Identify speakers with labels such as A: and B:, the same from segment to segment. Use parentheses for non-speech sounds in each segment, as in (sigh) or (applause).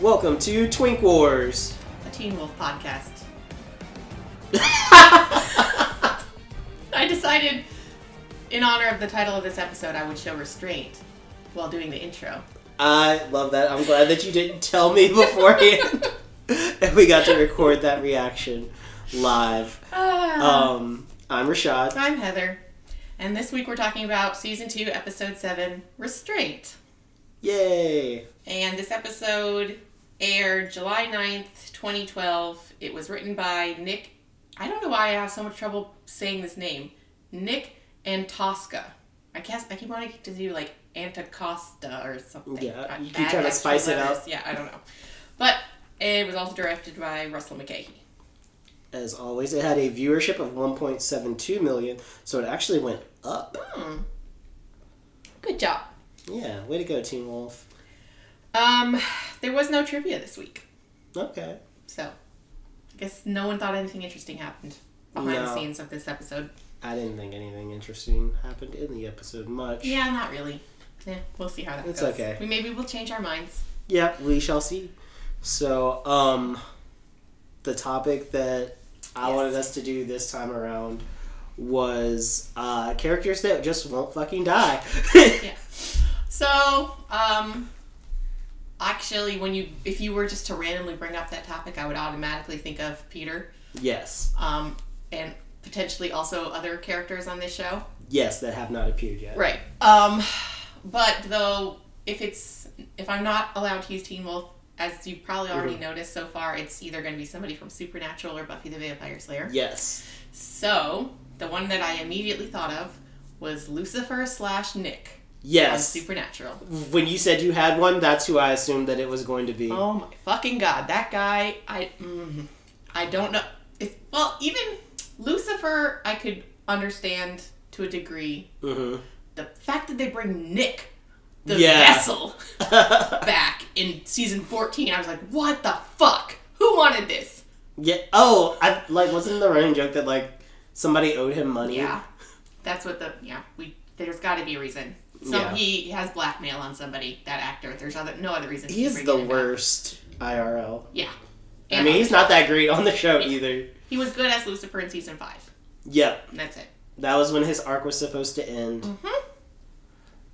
A: Welcome to Twink Wars.
B: a Teen Wolf podcast. I decided, in honor of the title of this episode, I would show restraint while doing the intro.
A: I love that. I'm glad that you didn't tell me (laughs) beforehand. (laughs) and we got to record that reaction live. Um, I'm Rashad.
B: I'm Heather, and this week we're talking about season two, episode seven, restraint.
A: Yay.
B: And this episode aired July 9th, 2012. It was written by Nick. I don't know why I have so much trouble saying this name. Nick Antosca. I guess I keep wanting to do like Antacosta or something.
A: Yeah,
B: Got
A: you keep
B: bad
A: trying to
B: extra
A: spice it up.
B: letters. Yeah, I don't know. But it was also directed by Russell McKay.
A: As always, it had a viewership of 1.72 million, so it actually went up.
B: Hmm. Good job.
A: Yeah, way to go, Teen Wolf.
B: Um, there was no trivia this week,
A: Okay.
B: so I guess no one thought anything interesting happened behind the
A: No.
B: scenes of this episode.
A: I didn't think anything interesting happened in the episode much.
B: Yeah, not really. Yeah, we'll see how that
A: It's
B: goes.
A: okay.
B: We maybe we'll change our minds.
A: Yeah, we shall see. So, um, the topic that I
B: Yes.
A: wanted us to do this time around was uh, characters that just won't fucking die. (laughs)
B: So, um, actually, when you if you were just to randomly bring up that topic, I would automatically think of Peter,
A: yes,
B: um, and potentially also other characters on this show.
A: yes, that have not appeared yet.
B: Right. Um, but though, if it's if I'm not allowed to use Teen Wolf, as you've probably already noticed so far, it's either going to be somebody from Supernatural or Buffy the Vampire Slayer.
A: Yes,
B: So, the one that I immediately thought of was Lucifer slash Nick on
A: yes. Mm-hmm.
B: Supernatural.
A: When you said you had one, that's who I assumed that it was going to be.
B: Oh my fucking god, that guy! I mm, I don't know. It's, well, even Lucifer, I could understand to a degree.
A: hmm
B: The fact that they bring Nick, the
A: Yeah.
B: vessel, back in season fourteen, I was like, what the fuck? Who wanted this?
A: (laughs) yeah. Oh, I like wasn't the running joke that like somebody owed him money.
B: Yeah. (laughs) That's what the yeah we there's got to be a reason. So
A: Yeah.
B: he has blackmail on somebody. That actor. There's other no other reason. to
A: He's
B: bring
A: the
B: it back.
A: worst IRL.
B: Yeah.
A: I mean, he's not that great on the show
B: Yeah.
A: either.
B: he was good as Lucifer in season five.
A: Yep.
B: And that's it.
A: That was when his arc was supposed to end.
B: Mm-hmm.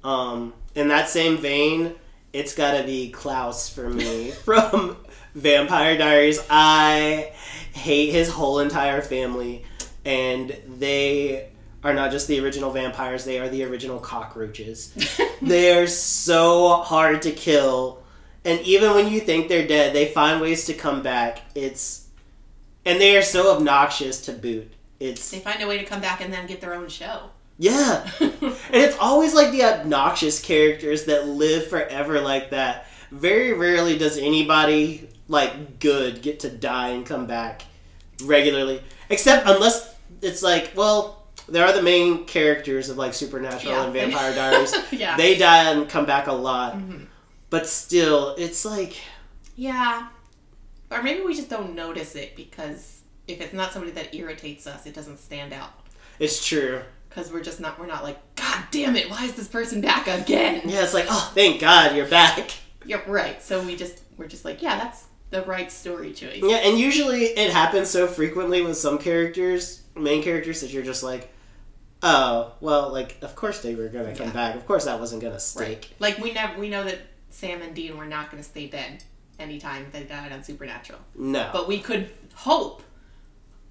A: Um, in that same vein, it's gotta be Klaus for me from Vampire Diaries. I hate his whole entire family, and they are not just the original vampires, they are the original cockroaches. they are so hard to kill, and even when you think they're dead, they find ways to come back. It's. And they are so obnoxious to boot. It's.
B: They find a way to come back and then get their own show.
A: (laughs) Yeah! And it's always like the obnoxious characters that live forever like that. Very rarely does anybody like good get to die and come back regularly, except unless it's like, well, there are the main characters of like Supernatural
B: Yeah.
A: and Vampire Diaries.
B: (laughs) yeah. Mm-hmm.
A: They die and come back a lot, but still, it's like,
B: yeah. Or maybe we just don't notice it because if it's not somebody that irritates us, it doesn't stand out.
A: it's true.
B: Because we're just not, we're not like, God damn it, why is this person back again?
A: Yeah, it's like, oh, thank God you're back.
B: Yep, right. So we just, we're just like, yeah, that's the right story choice.
A: Yeah, and usually it happens so frequently with some characters, main characters, that you're just like, oh, well, like, of course they were gonna come
B: Yeah.
A: back. Of course that wasn't gonna stick.
B: Right. Like we never, we know that Sam and Dean were not going to stay dead anytime they died on Supernatural.
A: No.
B: But we could hope,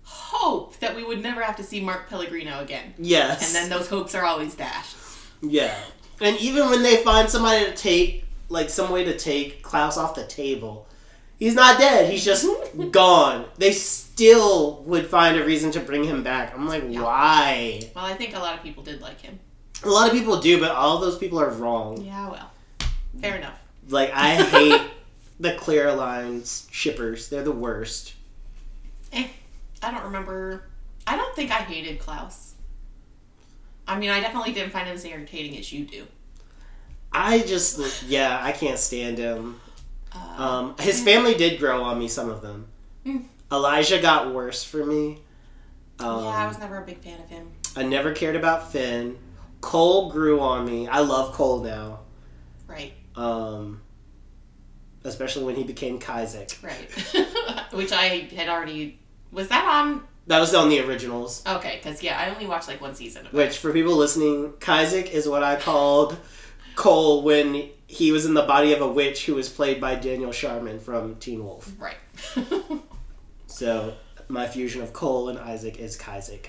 B: hope that we would never have to see Mark Pellegrino again.
A: yes.
B: And then those hopes are always dashed.
A: yeah. And even when they find somebody to take, like, some way to take Klaus off the table, he's not dead. He's
B: (laughs)
A: just gone. They still would find a reason to bring him back. I'm like,
B: Yeah.
A: why?
B: Well, I think a lot of people did like him.
A: A lot of people do, but all those people are wrong.
B: Yeah, well, fair enough.
A: Like, I
B: (laughs)
A: hate the clear lines shippers. They're the worst.
B: Eh, I don't remember. I don't think I hated Klaus. I mean, I definitely didn't find him as irritating as you do.
A: I just, yeah, I can't stand him.
B: Uh,
A: Um, his family did grow on me, some of them.
B: Mm.
A: Elijah got worse for me. Um,
B: yeah, I was never a big fan of him.
A: I never cared about Finn. Cole grew on me. I love Cole now.
B: Right.
A: Um, especially when he became Kaizek.
B: Right. (laughs) Which I had already. Was that on?
A: That was on the originals.
B: Okay, because yeah, I only watched like one season of it.
A: Which, for people listening, Kaizek is what I called Cole when he was in the body of a witch who was played by Daniel Sharman from Teen Wolf.
B: Right. Um,
A: So my fusion of Cole and Isaac is Kaizek.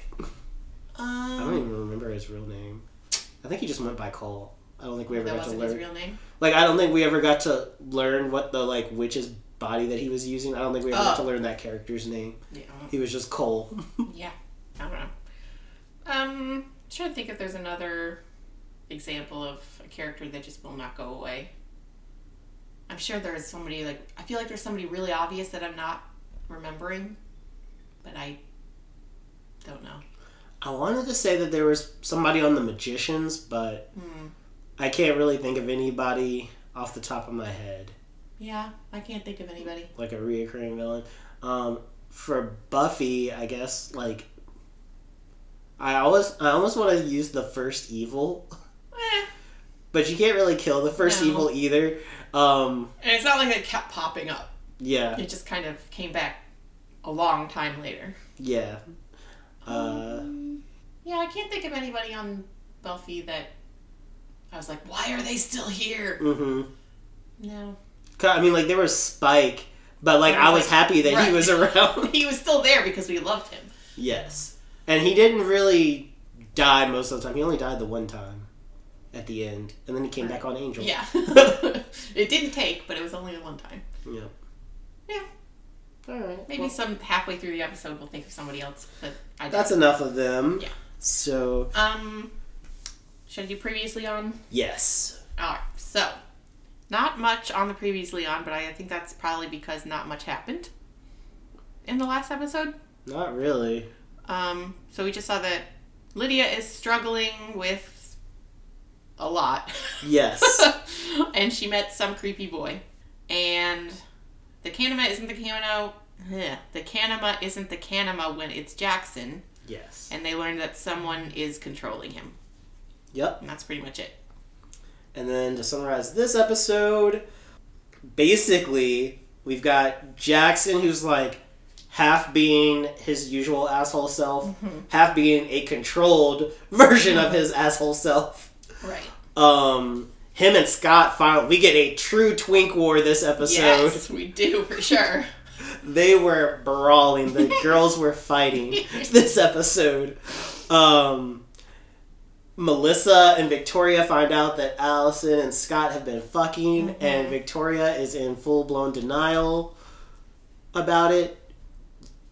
A: I don't
B: um,
A: even remember his real name. I think he just went by Cole. I don't think we ever
B: that
A: got to
B: wasn't his
A: learn.
B: real name.
A: Like I don't think we ever got to learn what the like witch's body that he was using. I don't think we ever got to
B: Oh.
A: learn that character's name.
B: Yeah, I
A: He was just Cole. (laughs)
B: don't- yeah, I don't know. Um, trying to think if there's another example of a character that just will not go away. I'm sure there's somebody like I feel like there's somebody really obvious that I'm not remembering, but I don't know.
A: I wanted to say that there was somebody on the Magicians, but
B: Hmm.
A: I can't really think of anybody off the top of my head
B: Yeah, I can't think of anybody.
A: like a reoccurring villain. Um, for Buffy, I guess like I always I almost want to use the first evil,
B: Eh.
A: but you can't really kill the first
B: No.
A: evil either. Um,
B: And it's not like it kept popping up.
A: yeah.
B: It just kind of came back a long time later.
A: Yeah. Uh,
B: Um. Yeah, I can't think of anybody on Buffy that I was like, why are they still here?
A: mm-hmm.
B: No.
A: I mean, like there was Spike, but like
B: I was
A: I was
B: like-
A: happy that he
B: Right.
A: was around.
B: (laughs) He was still there because we loved him.
A: yes, and he didn't really die most of the time. He only died the one time at the end, and then he came back on Angel.
B: Yeah. (laughs) it didn't take, but it was only the one time.
A: Yeah.
B: Yeah.
A: All right.
B: Maybe some halfway through the episode we'll think of somebody else, but I don't.
A: That's enough of them.
B: Yeah.
A: So
B: um, should I do previously on?
A: yes,
B: All right. So, not much on the previously on, but I think that's probably because not much happened in the last episode.
A: not really.
B: Um, so we just saw that Lydia is struggling with a lot. (laughs)
A: Yes.
B: and she met some creepy boy. And the Kanama isn't the Kanama. Ugh. The Kanama isn't the Kanama when it's Jackson.
A: yes.
B: And they learned that someone is controlling him.
A: Yep.
B: And that's pretty much it.
A: And then to summarize this episode, basically, we've got Jackson who's like half being his usual asshole self,
B: Mm-hmm.
A: half being a controlled (laughs) version of his asshole self.
B: Right.
A: Um, him and Scott finally we get a true twink war this episode.
B: Yes, we do for sure.
A: They were brawling,
B: (laughs)
A: the girls were fighting this episode. Um Melissa and Victoria find out that Allison and Scott have been fucking,
B: Mm-hmm.
A: and Victoria is in full blown denial about it.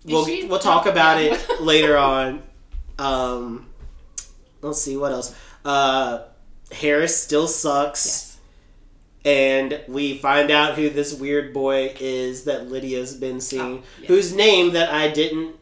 A: we'll
B: she?
A: we'll talk about
B: Yeah. (laughs)
A: it later on. Um, let's see what else. Uh, Harris still sucks,
B: (laughs) Yes.
A: and we find out who this weird boy is that Lydia's been seeing,
B: Oh, yeah.
A: whose name that I didn't.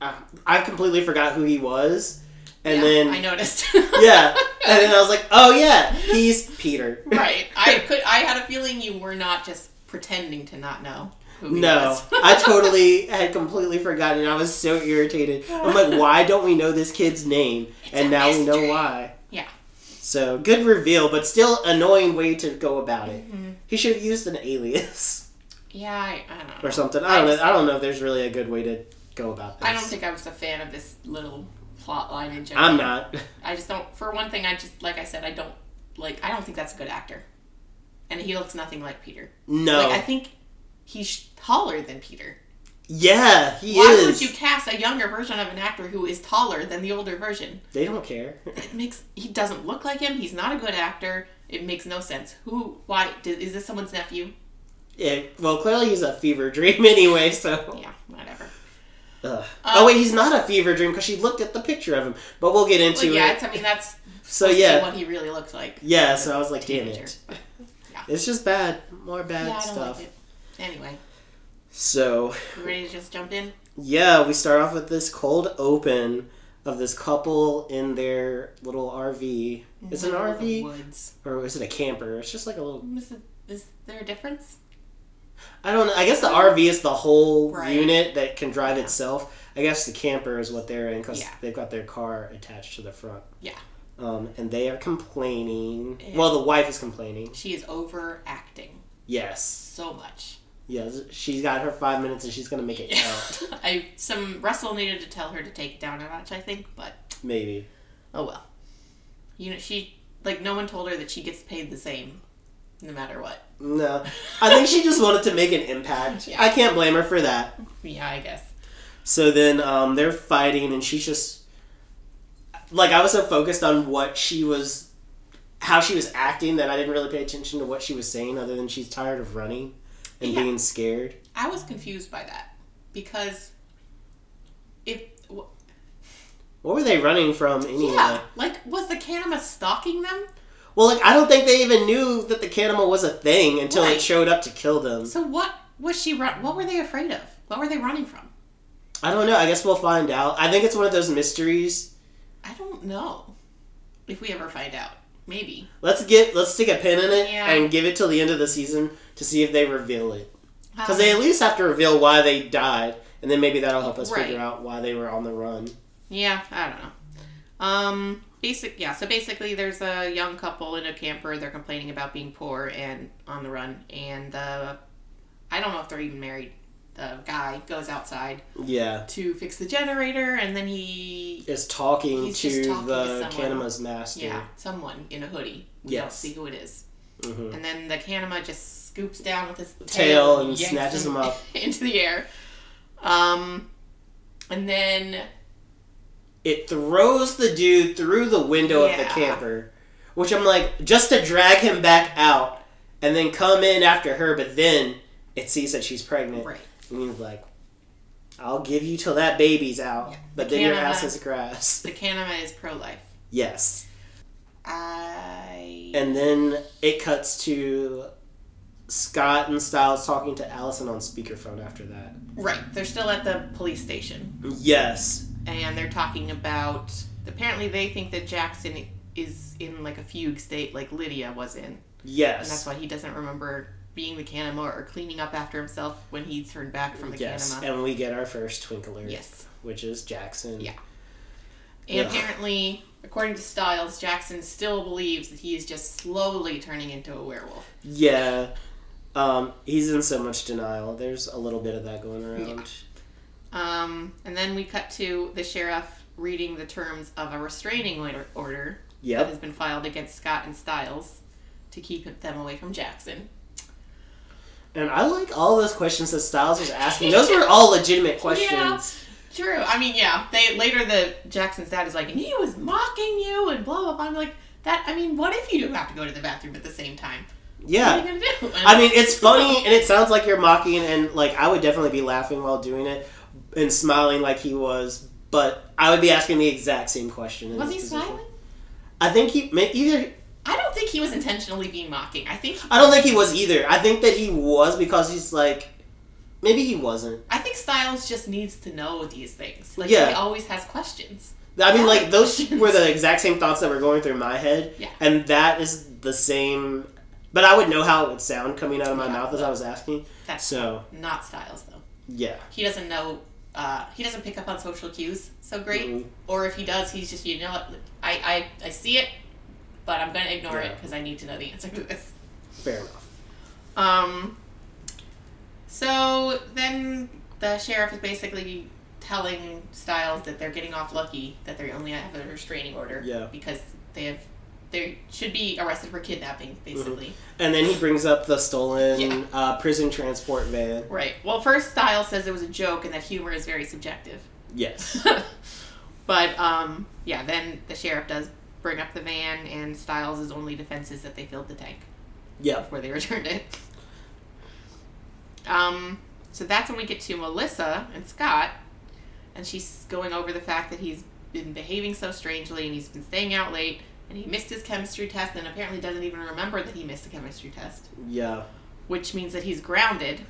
A: I, I completely forgot who he was, and
B: Yeah,
A: then
B: I noticed.
A: (laughs)
B: (laughs)
A: yeah. And then I was like, oh yeah, he's Peter.
B: right. I could. I had a feeling you were not just pretending to not know. Who
A: (laughs)
B: he
A: No,
B: was. (laughs)
A: I totally had completely forgotten. I was so irritated. I'm like,
B: (laughs)
A: why don't we know this kid's name? and
B: a
A: now we know
B: mystery.
A: why.
B: Yeah.
A: So good reveal, but still annoying way to go about it.
B: Mm-hmm.
A: He should have used an alias
B: Yeah, I, I don't know.
A: or something. I don't
B: I
A: know. I don't know if there's really a good way to go about this.
B: I don't think I was a fan of this little plot line in general.
A: I'm not.
B: I just don't. For one thing, I just like I said, I don't like. I don't think that's a good actor, and he looks nothing like Peter.
A: (laughs) No.
B: Like I think he's taller than Peter.
A: yeah, he
B: Why
A: is.
B: would you cast a younger version of an actor who is taller than the older version?
A: They don't care. (laughs)
B: It makes he doesn't look like him. He's not a good actor. It makes no sense. Who? Why? Did, is this someone's nephew?
A: Yeah, well, clearly he's a fever dream (laughs) anyway. So.
B: Yeah, Uh, whatever.
A: Ugh. oh wait, he's not a fever dream because she looked at the picture of him. But we'll get into
B: Well, yeah,
A: it.
B: it's, I mean that's
A: So
B: supposed to be
A: yeah,
B: what he really looks like.
A: Yeah, so I was like, damn
B: Teenager.
A: it. It's just bad. More bad
B: Yeah, I don't
A: stuff.
B: like it. Anyway,
A: so,
B: you ready to just jump in?
A: yeah, we start off with this cold open of this couple in their little RV. It's an
B: Middle of the
A: RV?
B: Woods.
A: Or is it a camper? It's just like a little.
B: Is, it- is there a difference?
A: I don't know. I guess the RV is the whole
B: Right.
A: unit that can drive itself. I guess the camper is what they're in because
B: Yeah.
A: they've got their car attached to the front.
B: Yeah.
A: Um, and they are complaining.
B: Yeah.
A: Well, the wife is complaining.
B: She is overacting.
A: Yes.
B: so much.
A: Yes. She's got her five minutes and she's gonna make it count.
B: (laughs) I some Russell needed to tell her to take it down a notch, I think, but
A: Maybe.
B: oh well. You know, she like no one told her that she gets paid the same, no matter what.
A: No. I think she just wanted to make an impact.
B: (laughs) Yeah.
A: I can't blame her for that.
B: Yeah, I guess.
A: So then um, they're fighting, and she's just like I was so focused on what she was, how she was acting that I didn't really pay attention to what she was saying, other than she's tired of running and
B: Yeah.
A: being scared.
B: I was confused by that because if w-
A: What were they running from anyway?
B: yeah, like was the Canema stalking them?
A: Well, like I don't think they even knew that the cannibal was a thing until
B: Right.
A: it showed up to kill them.
B: So what was she run? What were they afraid of? What were they running from?
A: I don't know. I guess we'll find out. I think it's one of those mysteries.
B: I don't know if we ever find out. Maybe.
A: Let's get let's stick a pin in it
B: Yeah.
A: and give it till the end of the season to see if they reveal it. Because they
B: Um,
A: at least have to reveal why they died, and then maybe that'll help us
B: Right.
A: figure out why they were on the run.
B: Yeah, I don't know. Um, basic, yeah. So basically, there's a young couple in a camper. They're complaining about being poor and on the run. And the, I don't know if they're even married. The guy goes outside
A: Yeah.
B: to fix the generator, and then he,
A: Is talking
B: He's
A: to
B: just talking
A: the
B: to someone.
A: Kanema's master.
B: yeah, someone in a hoodie. We don't
A: Yes.
B: see who it is.
A: Mhm.
B: And then the Kanema just scoops down with his
A: Tail
B: tail,
A: and
B: yanks
A: snatches him up.
B: (laughs) into the air. Um, and then
A: It throws the dude through the window of the
B: Yeah.
A: camper, which I'm like, just to drag him back out and then come in after her, but then it sees that she's pregnant.
B: right.
A: And he's like, I'll give you till that baby's out,
B: Yeah.
A: but
B: The
A: then your
B: Kanema-
A: ass is grass. (laughs)
B: The Kanema is pro life.
A: yes.
B: I
A: And then it cuts to Scott and Styles talking to Allison on speakerphone after that.
B: right. They're still at the police station,
A: Yes.
B: and they're talking about. Apparently, they think that Jackson is in like a fugue state, like Lydia was in, and that's
A: Yes.
B: why he doesn't remember being the Canema or cleaning up after himself when he turned back from the
A: yes.
B: Canema.
A: And we get our first twinkler,
B: Yes.
A: which is Jackson.
B: Yeah. And
A: Ugh.
B: apparently, according to Styles, Jackson still believes that he is just slowly turning into a werewolf.
A: Yeah. Um, he's in so much denial. There's a little bit of that going around.
B: Um, and then we cut to the sheriff reading the terms of a restraining order- order that
A: Yep.
B: has been filed against Scott and Stiles to keep them away from Jackson.
A: And I like all those questions that Styles was asking.
B: (laughs)
A: Those were all legitimate questions.
B: True. I mean, yeah. They later the Jackson's dad is like, and he was mocking you and blah blah blah. I'm like, that. I mean, what if you do have to go to the bathroom at the same time?
A: Yeah.
B: What are you gonna do?
A: I mean, it's funny and it sounds like you're mocking, and like I would definitely be laughing while doing it and smiling like he was, but I would be asking the exact same question. in
B: was
A: his
B: he
A: position.
B: smiling?
A: I think he ma- either.
B: I don't think he was intentionally being mocking. I think
A: I don't think he was either. I think that he was because he's like, maybe he wasn't.
B: I think Styles just needs to know these things. Like
A: Yeah.
B: he always has questions.
A: I mean, like those
B: Questions.
A: were the exact same thoughts that were going through my head,
B: Yeah.
A: and that is the same. But I would know how it would sound coming out of my
B: Yeah.
A: mouth as I was asking.
B: That's
A: So
B: not Styles though.
A: yeah,
B: He doesn't know. Uh, he doesn't pick up on social cues so great.
A: Mhm.
B: Or if he does, he's just you know what I I, I see it, but I'm gonna ignore it
A: Yeah.
B: because I need to know the answer to this.
A: fair enough.
B: Um. So then the sheriff is basically telling Styles that they're getting off lucky that they only have a restraining order
A: Yeah.
B: because they have they should be arrested for kidnapping basically.
A: And then he brings up the stolen
B: Yeah.
A: uh, prison transport van.
B: Right. Well, first Styles says it was a joke and that humor is very subjective. (laughs)
A: Yes.
B: but um, yeah, then the sheriff does bring up the van, and Styles' only defense is that they filled the tank
A: Yep.
B: before they (laughs) returned it. Um, so that's when we get to Melissa and Scott, and she's going over the fact that he's been behaving so strangely and he's been staying out late. And he missed his chemistry test and apparently doesn't even remember that he missed the chemistry test,
A: Yeah.
B: which means that he's grounded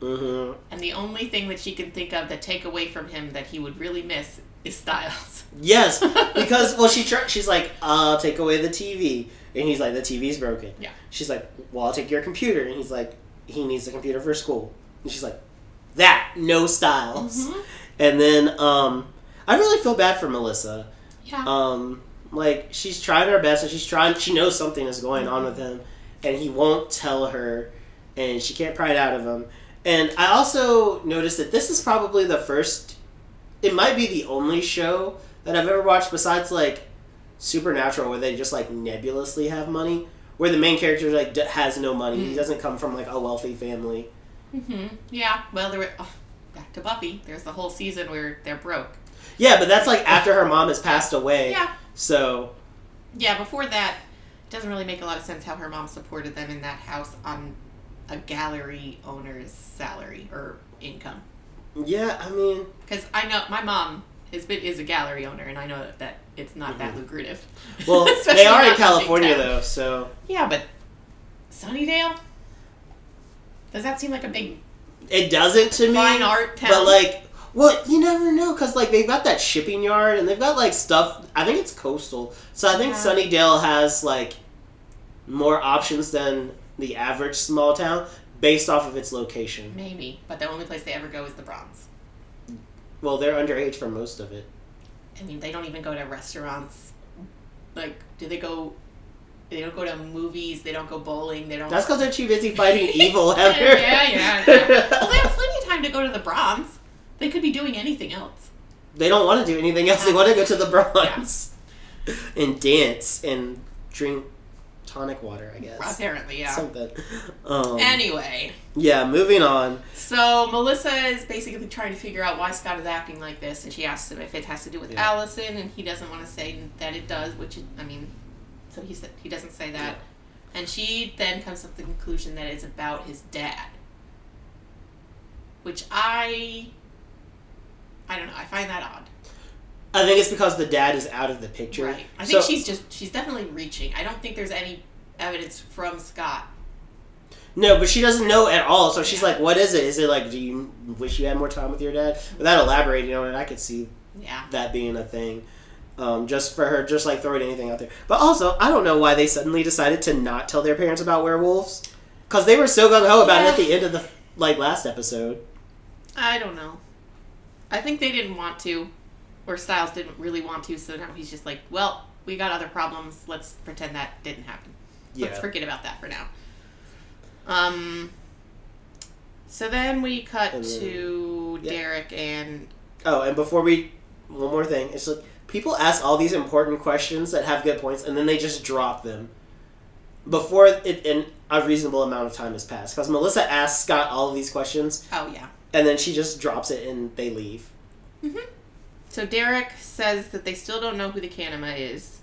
A: hmm
B: And the only thing that she can think of that take away from him that he would really miss is Styles.
A: Yes,
B: (laughs)
A: because well, she tr- she's like, "I'll take away the TV," and he's like, "The TV's broken."
B: Yeah.
A: She's like, "Well, I'll take your computer," and he's like, "He needs a computer for school," and she's like, "That no
B: Mm-hmm.
A: styles." And then um, I really feel bad for Melissa.
B: Yeah.
A: Um, like she's trying her best, and she's trying. She knows something is going on with him, and he won't tell her. and she can't pry it out of him. And I also noticed that this is probably the first, it might be the only show that I've ever watched besides like Supernatural where they just like nebulously have money, where the main character like d- has no money. He doesn't come from like a wealthy family.
B: hmm Yeah. Well, there were oh, back to Buffy. There's the whole season where they're broke.
A: Yeah, but that's like after her mom has passed away.
B: Yeah.
A: So
B: Yeah. Before that, it doesn't really make a lot of sense how her mom supported them in that house on a gallery owner's salary or income.
A: yeah, I mean,
B: Because I know my mom has been is a gallery owner, and I know that it's not that lucrative.
A: Mm-hmm. well,
B: (laughs) Especially
A: they are
B: not
A: in
B: big
A: California
B: town.
A: though, so
B: Yeah, but Sunnydale. Does that seem like a big
A: it doesn't to me.
B: fine art town?
A: But like, well, you never know because like they've got that shipping yard and they've got like stuff. I think it's coastal, so I think
B: Yeah.
A: Sunnydale has like more options than the average small town based off of its location.
B: maybe, but the only place they ever go is the Bronx.
A: Well, they're underage for most of it.
B: I mean, they don't even go to restaurants. Like, do they go? They don't go to movies. They don't go bowling. They don't. (laughs)
A: That's because they're too busy fighting evil. Heather.
B: yeah, yeah, yeah. well, they have plenty of time to go to the Bronx. They could be doing anything else.
A: (laughs) They don't want to do anything else. They want to go to the Bronx and dance and drink tonic water, I guess.
B: Apparently, yeah.
A: Something. Um,
B: anyway,
A: yeah, moving on.
B: so Melissa is basically trying to figure out why Scott is acting like this, and she asks him if it has to do with
A: Yeah.
B: Allison, and he doesn't want to say that it does. Which it, I mean, so he said he doesn't say that, and she then comes to the conclusion that it's about his dad, which I, I don't know. I find that odd.
A: I think it's because the dad is out of the picture.
B: Right. I think
A: So-
B: she's just she's definitely reaching. I don't think there's any evidence from Scott.
A: No, but she doesn't know at all. So she's like, what is it? Is it like, do you wish you had more time with your dad? Without elaborating on it, I could see
B: Yeah.
A: that being a thing. Um, just for her, just like throwing anything out there. But also, I don't know why they suddenly decided to not tell their parents about werewolves. Because they were so gung ho about it at the end of the like last episode.
B: I don't know. I think they didn't want to, or Styles didn't really want to. So now he's just like, well, we got other problems. Let's pretend that didn't happen. Let's forget about that for now. Um. So then we cut
A: And then-
B: to
A: yeah.
B: Derek and
A: Oh, and before we, one more thing. It's like people ask all these important questions that have good points, and then they just drop them before it, and a reasonable amount of time has passed. Because Melissa asks Scott all of these questions,
B: oh yeah.
A: and then she just drops it, and they leave.
B: So Derek says that they still don't know who the Canema is,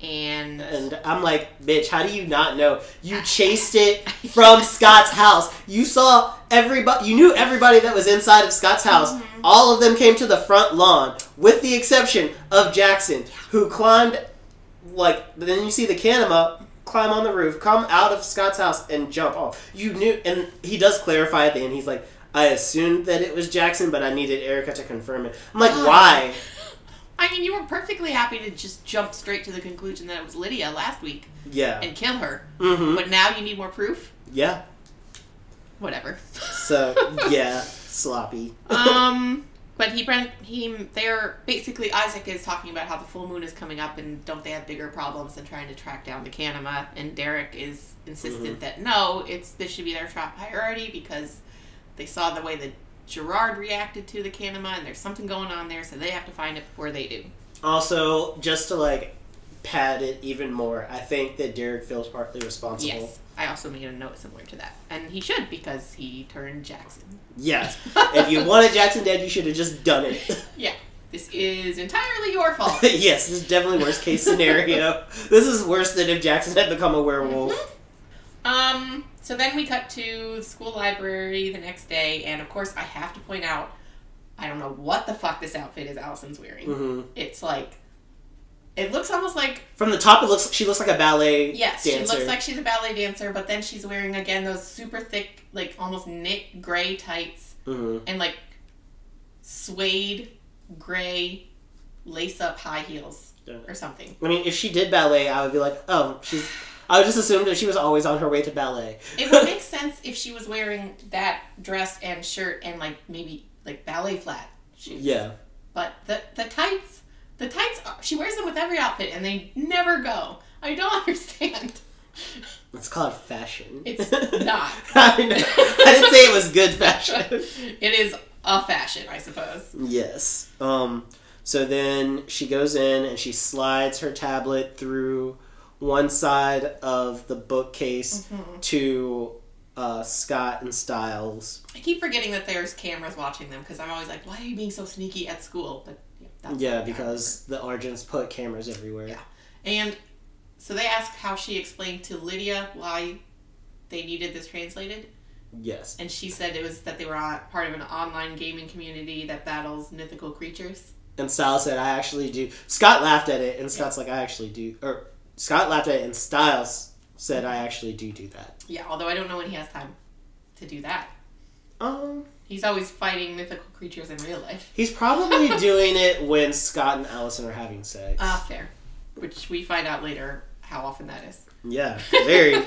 B: and
A: And I'm like, bitch, how do you not know? You chased it from Scott's house. You saw everybody. You knew everybody that was inside of Scott's house. All of them came to the front lawn, with the exception of Jackson, who climbed. Like then you see the canema climb on the roof, come out of Scott's house, and jump off. You knew, and he does clarify at the end. He's like, I assumed that it was Jackson, but I needed Erica to confirm it. I'm like,
B: Oh.
A: why?
B: I mean, you were perfectly happy to just jump straight to the conclusion that it was Lydia last week
A: Yeah.
B: and kill her,
A: Mm-hmm.
B: but now you need more proof.
A: Yeah.
B: Whatever. (laughs)
A: So yeah, sloppy.
B: um, but he brought he they're basically Isaac is talking about how the full moon is coming up and don't they have bigger problems than trying to track down the Canema? And Derek is insistent that no, it's this should be their top priority because they saw the way that Gerard reacted to the Canema and there's something going on there, so they have to find it before they do.
A: Also, just to like pad it even more, I think that Derek feels partly responsible.
B: Yes. I also made a note similar to that. And he should because he turned Jackson.
A: Yes. if you wanted Jackson dead, you should have just done it. (laughs)
B: Yeah. This is entirely your fault.
A: yes, this is definitely worst case scenario. this is worse than if Jackson had become a werewolf.
B: um so then we cut to the school library the next day and of course I have to point out I don't know what the fuck this outfit is Allison's wearing.
A: hmm
B: It's like it looks almost like
A: From the top, it looks she looks like a ballet
B: yes,
A: dancer.
B: she looks like she's a ballet dancer, but then she's wearing again those super thick, like almost knit gray tights
A: hmm
B: and like suede gray lace up high heels
A: Yeah.
B: or something.
A: I mean, if she did ballet, I would be like, oh, she's. I would just assume that she was always on her way to ballet.
B: It would make sense if she was wearing that dress and shirt and like maybe like ballet flat shoes.
A: yeah.
B: But the the tights, the tights, are- she wears them with every outfit and they never go. I don't (laughs) understand.
A: It's called fashion.
B: It's not.
A: (laughs) I, know. I didn't say it was good fashion.
B: it is a fashion, I suppose.
A: Yes. Um, so then she goes in and she slides her tablet through one side of the bookcase to uh, Scott and Styles.
B: I keep forgetting that there's cameras watching them because I'm always like, why are you being so sneaky at school? But yeah, that's
A: Yeah, because the Argents put cameras everywhere.
B: Yeah. And so they ask how she explained to Lydia why they needed this translated,
A: Yes.
B: and she said it was that they were on, part of an online gaming community that battles mythical creatures.
A: And Styles said, I actually do. Scott laughed at it, and Scott's like, I actually do. Or Scott laughed at it, and Styles said, I actually do do that.
B: Yeah, although I don't know when he has time to do that.
A: Um,
B: He's always fighting mythical creatures in real life.
A: he's
B: (laughs)
A: probably doing it when Scott and Allison are having sex.
B: Ah, fair. Which we find out later how often that is.
A: yeah, very.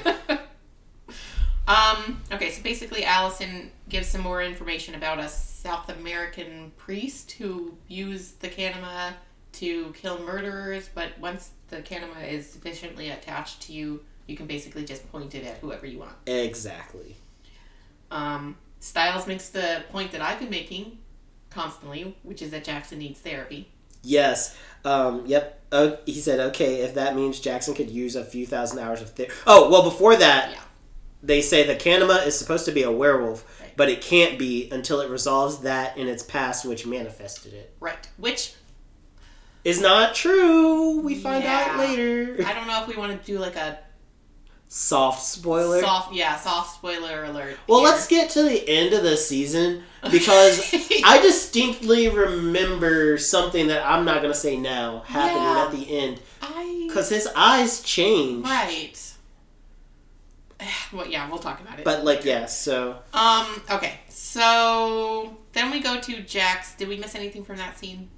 B: um, okay, so basically, Allison gives some more information about a South American priest who used the Kanama to kill murderers, but once the Kanama is sufficiently attached to you, you can basically just point it at whoever you want.
A: exactly.
B: Um, Styles makes the point that I've been making constantly, which is that Jackson needs therapy.
A: Yes. Um, yep. Uh, he said, okay, if that means Jackson could use a few thousand hours of therapy. Oh, well, before that,
B: Yeah.
A: they say the Kanama is supposed to be a werewolf,
B: Right.
A: but it can't be until it resolves that in its past, which manifested it.
B: Right. Which
A: Is not true. We find out
B: Yeah.
A: later.
B: I don't know if we want to do like a
A: Soft spoiler.
B: soft, yeah, soft spoiler alert.
A: Well,
B: here.
A: let's get to the end of the season
B: (laughs)
A: because I distinctly remember something that I'm not going to say now happening
B: Yeah.
A: at the end
B: I
A: because his eyes change.
B: Right. (sighs) Well, yeah, we'll talk about it.
A: But, like, yeah, so.
B: um, okay. So then we go to Jack's. Did we miss anything from that scene?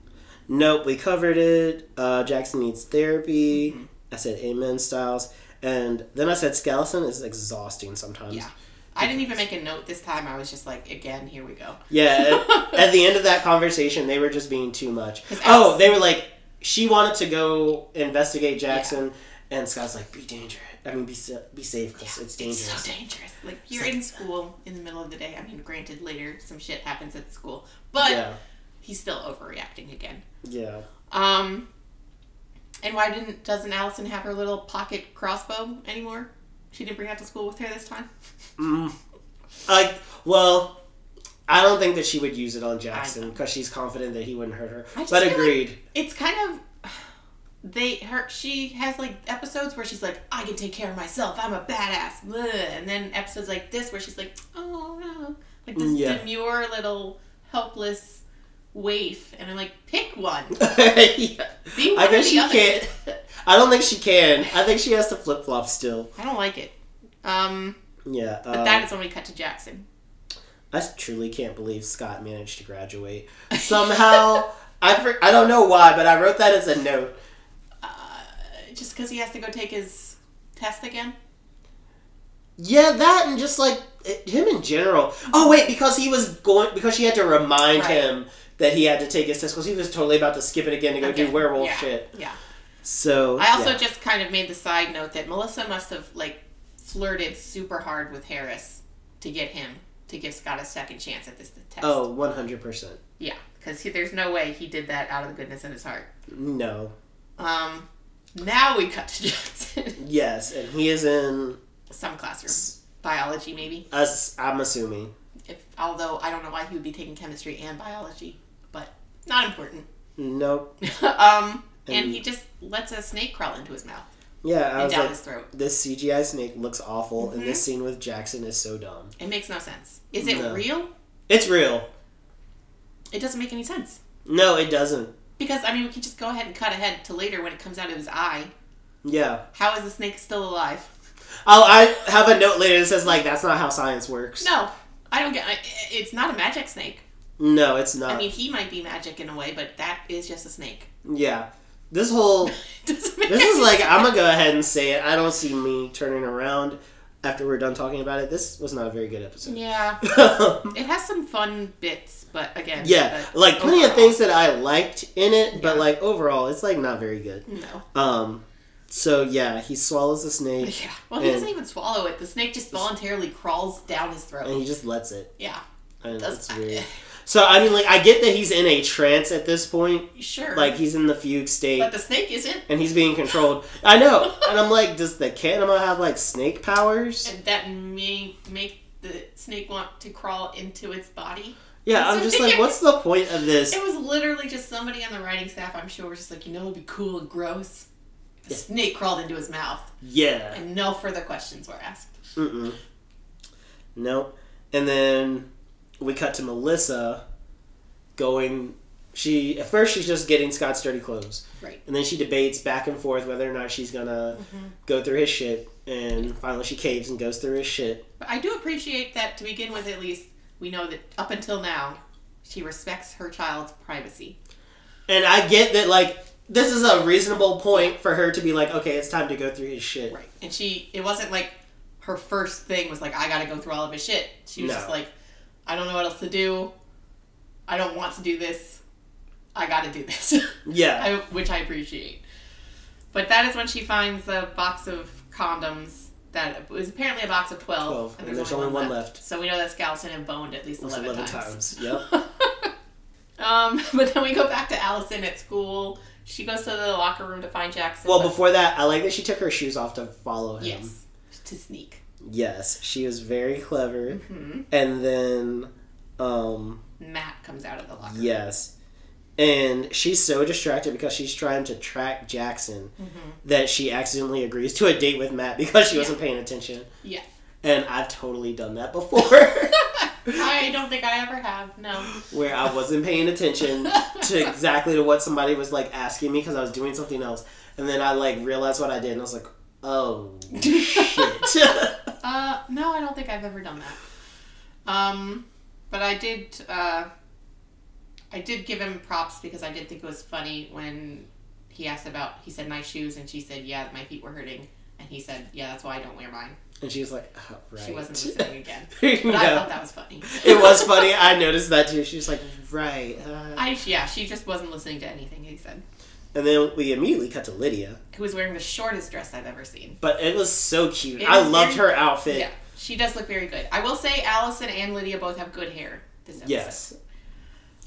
A: Nope, we covered it. Uh, Jackson needs therapy.
B: Mm-hmm.
A: I said amen, Styles. And then I said Skeleton is exhausting sometimes.
B: Yeah. I didn't even make a note this time. I was just like, again, here we go.
A: Yeah, at,
B: (laughs)
A: at the end of that conversation, they were just being too much.
B: 'Cause
A: Oh,
B: Alex-
A: they were like, she wanted to go investigate Jackson, and Scott's like, be dangerous. I mean, be, sa- be safe because it's dangerous.
B: It's so dangerous. Like you're in school in the middle of the day. I mean, granted, later some shit happens at the school, but
A: yeah,
B: he's still overreacting again.
A: yeah.
B: Um, and why didn't doesn't Allison have her little pocket crossbow anymore? She didn't bring that to school with her this time.
A: Mm. Like, well, I don't think that she would use it on Jackson because she's confident that he wouldn't hurt her.
B: I just
A: But
B: feel like-
A: agreed. (laughs)
B: it's kind of (sighs) they her she has like episodes where she's like i can take care of myself i'm a badass Blah. and then episodes like this where she's like oh no like this
A: Mm, Yeah.
B: demure little helpless waif and i'm like pick one
A: Yeah.
B: be one
A: I guess
B: or the
A: she
B: other.
A: can't. I don't think she can. I think she has to flip flop still.
B: i don't like it um
A: Yeah.
B: but
A: um,
B: that is when we cut to jackson
A: I truly can't believe Scott managed to graduate somehow. (laughs) I for, I don't know why, but I wrote that as a note.
B: just because he has to go take his test again
A: Yeah, that and just like it, him in general. Oh wait, because he was going because she had to remind
B: Right.
A: him that he had to take his test because he was totally about to skip it again to go
B: Okay.
A: do werewolf
B: Yeah.
A: shit.
B: yeah
A: So
B: I also
A: yeah.
B: just kind of made the side note that Melissa must have like flirted super hard with Harris to get him to give Scott a second chance at this test.
A: oh 100 percent
B: yeah, because there's no way he did that out of the goodness of his heart.
A: no
B: Um, now we cut to (laughs) Jackson.
A: yes, and he is in
B: Some classroom, biology maybe.
A: us. I'm assuming
B: If although I don't know why he would be taking chemistry and biology, but not important.
A: nope.
B: (laughs) um, and
A: And-
B: he just lets a snake crawl into his mouth
A: Yeah, I
B: and
A: was
B: down
A: like,
B: his throat.
A: this CGI snake looks awful, and
B: Mm-hmm.
A: this scene with Jackson is so dumb.
B: It makes no sense. Is it
A: No.
B: real?
A: It's real.
B: It doesn't make any sense.
A: No, it doesn't.
B: Because I mean, we can just go ahead and cut ahead to later when it comes out of his eye.
A: Yeah.
B: How is the snake still alive?
A: Oh, I have a note later that says like that's not how science works.
B: No, I don't get. I, it's not a magic snake.
A: No, it's not.
B: I mean, he might be magic in a way, but that is just a snake. (laughs)
A: yeah. This whole
B: Doesn't make
A: this is
B: any
A: like
B: sense.
A: I'm gonna go ahead and say it. I don't see me turning around after we're done talking about it. This was not a very good episode.
B: Yeah,
A: (laughs) Yeah.
B: it has some fun bits, but again, but
A: like plenty of
B: overall,
A: things that I liked in it, but
B: Yeah.
A: like overall, it's like not very good.
B: No,
A: Um, So yeah, he swallows the snake
B: (laughs) Yeah. Well, he
A: And-
B: doesn't even swallow it. The snake just voluntarily crawls down his throat.
A: and he just lets it.
B: yeah.
A: And
B: That's-
A: it's weird. So I mean, like I get that he's in a trance at this point,
B: Sure.
A: like he's in the fugue state.
B: but the snake isn't.
A: and he's being controlled. I know, and I'm like, does the cat animal have like snake powers?
B: And that may make the snake want to crawl into its body.
A: Yeah, I'm just like, what's the point of this?
B: It was literally just somebody on the writing staff, I'm sure, was just like, you know, it'd be cool and gross. The snake crawled into his mouth,
A: Yeah,
B: and no further questions were asked.
A: mm-mm, no. And then we cut to Melissa going. She at first she's just getting Scott's dirty clothes,
B: Right.
A: and then she debates back and forth whether or not she's gonna go through his shit. And finally, she caves and goes through his shit.
B: But I do appreciate that to begin with, at least, we know that up until now, she respects her child's privacy.
A: And I get that, like, this is a reasonable point for her to be like, okay, it's time to go through his shit.
B: Right. And she, it wasn't like her first thing was like, I gotta go through all of his shit. She was
A: No.
B: just like, I don't know what else to do. I don't want to do this. I gotta do this. (laughs)
A: Yeah.
B: I, which I appreciate. But that is when she finds the box of condoms that it was apparently a box of 12.
A: 12, and there's only one left.
B: So we know that Skeleton had boned at least
A: It was
B: 11,
A: 11
B: times.
A: times. Yep.
B: Um, (laughs) but then we go back to Allison at school. She goes to the locker room to find
A: (laughs)
B: Jackson.
A: Well,
B: but-
A: before that, I like that she took her shoes off to follow him.
B: Yes. To sneak.
A: Yes, she was very clever.
B: hmm
A: And then, um,
B: Matt comes out of the locker room.
A: yes. And she's so distracted because she's trying to track Jackson
B: Mm-hmm.
A: that she accidentally agrees to a date with Matt because she wasn't paying attention.
B: Yeah.
A: And I've totally done that
B: (laughs)
A: before.
B: I don't think I ever have. No.
A: where I wasn't paying attention to exactly to what somebody was like asking me because I was doing something else, and then I like realized what I did, and I was like, "Oh
B: (laughs)
A: shit!"
B: Uh, no, I don't think I've ever done that. Um, but I did. Uh, I did give him props because I did think it was funny when he asked about. He said my shoes, and she said, "Yeah, my feet were hurting." And he said, "Yeah, that's why I don't wear mine."
A: and she was like, oh, "Right."
B: She
A: (laughs)
B: wasn't listening again, but I
A: no,
B: thought that was funny. (laughs)
A: it was funny. I noticed that too. She was like, "Right." Uh.
B: I yeah, she just wasn't listening to anything he said.
A: And then we immediately cut to Lydia,
B: Who was wearing the shortest dress I've ever seen?
A: but it was so cute.
B: It
A: I
B: was
A: loved
B: very-
A: her outfit.
B: Yeah, she does look very good. I will say, Allison and Lydia both have good hair. This episode.
A: Yes.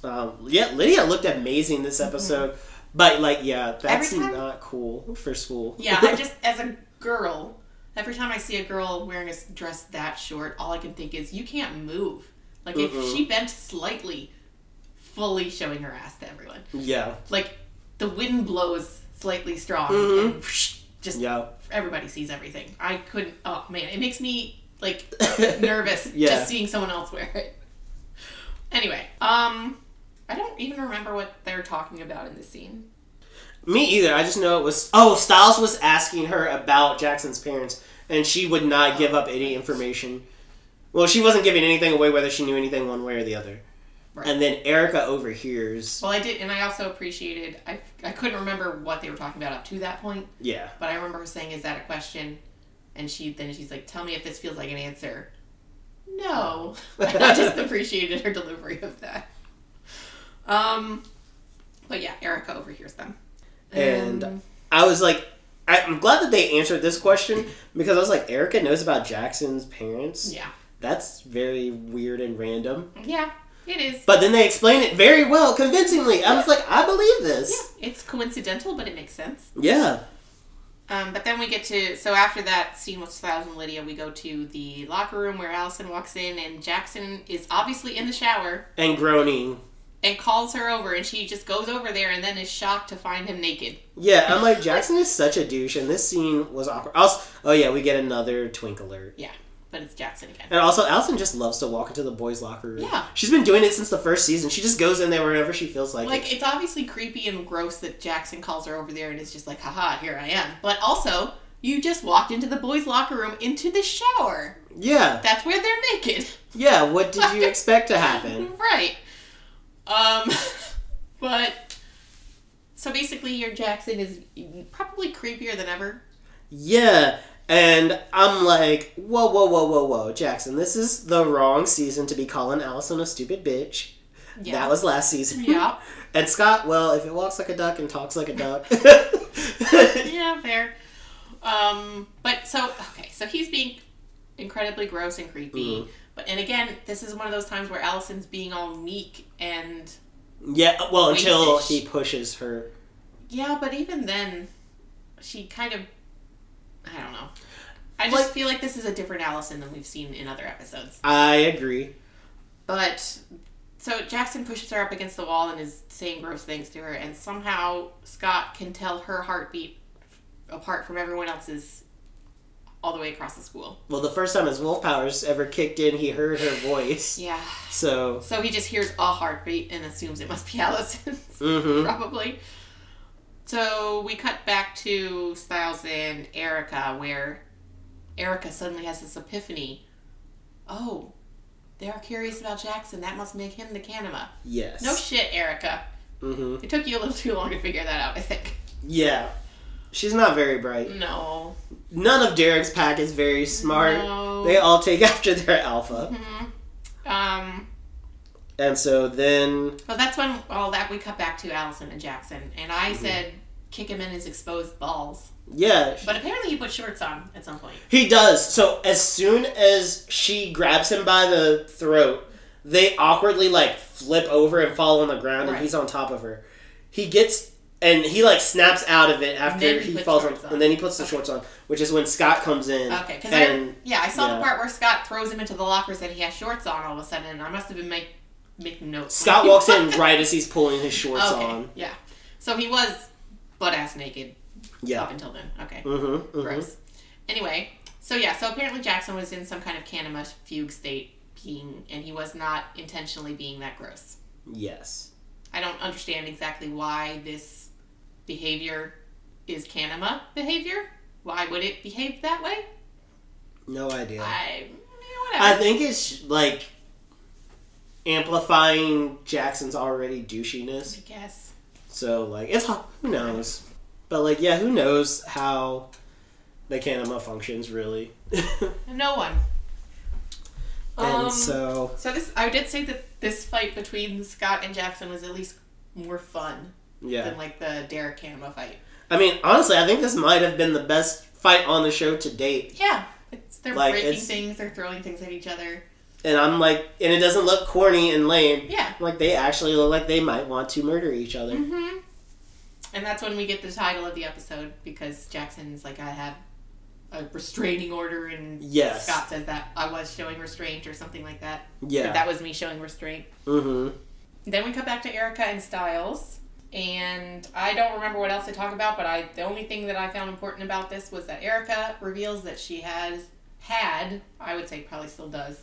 A: Um, yeah, Lydia looked amazing this episode, but like, yeah, that's
B: Mm-hmm. time-
A: not cool for school.
B: Yeah,
A: (laughs)
B: I just as a girl, every time I see a girl wearing a s- dress that short, all I can think is you can't move. Like if
A: Mm-mm.
B: she bent slightly, fully showing her ass to everyone.
A: yeah,
B: Like the wind blows slightly strong,
A: Mhm.
B: and just
A: yeah.
B: everybody sees everything. I couldn't. Oh man, it makes me
A: (laughs)
B: like nervous
A: Yeah.
B: just seeing someone else wear it. Anyway, um, I don't even remember what they're talking about in this scene.
A: Me either. I just know it was. Oh, Styles was asking her about Jackson's parents, and she would not give up any information. Well, she wasn't giving anything away, whether she knew anything one way or the other.
B: Right.
A: And then Erica overhears.
B: Well, I did, and I also appreciated. I, I couldn't remember what they were talking about up to that point,
A: Yeah,
B: but I remember her saying, "Is that a question?" And she then she's like, "Tell me if this feels like an answer." No, (laughs) And I just appreciated her delivery of that. Um, but yeah, Erica overhears them,
A: And-
B: Um,
A: I was like, I, I'm glad that they answered this question because I was like, Erica knows about Jackson's parents.
B: yeah,
A: That's very weird and random.
B: yeah, it is.
A: But then they explain it very well, convincingly. I was like, I believe
B: Yeah,
A: this.
B: it's coincidental, but it makes sense.
A: Yeah.
B: Um, but then we get to so after that scene with Styles and Lydia, we go to the locker room where Allison walks in, and Jackson is obviously in the shower
A: And groaning.
B: and calls her over, and she just goes over there and then is shocked to find him naked.
A: Yeah, I'm
B: (laughs)
A: like Jackson is such a douche, and this scene was awkward. Also, oh yeah, we get another twink alert,
B: Yeah, but it's Jackson again.
A: and also Allison just loves to walk into the boys' locker room.
B: Yeah.
A: she's been doing it since the first season. She just goes in there whenever she feels like, it.
B: Like it's obviously creepy and gross that Jackson calls her over there and is just like, "Haha, here I am." But also, you just walked into the boys' locker room into the shower.
A: Yeah,
B: That's where they're naked. (laughs)
A: yeah. What did you expect to happen?
B: Right. Um, (laughs) but so basically, your Jackson is probably creepier than ever.
A: Yeah, and I'm like, whoa, whoa, whoa, whoa, whoa, Jackson. This is the wrong season to be calling Allison a stupid bitch. That was last season. (laughs)
B: yeah. (laughs)
A: And Scott, well, if it walks like a duck and talks like a duck,
B: Yeah. Fair. Um, but so okay, so he's being incredibly gross and creepy. But and again, this is one of those times where Allison's being all meek and
A: (laughs) Yeah, well, until
B: Whitefish.
A: he pushes her.
B: yeah, but even then, she kind of I don't know. I just
A: Like-
B: feel like this is a different Allison than we've seen in other episodes.
A: I agree.
B: But so Jackson pushes her up against the wall and is saying gross things to her, and somehow Scott can tell her heartbeat apart from everyone else's all the way across the school.
A: Well, the first time his wolf powers ever kicked in, he heard her voice.
B: Yeah.
A: So,
B: So he just hears a heartbeat and assumes it must be (laughs) Allison's,
A: hmm
B: probably. So we cut back to Styles and Erica, where Erica suddenly has this epiphany. Oh, they are curious about Jackson. That must make him the Canema.
A: yes.
B: No shit, Erica.
A: hmm
B: It took you a little (laughs) too long to figure that out, I think.
A: Yeah. She's not very bright.
B: No.
A: None of Derek's pack is very smart.
B: No.
A: They all take (laughs) after their alpha.
B: Mhm. Um,
A: And so then,
B: well, that's when all that we cut back to Allison and Jackson, and I said, kick him in his exposed balls.
A: yeah,
B: But apparently he put shorts on at some point.
A: He does. So as soon as she grabs him by the throat, they awkwardly like flip over and fall on the ground, and
B: Right.
A: he's on top of her. He gets and he like snaps out of it after
B: then he
A: he,
B: puts
A: falls on,
B: shorts on.
A: and then he puts the shorts on, which is when Scott comes in.
B: Okay, because I
A: and
B: yeah, I saw
A: yeah.
B: the part where Scott throws him into the lockers and he has shorts on all of a sudden. And I must have been make, making notes.
A: Scott walks
B: (laughs)
A: in right as he's pulling his shorts
B: okay,
A: on.
B: yeah. So he was butt ass naked up
A: Yeah.
B: until then. Okay,
A: Mm-hmm. mm-hmm.
B: gross. Anyway, so yeah, so apparently Jackson was in some kind of canema fugue state, being, and he was not intentionally being that gross.
A: Yes.
B: I don't understand exactly why this behavior is canema behavior. Why would it behave that way?
A: No idea.
B: I, eh, whatever.
A: I think it's like amplifying Jackson's already douchiness.
B: I guess.
A: So like it's ho- who knows, but like yeah, who knows how the Canema functions really? (laughs) and
B: No one. Um, so,
A: so
B: this I did say that this fight between Scott and Jackson was at least more fun
A: yeah,
B: than like the Derek Canema fight.
A: I mean honestly, I think this might have been the best fight on the show to date,
B: Yeah, it's they're
A: Like,
B: breaking
A: it's-
B: things, they're throwing things at each other.
A: and I'm like, and it doesn't look corny and lame.
B: Yeah.
A: Like they actually look like they might want to murder each other.
B: Mm-hmm. And that's when we get the title of the episode because Jackson's like, I have a restraining order, and
A: Yes.
B: Scott says that I was showing restraint or something like that. Or
A: Yeah.
B: that was me showing restraint.
A: mm-hmm.
B: Then we cut back to Erica and Styles, and I don't remember what else they talk about, but I the only thing that I found important about this was that Erica reveals that she has had, I would say probably still does,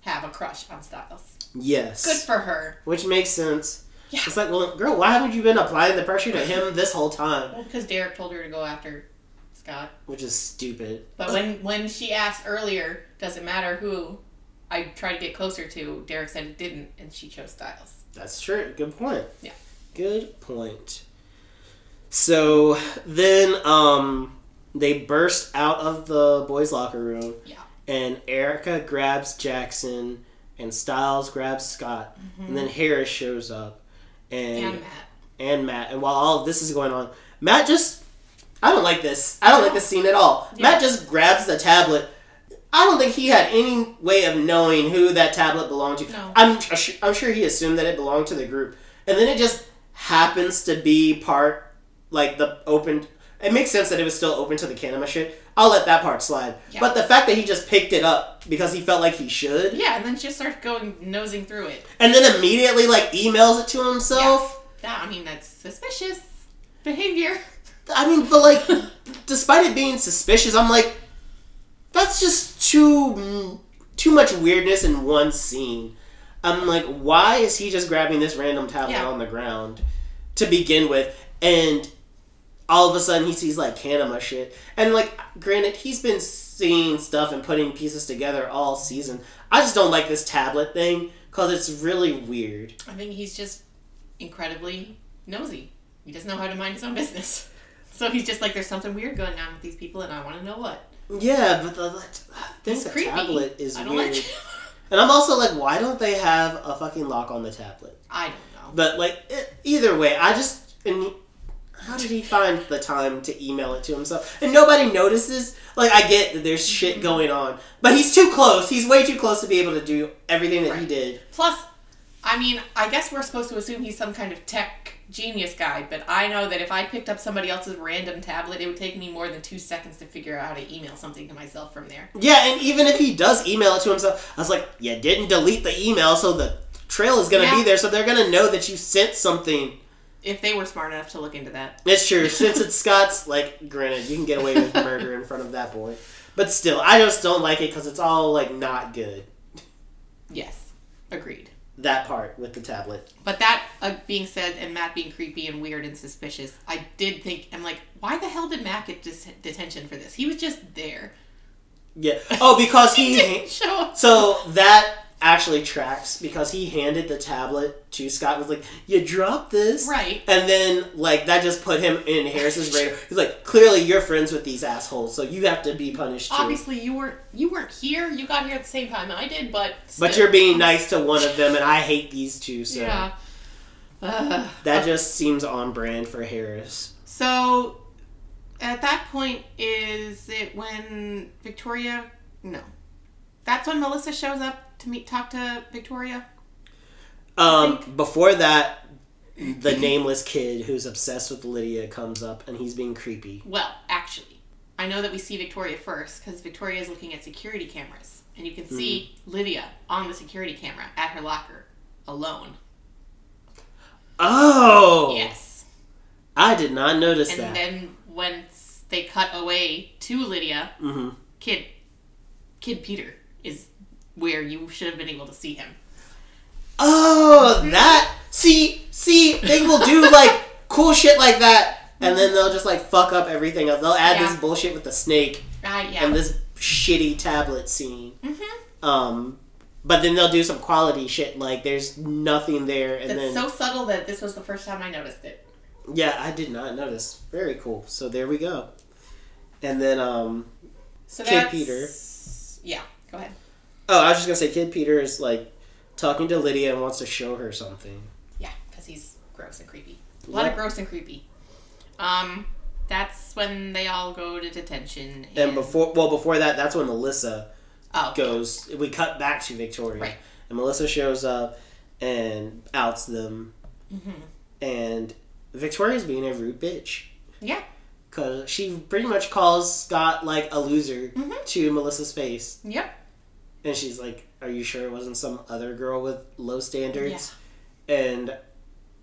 B: have a crush on Styles.
A: Yes.
B: Good for her.
A: Which makes sense.
B: Yeah.
A: It's like, well, girl, why haven't you been applying the pressure to him this whole time?
B: Well, because Derek told her to go after Scott.
A: Which is stupid.
B: But when when she asked earlier, does it matter who I tried to get closer to, Derek said it didn't, and she chose Styles.
A: That's true. Good point.
B: Yeah.
A: Good point. So then um they burst out of the boys' locker room
B: Yeah.
A: and Erica grabs Jackson and Styles grabs Scott
B: Mm-hmm.
A: and then Harris shows up and
B: And Matt.
A: and Matt. And while all of this is going on, Matt just I don't like this. I don't like this scene at all.
B: Yeah.
A: Matt just grabs the tablet. I don't think he had any way of knowing who that tablet belonged to.
B: No.
A: I'm assu- I'm sure he assumed that it belonged to the group, and then it just happens to be part like the open. It makes sense that it was still open to the Canema shit. I'll let that part slide.
B: Yeah.
A: But the fact that he just picked it up because he felt like he should,
B: Yeah, and then she just starts going nosing through it.
A: and then immediately like emails it to himself.
B: That I mean, that's suspicious behavior.
A: I mean, but like, despite it being suspicious, I'm like, that's just too mm, too much weirdness in one scene. I'm like, why is he just grabbing this random tablet
B: Yeah.
A: on the ground to begin with, and all of a sudden he sees like Kanema shit, and like, granted, he's been seeing stuff and putting pieces together all season. I just don't like this tablet thing because it's really weird.
B: I think he's just incredibly nosy. He doesn't know how to mind his own business. So he's just like, there's something weird going on with these people, and I want to know what.
A: Yeah, but the, the, this uh,
B: It's creepy.
A: tablet is
B: I don't
A: weird.
B: (laughs) like.
A: And I'm also like, why don't they have a fucking lock on the tablet?
B: I don't know.
A: But like, e- either way, I just and how do should he find the time to email it to himself? And nobody notices. Like, I get that there's shit going on, but he's too close. He's way too close to be able to do everything that he
B: Right.
A: did.
B: Plus, I mean, I guess we're supposed to assume he's some kind of tech genius guy, but I know that if I picked up somebody else's random tablet, it would take me more than two seconds to figure out how to email something to myself from there.
A: Yeah, and even if he does email it to himself, I was like, you didn't delete the email, so the trail is gonna be
B: Yeah.
A: there, so they're gonna know that you sent something.
B: If they were smart enough to look into that.
A: It's true. Since it's Scott's, like, granted, you can get away with murder in front of that boy, but still, I just don't like it because it's all like not good.
B: Yes, agreed.
A: That part with the tablet.
B: But that uh, being said, and Matt being creepy and weird and suspicious, I did think, I'm like, why the hell did Matt get dis- detention for this? He was just there.
A: Yeah. Oh, because
B: (laughs)
A: he.
B: Didn't show up.
A: So that actually tracks because he handed the tablet to Scott. Was like, "You dropped this,
B: Right.
A: And then like that just put him in Harris's radar. He's like, "Clearly, you're friends with these assholes, so you have to be punished too."
B: Obviously, you weren't you weren't here. You got here at the same time I did, but
A: But
B: still.
A: you're being nice to one of them, and I hate these two. So
B: yeah. Uh, Ugh.
A: that just seems on brand for Harris.
B: So, at that point, is it when Victoria? No, that's when Melissa shows up to meet, talk to Victoria.
A: Um, before that, the nameless kid who's obsessed with Lydia comes up, and he's being creepy.
B: Well, actually, I know that we see Victoria first because Victoria is looking at security cameras, and you can see
A: Mm.
B: Lydia on the security camera at her locker alone.
A: Oh,
B: Yes,
A: I did not notice
B: and
A: that.
B: then once they cut away to Lydia,
A: mm-hmm.
B: kid, kid Peter is where you should have been able to see him. Mhm.
A: Oh, that. See, see, they will do like cool shit like that, and then they'll just like fuck up everything else. They'll add
B: Yeah.
A: this bullshit with the snake
B: Uh, yeah.
A: and this shitty tablet scene.
B: Mhm.
A: Um, but then they'll do some quality shit like there's nothing there, and
B: That's
A: then
B: so subtle that this was the first time I noticed it.
A: yeah, I did not notice. Very cool. So there we go. And then um,
B: So
A: Kid
B: that's
A: Peter.
B: Yeah, go ahead.
A: oh, I was just gonna say, Kid Peter is like talking to Lydia and wants to show her something.
B: Yeah, because he's gross and creepy. A lot
A: Yeah.
B: of gross and creepy. Um, that's when they all go to detention. And,
A: And before, well, before that, that's when Melissa
B: oh,
A: goes we cut back to victoria
B: Right.
A: and melissa shows up and outs them and victoria's being a rude bitch
B: Yeah.
A: because she pretty much calls scott like a loser
B: Mhm.
A: to melissa's face
B: Yep.
A: and she's like are you sure it wasn't some other girl with low standards and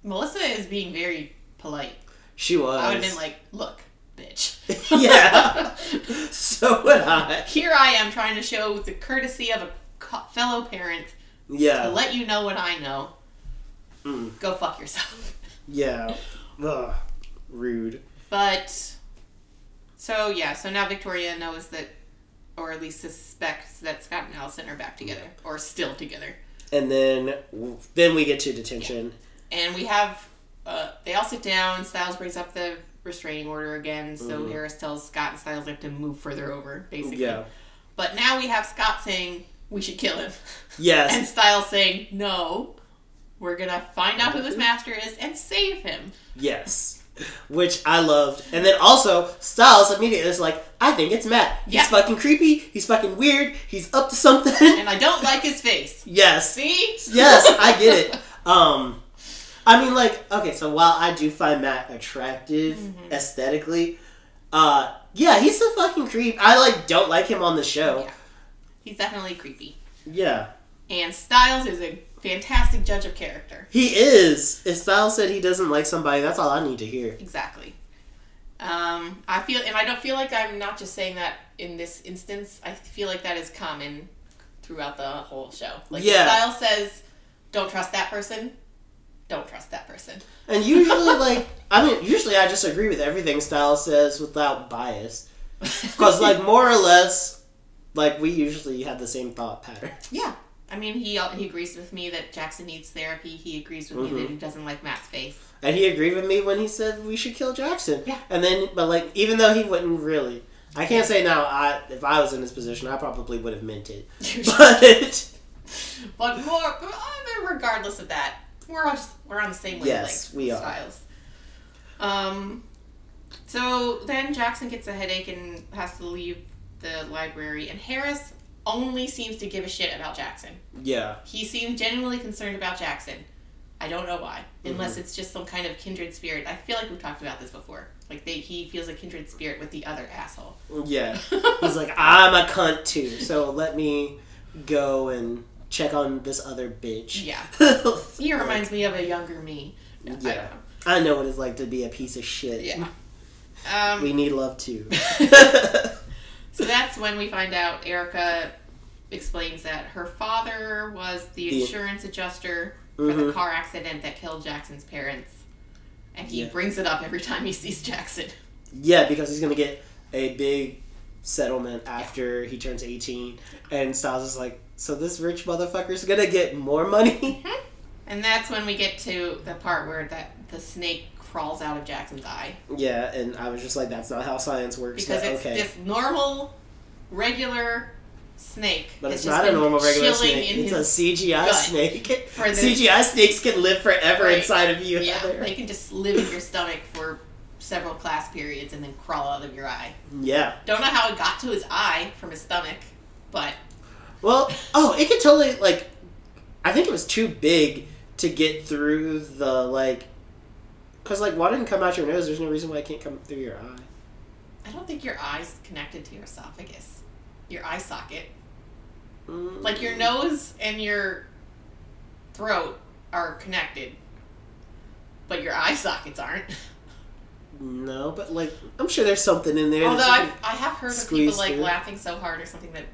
B: Melissa is being very polite.
A: she was
B: I would have been like, "Look, bitch.
A: (laughs)
B: (laughs)
A: yeah so would i
B: Here I am trying to show the courtesy of a co- fellow parent to
A: yeah
B: let you know what I know.
A: Mm.
B: Go fuck yourself." (laughs)
A: yeah Ugh. rude
B: But so yeah, so now Victoria knows that, or at least suspects that Scott and Allison are back together or still together,
A: and then then we get to detention
B: and we have. Uh, they all sit down. Styles brings up the restraining order again, so
A: Mhm.
B: Harris tells Scott and Styles they have to move further over, basically.
A: yeah
B: But now we have Scott saying we should kill him,
A: (laughs) yes
B: and Styles saying no. We're gonna find out who this master is and save him.
A: Yes. Which I loved. And then also, Styles immediately is like, I think it's Matt. He's
B: Yeah.
A: fucking creepy. He's fucking weird. He's up to something.
B: And I don't like his face.
A: (laughs) yes.
B: See?
A: Yes, I get it. Um, I mean, like, okay, so while I do find Matt attractive aesthetically, uh, yeah, he's a fucking creep. I, like, don't like him on the show.
B: (laughs) He's definitely creepy.
A: Yeah.
B: And Styles is a fantastic judge of character.
A: He is. If Styles said he doesn't like somebody, that's all I need to hear.
B: Exactly. Um, I feel, and I don't feel like I'm not just saying that in this instance. I feel like that is common throughout the whole show. Like,
A: Yeah.
B: if Styles says, "Don't trust that person." Don't trust
A: (laughs)
B: that person.
A: And usually, like, I mean, usually I just agree with everything Styles says without bias. Because, like, more or less, like, we usually had the same thought pattern.
B: (laughs) yeah. I mean, he he agrees with me that Jackson needs therapy. He agrees with me that
A: Mm-hmm.
B: he doesn't like Matt's face.
A: And he agreed with me when he said we should kill Jackson.
B: Yeah.
A: And then, but, like, even though he wouldn't really. I can't say now, I, if I was in his position, I probably would have meant
B: (laughs)
A: it. But,
B: But more, oh, but other- regardless of that, we're all just, we're on the same wavelength.
A: Yes, we
B: with
A: are.
B: Styles. Um, So then Jackson gets a headache and has to leave the library, and Harris only seems to give a shit about Jackson.
A: Yeah.
B: He seemed genuinely concerned about Jackson. I don't know why,
A: Mm-hmm.
B: unless it's just some kind of kindred spirit. I feel like we've talked about this before. Like they, he feels a kindred spirit with the other asshole.
A: Yeah. He's like, I'm a cunt too, so let me go and check on this other bitch.
B: Yeah. (laughs)
A: (laughs)
B: he reminds me of a younger me. No, I
A: Yeah.
B: don't know.
A: I know what it's like to be a piece of shit.
B: Yeah. Um,
A: We need love
B: (laughs)
A: too. (laughs)
B: so that's when we find out Erica explains that her father was the
A: The-
B: insurance adjuster for
A: Mm-hmm.
B: the car accident that killed Jackson's parents. And he
A: Yeah.
B: brings it up every time he sees Jackson.
A: yeah, because he's gonna get a big settlement after he turns 18, and Styles is like, so this rich motherfucker's gonna get more money? (laughs)
B: And that's when we get to the part where that the snake crawls out of Jackson's eye.
A: yeah, and I was just like, that's not how science works,
B: Because
A: but
B: it's
A: okay.
B: this normal, regular snake.
A: But
B: that's
A: it's
B: just
A: not a
B: been
A: normal regular
B: chilling
A: snake.
B: in
A: It's a (laughs)
B: his-
A: CGI
B: gut
A: snake. (laughs)
B: for this-
A: CGI snakes can live forever
B: Right.
A: inside of you. (laughs)
B: yeah,
A: Heather.
B: they can just live in your stomach for several class periods and then crawl out of your eye.
A: yeah.
B: Don't know how it got to his eye from his stomach, but
A: Well, oh, it could totally like. I think it was too big to get through the like. Cause like water can come out your nose. There's no reason why it can't come through your eye.
B: I don't think your eye's connected to your esophagus, your eye socket.
A: Mm.
B: Like your nose and your throat are connected, but your eye sockets aren't.
A: No, but like I'm sure there's something in there.
B: Although
A: that you
B: I've, I have heard of people
A: squeeze
B: like
A: through.
B: laughing so hard or something that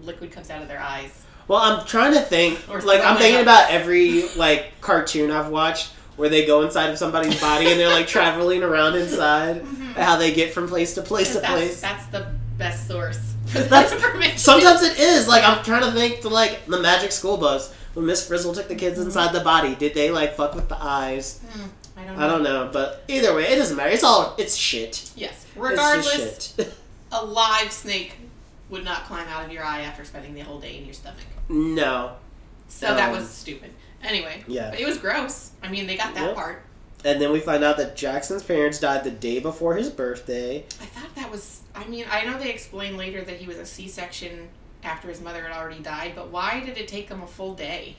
B: liquid comes out of their eyes.
A: can- well, I'm trying to think.
B: Or
A: like I'm
B: throwing
A: thinking
B: up.
A: about every like cartoon I've watched where they go inside of somebody's body and they're
B: (laughs)
A: like traveling around inside, and how they get from place to place to
B: Mm-hmm. That's,
A: place.
B: that's the best source
A: (laughs)
B: for
A: That's-
B: that information.
A: Sometimes it is. Like I'm trying to think to like the Magic School Bus when Miss Frizzle took the
B: Mm-hmm.
A: kids inside the body. Did they like fuck with the eyes?
B: Hmm, I don't know.
A: I don't know, but either way, it doesn't matter. It's all it's shit.
B: Yes.
A: It's
B: Regardless,
A: just shit. (laughs)
B: a live snake would not climb out of your eye after spending the whole day in your stomach.
A: no.
B: So that
A: Um,
B: was stupid. Anyway,
A: yeah.
B: but it was gross. I mean, they got that
A: Yep.
B: part.
A: And then we find out that Jackson's parents died the day before his birthday.
B: I thought that was. I mean, I know they explained later that he was a C-section after his mother had already died, but why did it take them a full day?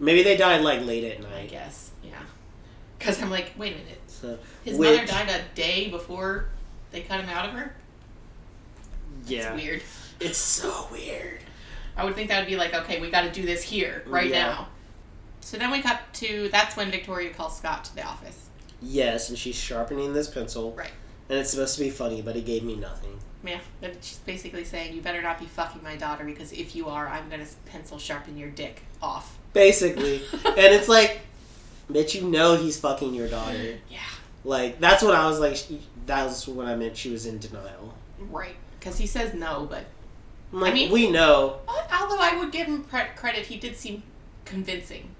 A: Maybe they died like late at
B: I
A: night.
B: guess, yeah. Because I'm like, wait a minute,
A: So,
B: his
A: which-
B: mother died a day before they cut him out of her.
A: Yeah,
B: It's weird.
A: it's so weird.
B: I would think that would be like, okay, we got to do this here right
A: Yeah.
B: now. So then we cut to. That's when Victoria calls Scott to the office.
A: Yes, and she's sharpening this pencil.
B: Right.
A: And it's supposed to be funny, but he gave me nothing.
B: Yeah, but she's basically saying you better not be fucking my daughter because if you are, I'm gonna pencil sharpen your dick off. (laughs)
A: Basically, and it's like, bitch, you know he's fucking your daughter.
B: Yeah,
A: Like that's when I was like, she, that was when I meant she was in denial.
B: right. Because he says no, but
A: I'm like,
B: I mean-
A: we know.
B: but although I would give him pre- credit, he did seem convincing.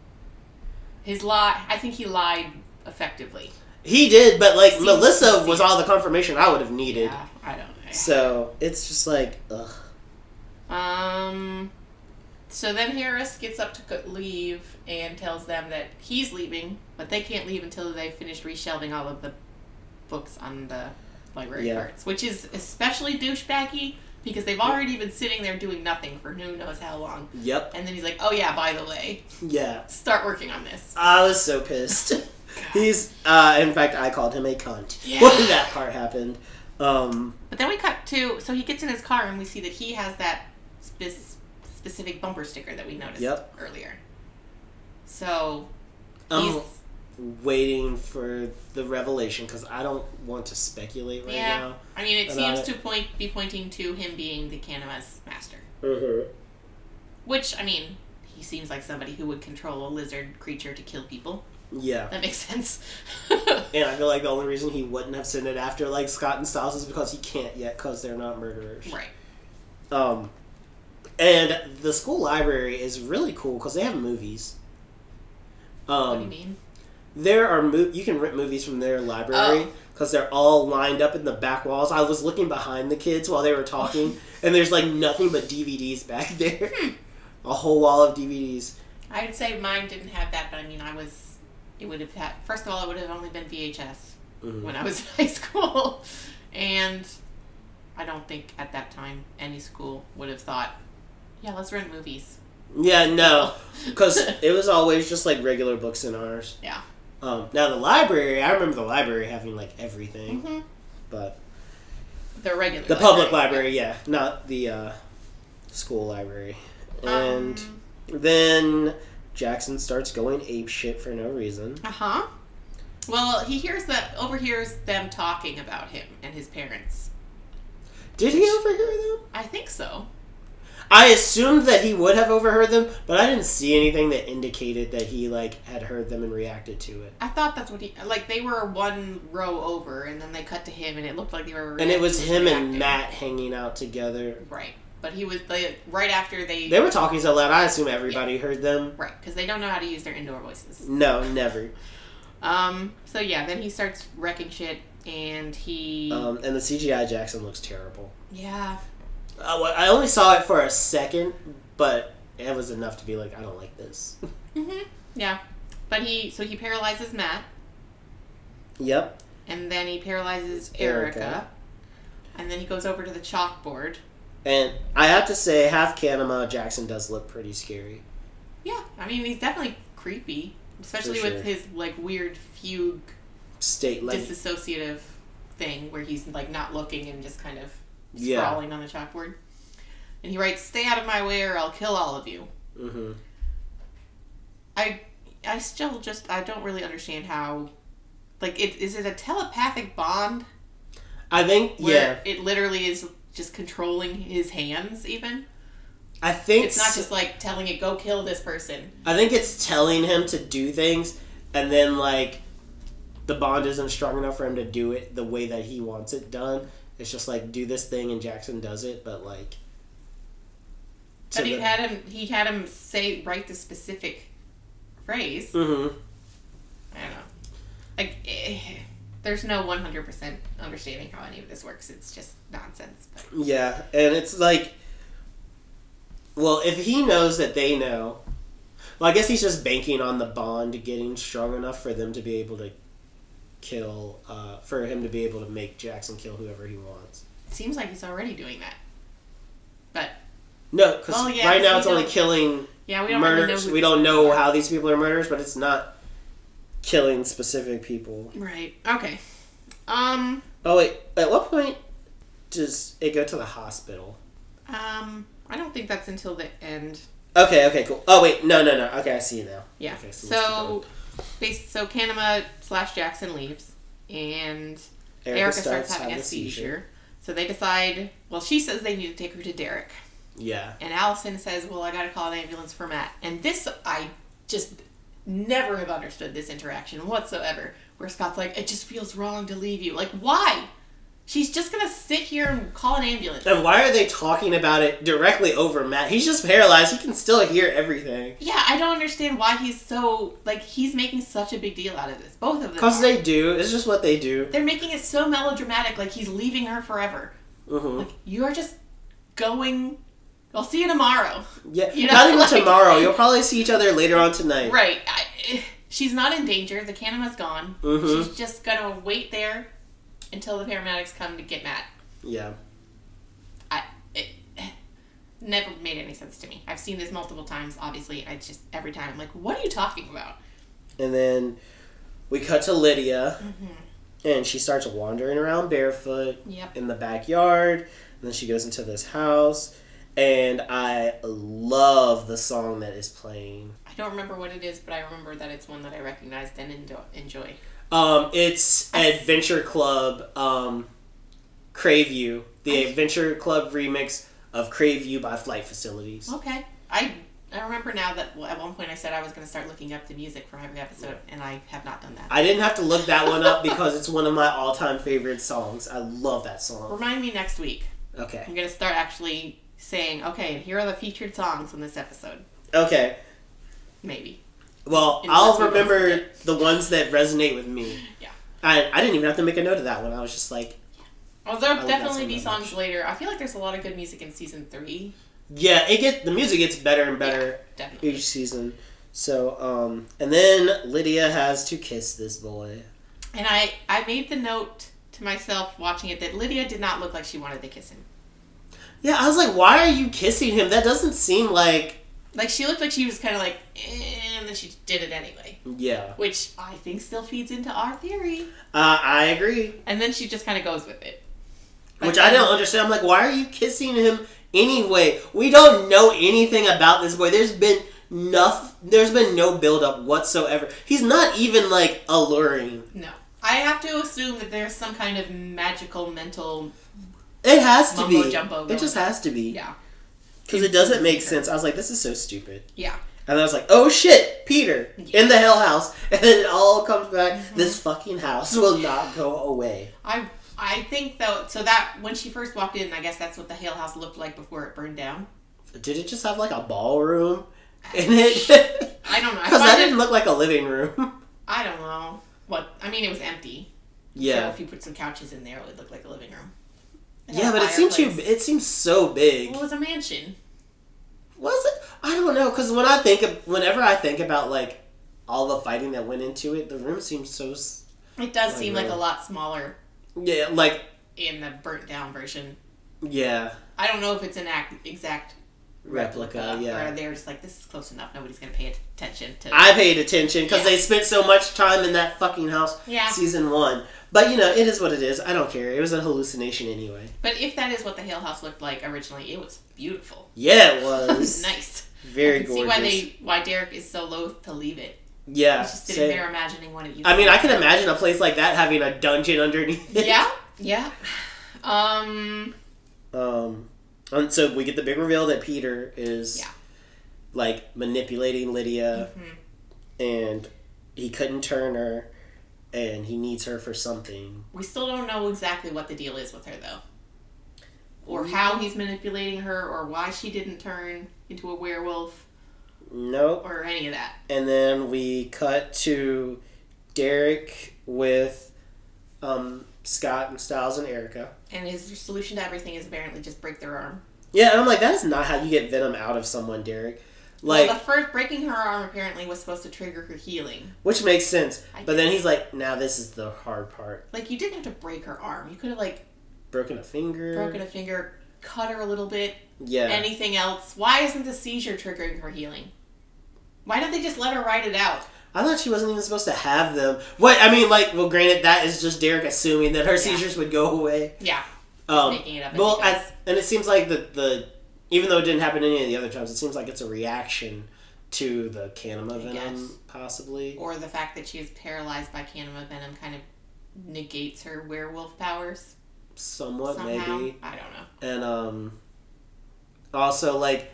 B: His lie, I think he lied effectively.
A: He did, but like
B: Seems-
A: Melissa was all the confirmation I would have needed.
B: Yeah, I don't know.
A: So it's just like, ugh.
B: Um, so then Harris gets up to go- leave and tells them that he's leaving, but they can't leave until they finish reshelving all of the books on the library
A: Yeah.
B: carts, which is especially douchebaggy because they've already been sitting there doing nothing for who knows how long.
A: Yep.
B: And then he's like, "Oh yeah, by the way,
A: Yeah.
B: start working on this."
A: I was so
B: (laughs)
A: pissed. He's, uh, in fact, I called him a cunt
B: Yeah.
A: when that part happened. Um,
B: But then we cut to so he gets in his car and we see that he has that spe- specific bumper sticker that we noticed
A: Yep. Um,
B: earlier. So
A: I'm
B: he's
A: waiting for the revelation because I don't want to speculate right
B: Yeah.
A: now.
B: I mean, it
A: about
B: seems to point be pointing to him being the Kanema's master,
A: Mm-hmm.
B: which I mean, he seems like somebody who would control a lizard creature to kill people.
A: Yeah.
B: That makes sense. (laughs)
A: And I feel like the only reason he wouldn't have sent it after like Scott and Styles is because he can't yet because they're not murderers.
B: right.
A: Um, and the school library is really cool because they have movies.
B: What do you
A: Um,
B: mean?
A: there are mo- you can rent movies from their library
B: Oh.
A: because they're all lined up in the back walls. I was looking behind the kids while they were
B: (laughs)
A: talking, and there's like nothing but DVDs back (laughs) there,
B: Hmm.
A: a whole wall of DVDs.
B: I would say mine didn't have that, but I mean, I was. It would have had. First of all, it would have only been VHS
A: Mm-hmm.
B: when I was (laughs) in high school. And I don't think at that time any school would have thought, yeah, let's rent movies.
A: Yeah,
B: (laughs)
A: no, because it was always just like regular books in ours.
B: Yeah.
A: Um, now the library, I remember the library having like everything,
B: Mm-hmm.
A: but
B: The regular.
A: the public library, yeah, not the uh, school library. And
B: Um,
A: then Jackson starts going ape shit for no reason.
B: uh huh. Well, he hears that, overhears them talking about him and his parents.
A: Did he overhear them?
B: I think so.
A: I assumed that he would have overheard them, but I didn't see anything that indicated that he like had heard them and reacted to it.
B: I thought that's what he like. They were one row over, and then they cut to him, and it looked like they were.
A: And it was him and
B: reacting.
A: Matt hanging out together.
B: Right, but he was like right after they,
A: They were talking so loud, I assume everybody heard them.
B: right because they don't know how to use their indoor voices.
A: No, never.
B: Um. So yeah, then he starts wrecking shit, and he
A: Um, and the CGI Jackson looks terrible.
B: yeah
A: Uh, well, I only saw it for a second, but it was enough to be like, I don't like this. (laughs)
B: hmm yeah, but he so he paralyzes Matt,
A: yep.
B: and then he paralyzes
A: Erica.
B: Erica, and then he goes over to the chalkboard.
A: And I have to say, half Canema Jackson does look pretty scary.
B: Yeah, I mean he's definitely creepy, especially
A: sure.
B: with his like weird fugue
A: State like,
B: disassociative thing where he's like not looking and just kind of
A: yeah.
B: scrawling on the chalkboard. And he writes, "Stay out of my way, or I'll kill all of you."
A: hmm
B: I, I still just I don't really understand how, like, it is it a telepathic bond
A: I think, yeah.
B: where it literally is just controlling his hands. Even
A: I think
B: it's not just like telling it go kill this person.
A: I think it's telling him to do things, and then like the bond isn't strong enough for him to do it the way that he wants it done. It's just like do this thing, and Jackson does it, but like.
B: But he had him he had him say write the specific phrase.
A: mm-hmm.
B: I don't know. Like, eh, there's no 100% understanding how any of this works. It's just nonsense. But
A: Yeah, and it's like, well, if he knows that they know, well, I guess he's just banking on the bond getting strong enough for them to be able to kill, uh, for him to be able to make Jackson kill whoever he wants.
B: it seems like he's already doing that. But,
A: No, because
B: Well, Oh, yeah,
A: right now
B: we
A: it's only
B: don't-
A: killing
B: yeah, we don't really know.
A: murders.
B: Who
A: we
B: these
A: don't
B: people
A: know
B: are.
A: how these people are murderers, but it's not killing specific people.
B: Right. Okay. Um,
A: Oh wait, at what point does it go to the hospital?
B: um, I don't think that's until the end.
A: Okay, okay, cool. Oh wait, no, no, no. Okay, I see you now.
B: Yeah.
A: Okay, so let's
B: so, bas so Kanema slash Jackson leaves, and Erica, starts, having a seizure. So they decide, well, she says they need to take her to Derek.
A: Yeah,
B: And Allison says, Well, I gotta call an ambulance for Matt. And this, I just never have understood this interaction whatsoever. Where Scott's like, It just feels wrong to leave you. Like, why? She's just gonna sit here and call an ambulance.
A: and why are they talking about it directly over Matt? He's just paralyzed. He can still hear everything.
B: Yeah, I don't understand why he's so, like, he's making such a big deal out of this. Both of them.
A: Cause
B: Are.
A: they do. It's just what they do.
B: They're making it so melodramatic, like he's leaving her forever.
A: hmm
B: Like, you are just going, I'll see you tomorrow.
A: Yeah,
B: You know,
A: not even
B: (laughs) like-
A: tomorrow. You'll probably see each other later on tonight.
B: Right. I, she's not in danger. The Kanema's gone.
A: Mhm.
B: She's just gonna wait there until the paramedics come to get Matt.
A: Yeah.
B: I it never made any sense to me. I've seen this multiple times, obviously. I just every time I'm like, what are you talking about?
A: And then we cut to Lydia,
B: Mm-hmm.
A: and she starts wandering around barefoot
B: Yep.
A: in the backyard. And then she goes into this house, and I love the song that is playing.
B: I don't remember what it is, but I remember that it's one that I recognized and endo- enjoy.
A: Um, it's
B: I-
A: Adventure Club, um, Crave You, the
B: I-
A: Adventure Club remix of Crave You by Flight Facilities.
B: Okay. I I remember now that well, at one point I said I was gonna start looking up the music for every episode, and I have not done that.
A: I didn't have to look that one up because it's one of my all-time favorite songs. I love that song.
B: Remind me next week.
A: Okay.
B: I'm gonna start actually saying, okay, here are the featured songs in this episode.
A: Okay.
B: Maybe.
A: Well,
B: Unless
A: I'll
B: we both
A: remember
B: forget.
A: the ones that resonate with me.
B: Yeah.
A: I, I didn't even have to make a note of that one. I was just like,
B: Well, there'll
A: like that
B: definitely
A: song
B: be
A: that
B: songs
A: much.
B: later. I feel like there's a lot of good music in season three.
A: yeah, it get the music gets better and better
B: Definitely.
A: each season. So, um, and then Lydia has to kiss this boy.
B: And I, I made the note to myself watching it that Lydia did not look like she wanted to kiss him.
A: Yeah, I was like, why are you kissing him? That doesn't seem like.
B: Like she looked like she was kind of like, eh, and then she did it anyway,
A: Yeah.
B: which I think still feeds into our theory.
A: Uh, I agree.
B: And then she just kind of goes with it. But
A: Which I
B: then-
A: don't understand. I'm like, why are you kissing him anyway? We don't know anything about this boy. There's been nothing. There's been no build up whatsoever. He's not even like alluring.
B: No, I have to assume that there's some kind of magical mental.
A: It has to
B: Mumbo
A: be.
B: jumbo
A: It just
B: going.
A: has to be.
B: Yeah,
A: Because it doesn't make sense. I was like, this is so stupid.
B: yeah.
A: And I was like, oh shit, Peter in the hell house. (laughs) And then it all comes back.
B: Mm-hmm.
A: This fucking house will not go away.
B: I I think though, so that when she first walked in, I guess that's what the Hale House looked like before it burned down.
A: Did it just have like a ballroom in it? Because
B: (laughs) I don't know. I,
A: that
B: find
A: didn't
B: it,
A: look like a living room. (laughs)
B: I don't know what. I mean, it was empty.
A: Yeah.
B: So if you put some couches in there, it would look like a living room. It had
A: Yeah,
B: a
A: but it seemed too.
B: fireplace.
A: It seems so big.
B: Well, it was a mansion.
A: Was it? I don't know. Because when I think, of, whenever I think about like all the fighting that went into it, the room seems so. s-
B: It does
A: I
B: seem
A: know.
B: like a lot smaller
A: Yeah, like
B: in the burnt down version.
A: yeah,
B: I don't know if it's an act, exact uh,
A: replica.
B: Or
A: Yeah,
B: they're just like, this is close enough. Nobody's gonna pay attention to.
A: I paid attention because
B: Yeah.
A: they spent so much time in that fucking house.
B: Yeah.
A: season one. But you know, it is what it is. I don't care. It was a hallucination anyway.
B: but if that is what the Hale House looked like originally, it was beautiful.
A: Yeah,
B: (laughs)
A: it
B: It
A: was
B: was nice.
A: very
B: I can
A: gorgeous.
B: See why they why Derek is so loath to leave it.
A: yeah,
B: He's just
A: say-
B: sitting there imagining what it used.
A: I
B: to
A: mean,
B: be.
A: I can imagine a place like that having a dungeon underneath. it.
B: Yeah, yeah. (sighs) Um,
A: (laughs) Um, and so we get the big reveal that Peter is
B: Yeah.
A: like manipulating Lydia,
B: mhm.
A: and he couldn't turn her, and he needs her for something.
B: we still don't know exactly what the deal is with her though, or how he's manipulating her, or why she didn't turn into a werewolf,
A: Nope.
B: or any of that.
A: And then we cut to Derek with um, Scott and Styles and Erica.
B: And his solution to everything is apparently just break their arm.
A: Yeah, and I'm like, that is not how you get venom out of someone, Derek. Like,
B: well, the first breaking her arm apparently was supposed to trigger her healing.
A: which makes sense.
B: I
A: But then he's like, now this is the hard part.
B: Like you didn't have to break her arm. You could have like
A: Broken a finger.
B: broken a finger, cut her a little bit,
A: Yeah.
B: anything else. Why isn't the seizure triggering her healing? Why don't they just let her ride it out?
A: I thought she wasn't even supposed to have them. What I mean, like, well, granted, that is just Derek assuming that her seizures would go away.
B: Yeah.
A: Um,
B: making it up as
A: well,
B: he
A: I-
B: goes.
A: and it seems like the the even though it didn't happen any of the other times, it seems like it's a reaction to the Canema
B: guess.
A: venom, possibly.
B: Or the fact that she is paralyzed by Canema Venom kind of negates her werewolf powers
A: Somewhat,
B: somehow.
A: maybe.
B: I don't know.
A: And um, also, like,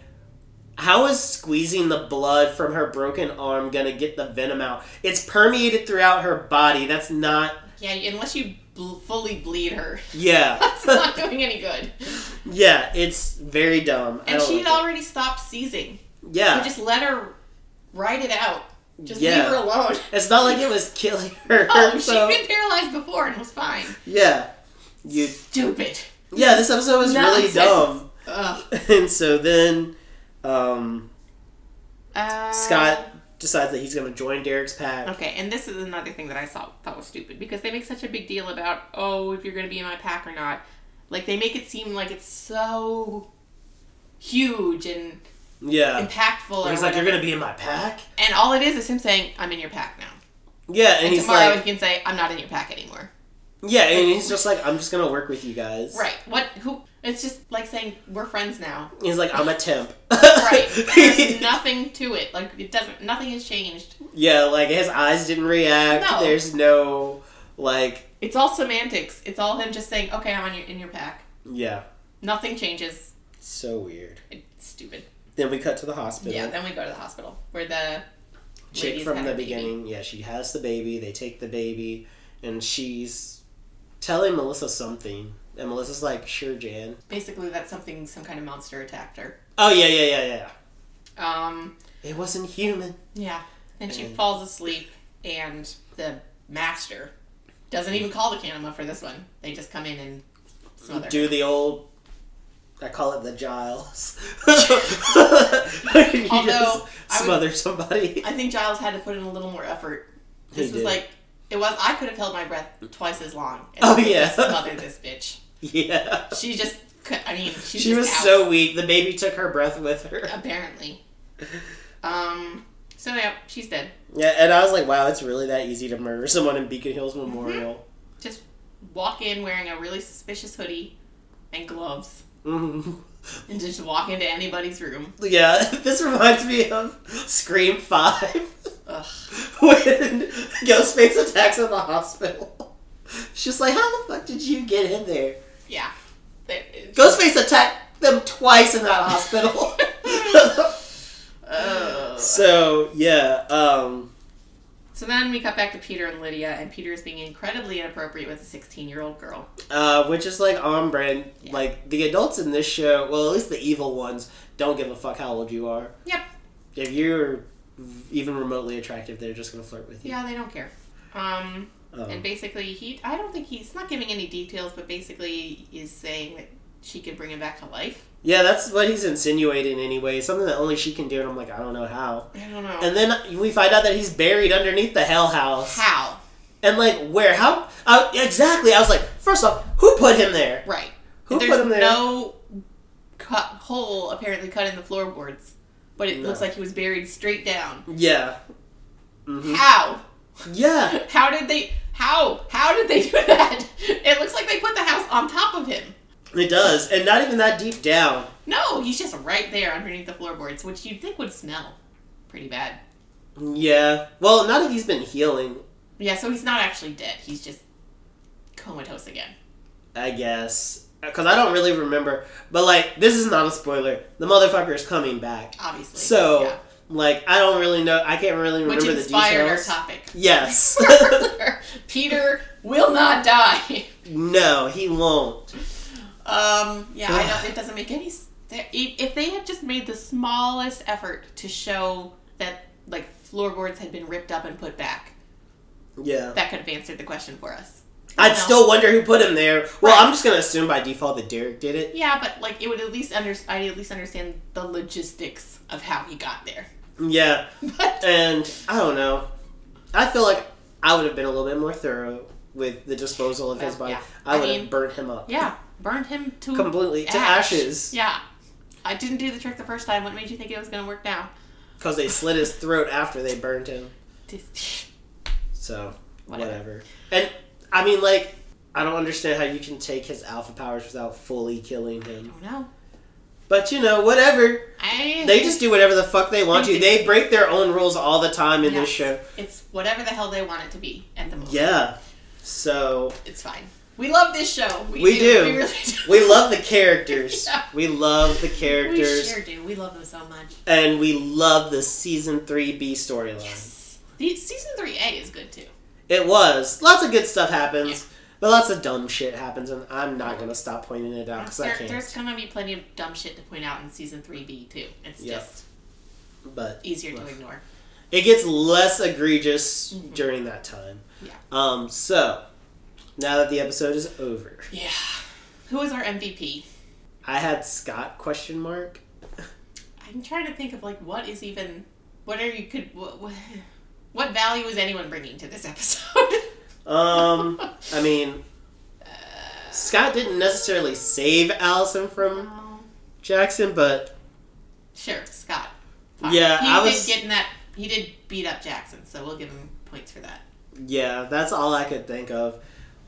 A: how is squeezing the blood from her broken arm gonna get the venom out? It's permeated throughout her body. That's not.
B: Yeah, unless you bl- fully bleed her, (laughs)
A: Yeah.
B: it's not doing any good.
A: (laughs) Yeah, it's very dumb. I
B: And
A: don't
B: she
A: like
B: had
A: it.
B: already stopped seizing.
A: Yeah,
B: So just let her ride it out. Just
A: Yeah.
B: leave her alone. (laughs)
A: it's not like it was killing (laughs) her.
B: Oh,
A: so-
B: she'd been paralyzed before and was fine.
A: yeah, you.
B: Stupid.
A: Yeah, this episode was really
B: Nonsense.
A: dumb. (laughs)
B: Ugh.
A: And so then, um,
B: Uh,
A: Scott decides that he's going to join Derek's pack.
B: Okay, and this is another thing that I saw thought was stupid because they make such a big deal about oh if you're going to be in my pack or not. Like they make it seem like it's so huge and
A: Yeah,
B: impactful.
A: and
B: or
A: Uh, he's like, "You're
B: whatever.
A: going to be in my pack."
B: And all it is is him saying, "I'm in your pack now."
A: Yeah, and
B: And
A: he's
B: tomorrow
A: like,
B: he can say, "I'm not in your pack anymore."
A: "Yeah," and (laughs) he's just like, "I'm just going to work with you guys."
B: Right? What? Who? It's just like saying we're friends
A: (laughs)
B: now.
A: He's like, "I'm a temp." (laughs)
B: Right? There's nothing to it. Like it doesn't. Nothing has changed.
A: yeah, like his eyes didn't react.
B: No.
A: There's no like,
B: It's all semantics. It's all him just saying, "Okay, I'm on your, in your pack."
A: yeah,
B: Nothing changes.
A: so weird.
B: It's stupid.
A: Then we cut to the hospital.
B: Yeah. Then we go to the hospital where the
A: chick
B: lady's
A: from
B: had
A: the
B: a baby.
A: beginning. Yeah, she has the baby. They take the baby, and she's telling Melissa something, and Melissa's like, "Sure, Jan."
B: Basically, that's something. Some kind of monster attacked her.
A: Oh yeah, yeah, yeah, yeah.
B: Um.
A: It wasn't human.
B: Yeah. And she
A: And-
B: falls asleep, and the master doesn't even call the Canema for this one. They just come in and smother. her.
A: Do the old. I call it the
B: (laughs)
A: Giles. (laughs)
B: Although,
A: Although
B: I would-
A: smother somebody.
B: I think Giles had to put in a little more effort.
A: He
B: This was
A: did.
B: like It was. I could have held my breath twice as long. And
A: Oh,
B: I could
A: yeah.
B: just Smother this bitch.
A: (laughs) Yeah.
B: She just. cou- I mean, she's
A: She
B: just
A: was
B: out,
A: so weak. The baby took her breath with her.
B: apparently. Um. So yeah, she's dead.
A: Yeah, and I was like, wow, it's really that easy to murder someone in Beacon Hills
B: Mm-hmm.
A: Memorial. (laughs)
B: Just walk in wearing a really suspicious hoodie and gloves,
A: hmm
B: and just walk into anybody's room.
A: Yeah, (laughs) this reminds me of Scream 5
B: Ugh.
A: (laughs) when Ghostface attacks at the hospital. (laughs) She's like, how the fuck did you get in there?
B: Yeah. That-
A: Ghostface attacked them twice in that hospital. (laughs)
B: Ugh.
A: so, yeah, um,
B: So then we cut back to Peter and Lydia, and Peter is being incredibly inappropriate with a 16 year old girl.
A: uh, which is like on brand.
B: Yeah.
A: Like, the adults in this show, well, at least the evil ones, don't give a fuck how old you are.
B: Yep.
A: If you're even remotely attractive, they're just gonna flirt with you.
B: Yeah, they don't care. Um,
A: Um,
B: and basically, he, I don't think he's not giving any details, but basically is saying that she could bring him back to life.
A: yeah, that's what he's insinuating anyway. Something that only she can do, and I'm like, I don't know how.
B: I don't know.
A: And then we find out that he's buried underneath the Hell House.
B: How?
A: And like, where? How? Uh, exactly. I was like, first off, who put him there?
B: Right.
A: Who
B: There's
A: put him there?
B: no cut hole apparently cut in the floorboards, but it
A: No.
B: looks like he was buried straight down.
A: Yeah. hmm
B: How?
A: Yeah.
B: How did they? How? How did they (laughs) do that? It looks like they put the house on top of him.
A: It does, and not even that deep down.
B: No, he's just right there underneath the floorboards, which you'd think would smell pretty bad.
A: Yeah. Well, not if he's been healing,
B: Yeah, so he's not actually dead. He's just comatose again.
A: I guess. Because I don't really remember. But like, this is not a spoiler. The motherfucker is coming back.
B: Obviously.
A: So,
B: yeah.
A: like, I don't really know. I can't really remember
B: which
A: the
B: inspired our
A: details. (laughs)
B: topic. (laughs)
A: yes.
B: Peter will not die.
A: no, he won't.
B: Um, yeah, I know it doesn't make any. s- there- If if they had just made the smallest effort to show that like floorboards had been ripped up and put back,
A: Yeah.
B: that could have answered the question for us.
A: I'd
B: know.
A: still wonder who put him there. Well,
B: Right.
A: I'm just gonna assume by default that Derek did it.
B: Yeah, but like it would at least under I at least understand the logistics of how he got there. (laughs)
A: Yeah.
B: But
A: And I don't know. I feel like I would have been a little bit more thorough with the disposal of his
B: Well,
A: body.
B: yeah.
A: I
B: I
A: would
B: mean-
A: have burnt him up.
B: yeah, burned him to
A: Completely to
B: ash.
A: ashes.
B: Yeah, I didn't do the trick the first time. What made you think it was gonna work now?
A: Because they slit his throat after they burned him.
B: Just- (sighs)
A: So
B: Whatever.
A: whatever. And I mean, like, I don't understand how you can take his alpha powers without fully killing
B: I
A: him.
B: don't know.
A: But you know, whatever.
B: I
A: They just do whatever the fuck they want
B: They
A: to.
B: do.
A: They break their own rules all the time in this
B: Mm-hmm. Yes.
A: show.
B: it's whatever the hell they want it to be at the moment.
A: Yeah. So
B: It's fine. We love this show.
A: We do.
B: We really do.
A: we
B: (laughs)
A: love the characters.
B: Yeah.
A: We love the
B: We
A: characters,
B: sure do. We love them so much.
A: and we love the season three B storyline.
B: Yes. The, season 3A is good too.
A: It was lots of good stuff happens,
B: Yeah.
A: but lots of dumb shit happens, and I'm not gonna stop pointing it out because Oh, I
B: There,
A: can't.
B: there's going to be plenty of dumb shit to point out in season 3B too. It's
A: Yeah.
B: just
A: But
B: easier to
A: Well.
B: ignore.
A: it gets less egregious
B: Mhm.
A: during that time.
B: Yeah.
A: Um. So now that the episode is over,
B: Yeah. Who is our MVP?
A: I had Scott question mark.
B: I'm trying to think of like what is even what are you could what, what, (laughs) what value is anyone bringing to this episode? (laughs)
A: Um. I mean, Scott didn't necessarily save Allison from
B: Um,
A: Jackson, but
B: Sure, Scott.
A: Yeah,
B: he
A: I
B: did
A: was-
B: get in that. He did beat up Jackson, so we'll give him points for that.
A: yeah, that's all I could think of.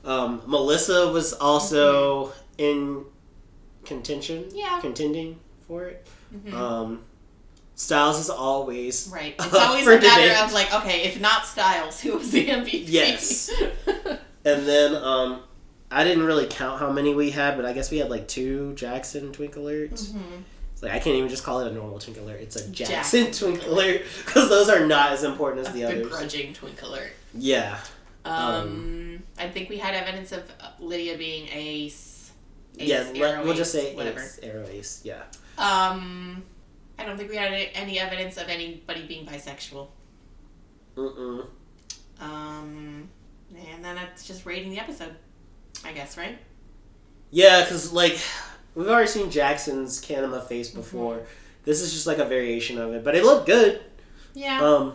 A: Um, Melissa was also in contention.
B: Mm-hmm. Yeah.
A: Contending for it.
B: Mhm.
A: Um, Styles is always (laughs)
B: Right.
A: up
B: It's always
A: for
B: a matter
A: debate.
B: of like, okay, if not Styles, who was the MVP? (laughs)
A: Yes. And then um, I didn't really count how many we had, but I guess we had like two Jackson twink alerts.
B: Mhm.
A: It's like I can't even just call it a normal twink alert; it's a Jackson,
B: Jackson
A: twink alert because those are not as important as the
B: A
A: others.
B: begrudging twink alert.
A: Yeah,
B: Um,
A: Um,
B: I think we had evidence of uh, Lydia being ace. ace
A: yeah.
B: arrow
A: Let, we'll just
B: ace,
A: say
B: whatever.
A: Ace, arrow ace. Yeah,
B: Um, I don't think we had any- any evidence of anybody being bisexual.
A: Mm-mm.
B: Um, and then it's just rating the episode, I guess, right?
A: yeah. Because like we've already seen Jackson's Canema
B: Mm-hmm.
A: face before. This is just like a variation of it, but it looked good.
B: Yeah.
A: Um,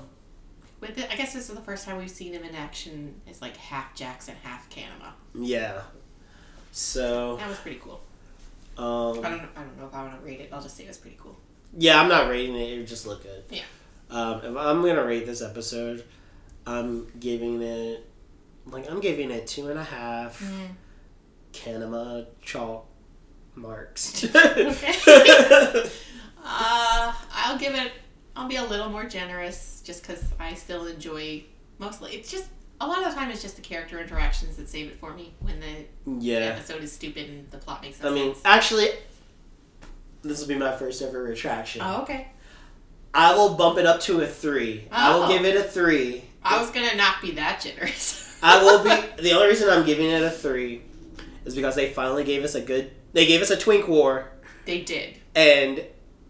B: with it, I guess this is the first time we've seen him in action as like half Jackson, half Canada.
A: Yeah. So,
B: That was pretty cool. I
A: um,
B: don't, I don't know if I want to rate it. I'll just say it was pretty cool.
A: yeah, I'm not rating it. It just looked good.
B: Yeah.
A: Um, if I'm gonna rate this episode, I'm giving it, like, I'm giving it two and a half
B: Mm.
A: Kanema chalk marks.
B: Okay. Uh, I'll give it. I'll be a little more generous, just because I still enjoy mostly. It's just a lot of the time it's just the character interactions that save it for me when the
A: (laughs)
B: (laughs)
A: yeah.
B: episode is stupid and the plot makes no
A: I mean,
B: sense.
A: actually, this will be my first ever retraction.
B: Oh, okay.
A: I will bump it up to a three. I will
B: Oh.
A: give it a three.
B: I was gonna not be that generous.
A: I will be. (laughs) The only reason I'm giving it a three is because they finally gave us a good. They gave us a twink war,
B: (laughs) they did.
A: and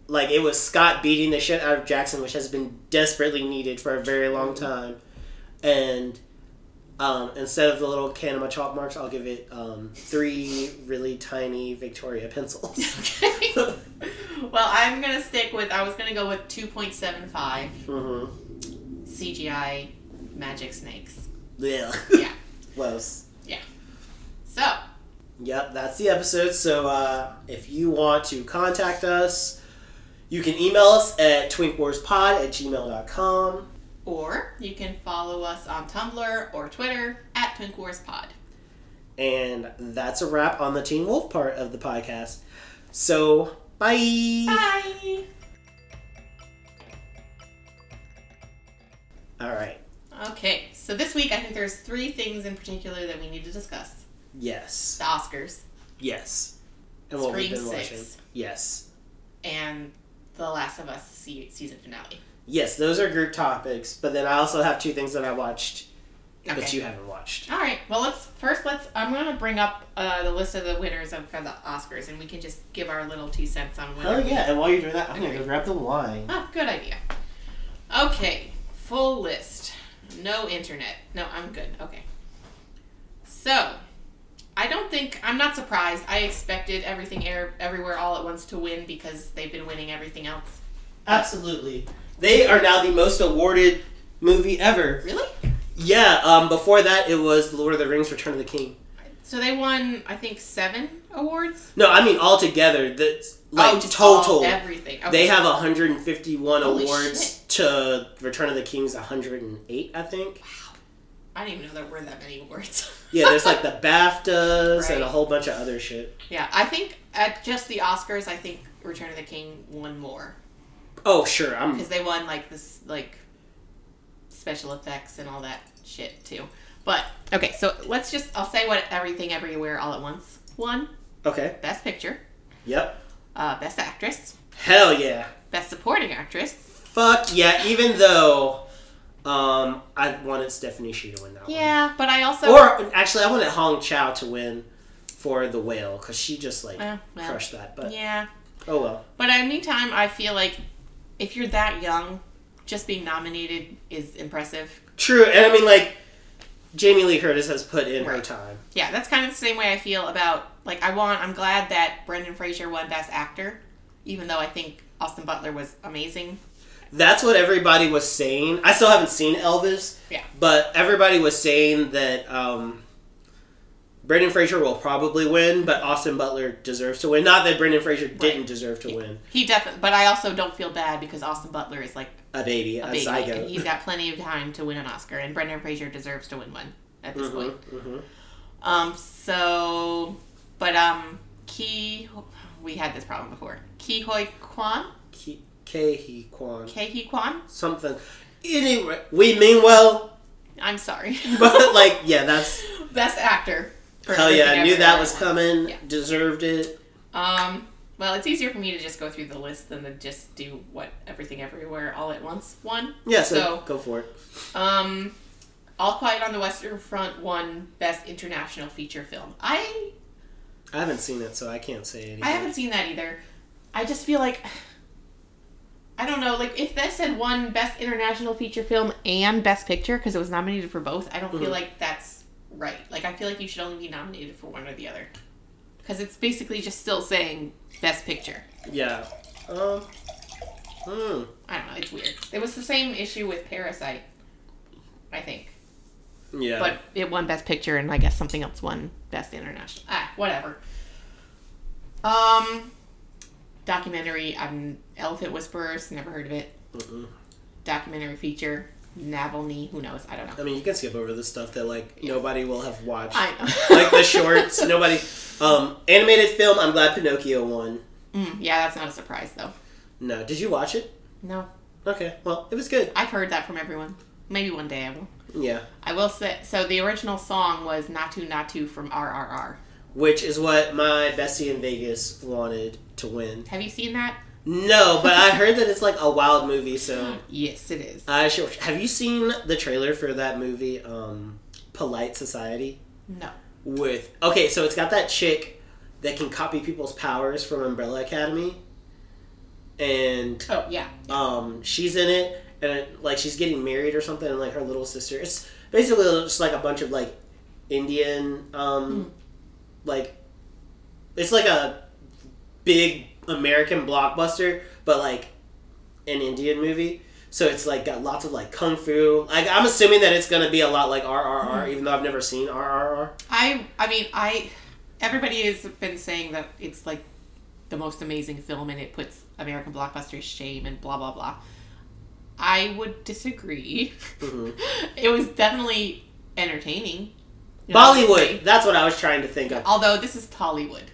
A: like it was Scott beating the shit out of Jackson, which has been desperately needed for a very long
B: Mm-hmm.
A: time. And um, instead of the little can of my chalk marks, I'll give it um, three really tiny Victoria pencils.
B: (laughs) Okay. well, I'm gonna stick with. I was gonna go with two point seven five
A: (laughs) mm-hmm.
B: CGI magic snakes.
A: Yeah.
B: Yeah.
A: (laughs) Close.
B: So
A: Yep, that's the episode. So uh, if you want to contact us, you can email us at twinkwarspod at gmail.com.
B: Or you can follow us on Tumblr or Twitter at Twink Wars Pod.
A: And that's a wrap on the Teen Wolf part of the podcast. So, bye!
B: Bye.
A: All right.
B: Okay, so this week I think there's three things in particular that we need to discuss:
A: Yes.
B: the Oscars
A: Yes. And what
B: Scream
A: we've been
B: six.
A: watching. Yes.
B: and the Last of Us se- season finale.
A: Yes, those are group topics. But then I also have two things that I watched that you haven't watched.
B: All right. Well, let's first let's. I'm gonna bring up uh, the list of the winners of for the Oscars, and we can just give our little two cents on
A: Oh,
B: whether. we-
A: yeah. And while you're doing that, I'm going to go grab the wine.
B: Ah, good idea. Okay, full list. No internet. No, I'm good. Okay. So, I don't think I'm not surprised. I expected everything air, everywhere all at once to win because they've been winning everything else.
A: Absolutely. They are now the most awarded movie ever.
B: Really?
A: Yeah, um, before that it was Lord of the Rings Return of the King.
B: So they won, I think, seven awards.
A: No, I mean all together, that's like
B: oh, just
A: total.
B: all- everything. Okay.
A: They have 151
B: Holy
A: awards to Return of the King's 108, I think.
B: I didn't even know there were that many awards.
A: Yeah, there's like the BAFTAs and a
B: Right.
A: whole bunch of other shit.
B: (laughs) yeah, I think at just the Oscars, I think Return of the King won more
A: Oh, sure, I'm
B: because they won like this like special effects and all that shit too. But okay, so let's just I'll say what everything everywhere all at once. One
A: okay.
B: best picture,
A: Yep.
B: uh, best actress,
A: Hell yeah.
B: best supporting actress.
A: Fuck yeah. Even though, um, I wanted Stephanie Shu to win that one.
B: Yeah, but I also
A: Or actually, I wanted Hong Chow to win for the whale because she just like
B: Oh, well.
A: crushed that. But
B: yeah.
A: oh well.
B: But anytime I feel like if you're that young, just being nominated is impressive.
A: True, and I mean like Jamie Lee Curtis has put in her
B: Right.
A: time.
B: Yeah, that's kind of the same way I feel about like I want. I'm glad that Brendan Fraser won Best Actor, even though I think Austin Butler was amazing.
A: That's what everybody was saying. I still haven't seen Elvis.
B: Yeah.
A: But everybody was saying that um, Brendan Fraser will probably win, but Austin Butler deserves to win. Not that Brendan Fraser didn't deserve to win.
B: He definitely, but I also don't feel bad because Austin Butler is like
A: A baby, a,
B: a baby,
A: zygote.
B: and he's got plenty of time to win an Oscar, and Brendan Fraser deserves to win one at this point.
A: hmm
B: Um, so, but um, Ki, we had this problem before. Ki Hoi Kwan,
A: Kehi Kwan.
B: Kei Hee Kwan.
A: Something. Anyway, we mean well, (laughs)
B: I'm sorry. (laughs)
A: but like, yeah, that's
B: Best actor. for
A: Hell yeah,
B: Everything
A: I knew that
B: Everywhere
A: was
B: at
A: coming.
B: Yeah.
A: Deserved it.
B: Once. Um, well, it's easier for me to just go through the list than to just do what everything everywhere all at once one.
A: Yeah, so, go for it.
B: so um, All Quiet on the Western Front won Best International Feature Film. I
A: I haven't seen it, so I can't say anything.
B: I haven't seen that either. I just feel like I don't know, like if this had won Best International Feature Film and Best Picture because it was nominated for both, I don't
A: Mhm.
B: feel like that's right. Like I feel like you should only be nominated for one or the other because it's basically just still saying Best Picture.
A: Yeah. Um. Hmm.
B: I don't know, it's weird. It was the same issue with Parasite. I think.
A: Yeah.
B: But it won Best Picture, and I guess something else won Best International. Ah, whatever. Um, documentary. I'm Elephant Whisperers. Never heard of it.
A: Mm-mm.
B: Documentary feature. Navalny. Who knows? I don't
A: I (laughs)
B: know.
A: mean, you can skip over the stuff that like
B: Yeah.
A: nobody will have watched,
B: I know.
A: like the shorts. (laughs) nobody. Um, animated film. I'm glad Pinocchio won.
B: (laughs) Mm, yeah, that's not a surprise though.
A: No, did you watch it?
B: No,
A: Okay, well, it was good.
B: I've heard that from everyone. Maybe one day I will.
A: Yeah,
B: I will say. So the original song was "Natu Natu" from RRR.
A: which is what my bestie in Vegas wanted to win.
B: Have you seen that?
A: No, but I heard that it's like a wild movie, so
B: Yes, it is.
A: I should. Have you seen the trailer for that movie, um, Polite Society?
B: No.
A: With okay, so it's got that chick that can copy people's powers from Umbrella Academy, and
B: Oh yeah.
A: um she's in it and it, like she's getting married or something and like her little sister it's basically just like a bunch of like indian um like it's like a big american blockbuster but like an indian movie so it's like got lots of like kung fu like i'm assuming that it's gonna be a lot like rrr even though i've never seen rrr
B: I I mean I everybody has been saying that it's like the most amazing film and it puts American blockbusters shame and blah blah blah. I would disagree. (laughs)
A: Mhm.
B: it was definitely entertaining. You know,
A: bollywood
B: obviously.
A: that's what i was trying to think of
B: Although this is Tollywood.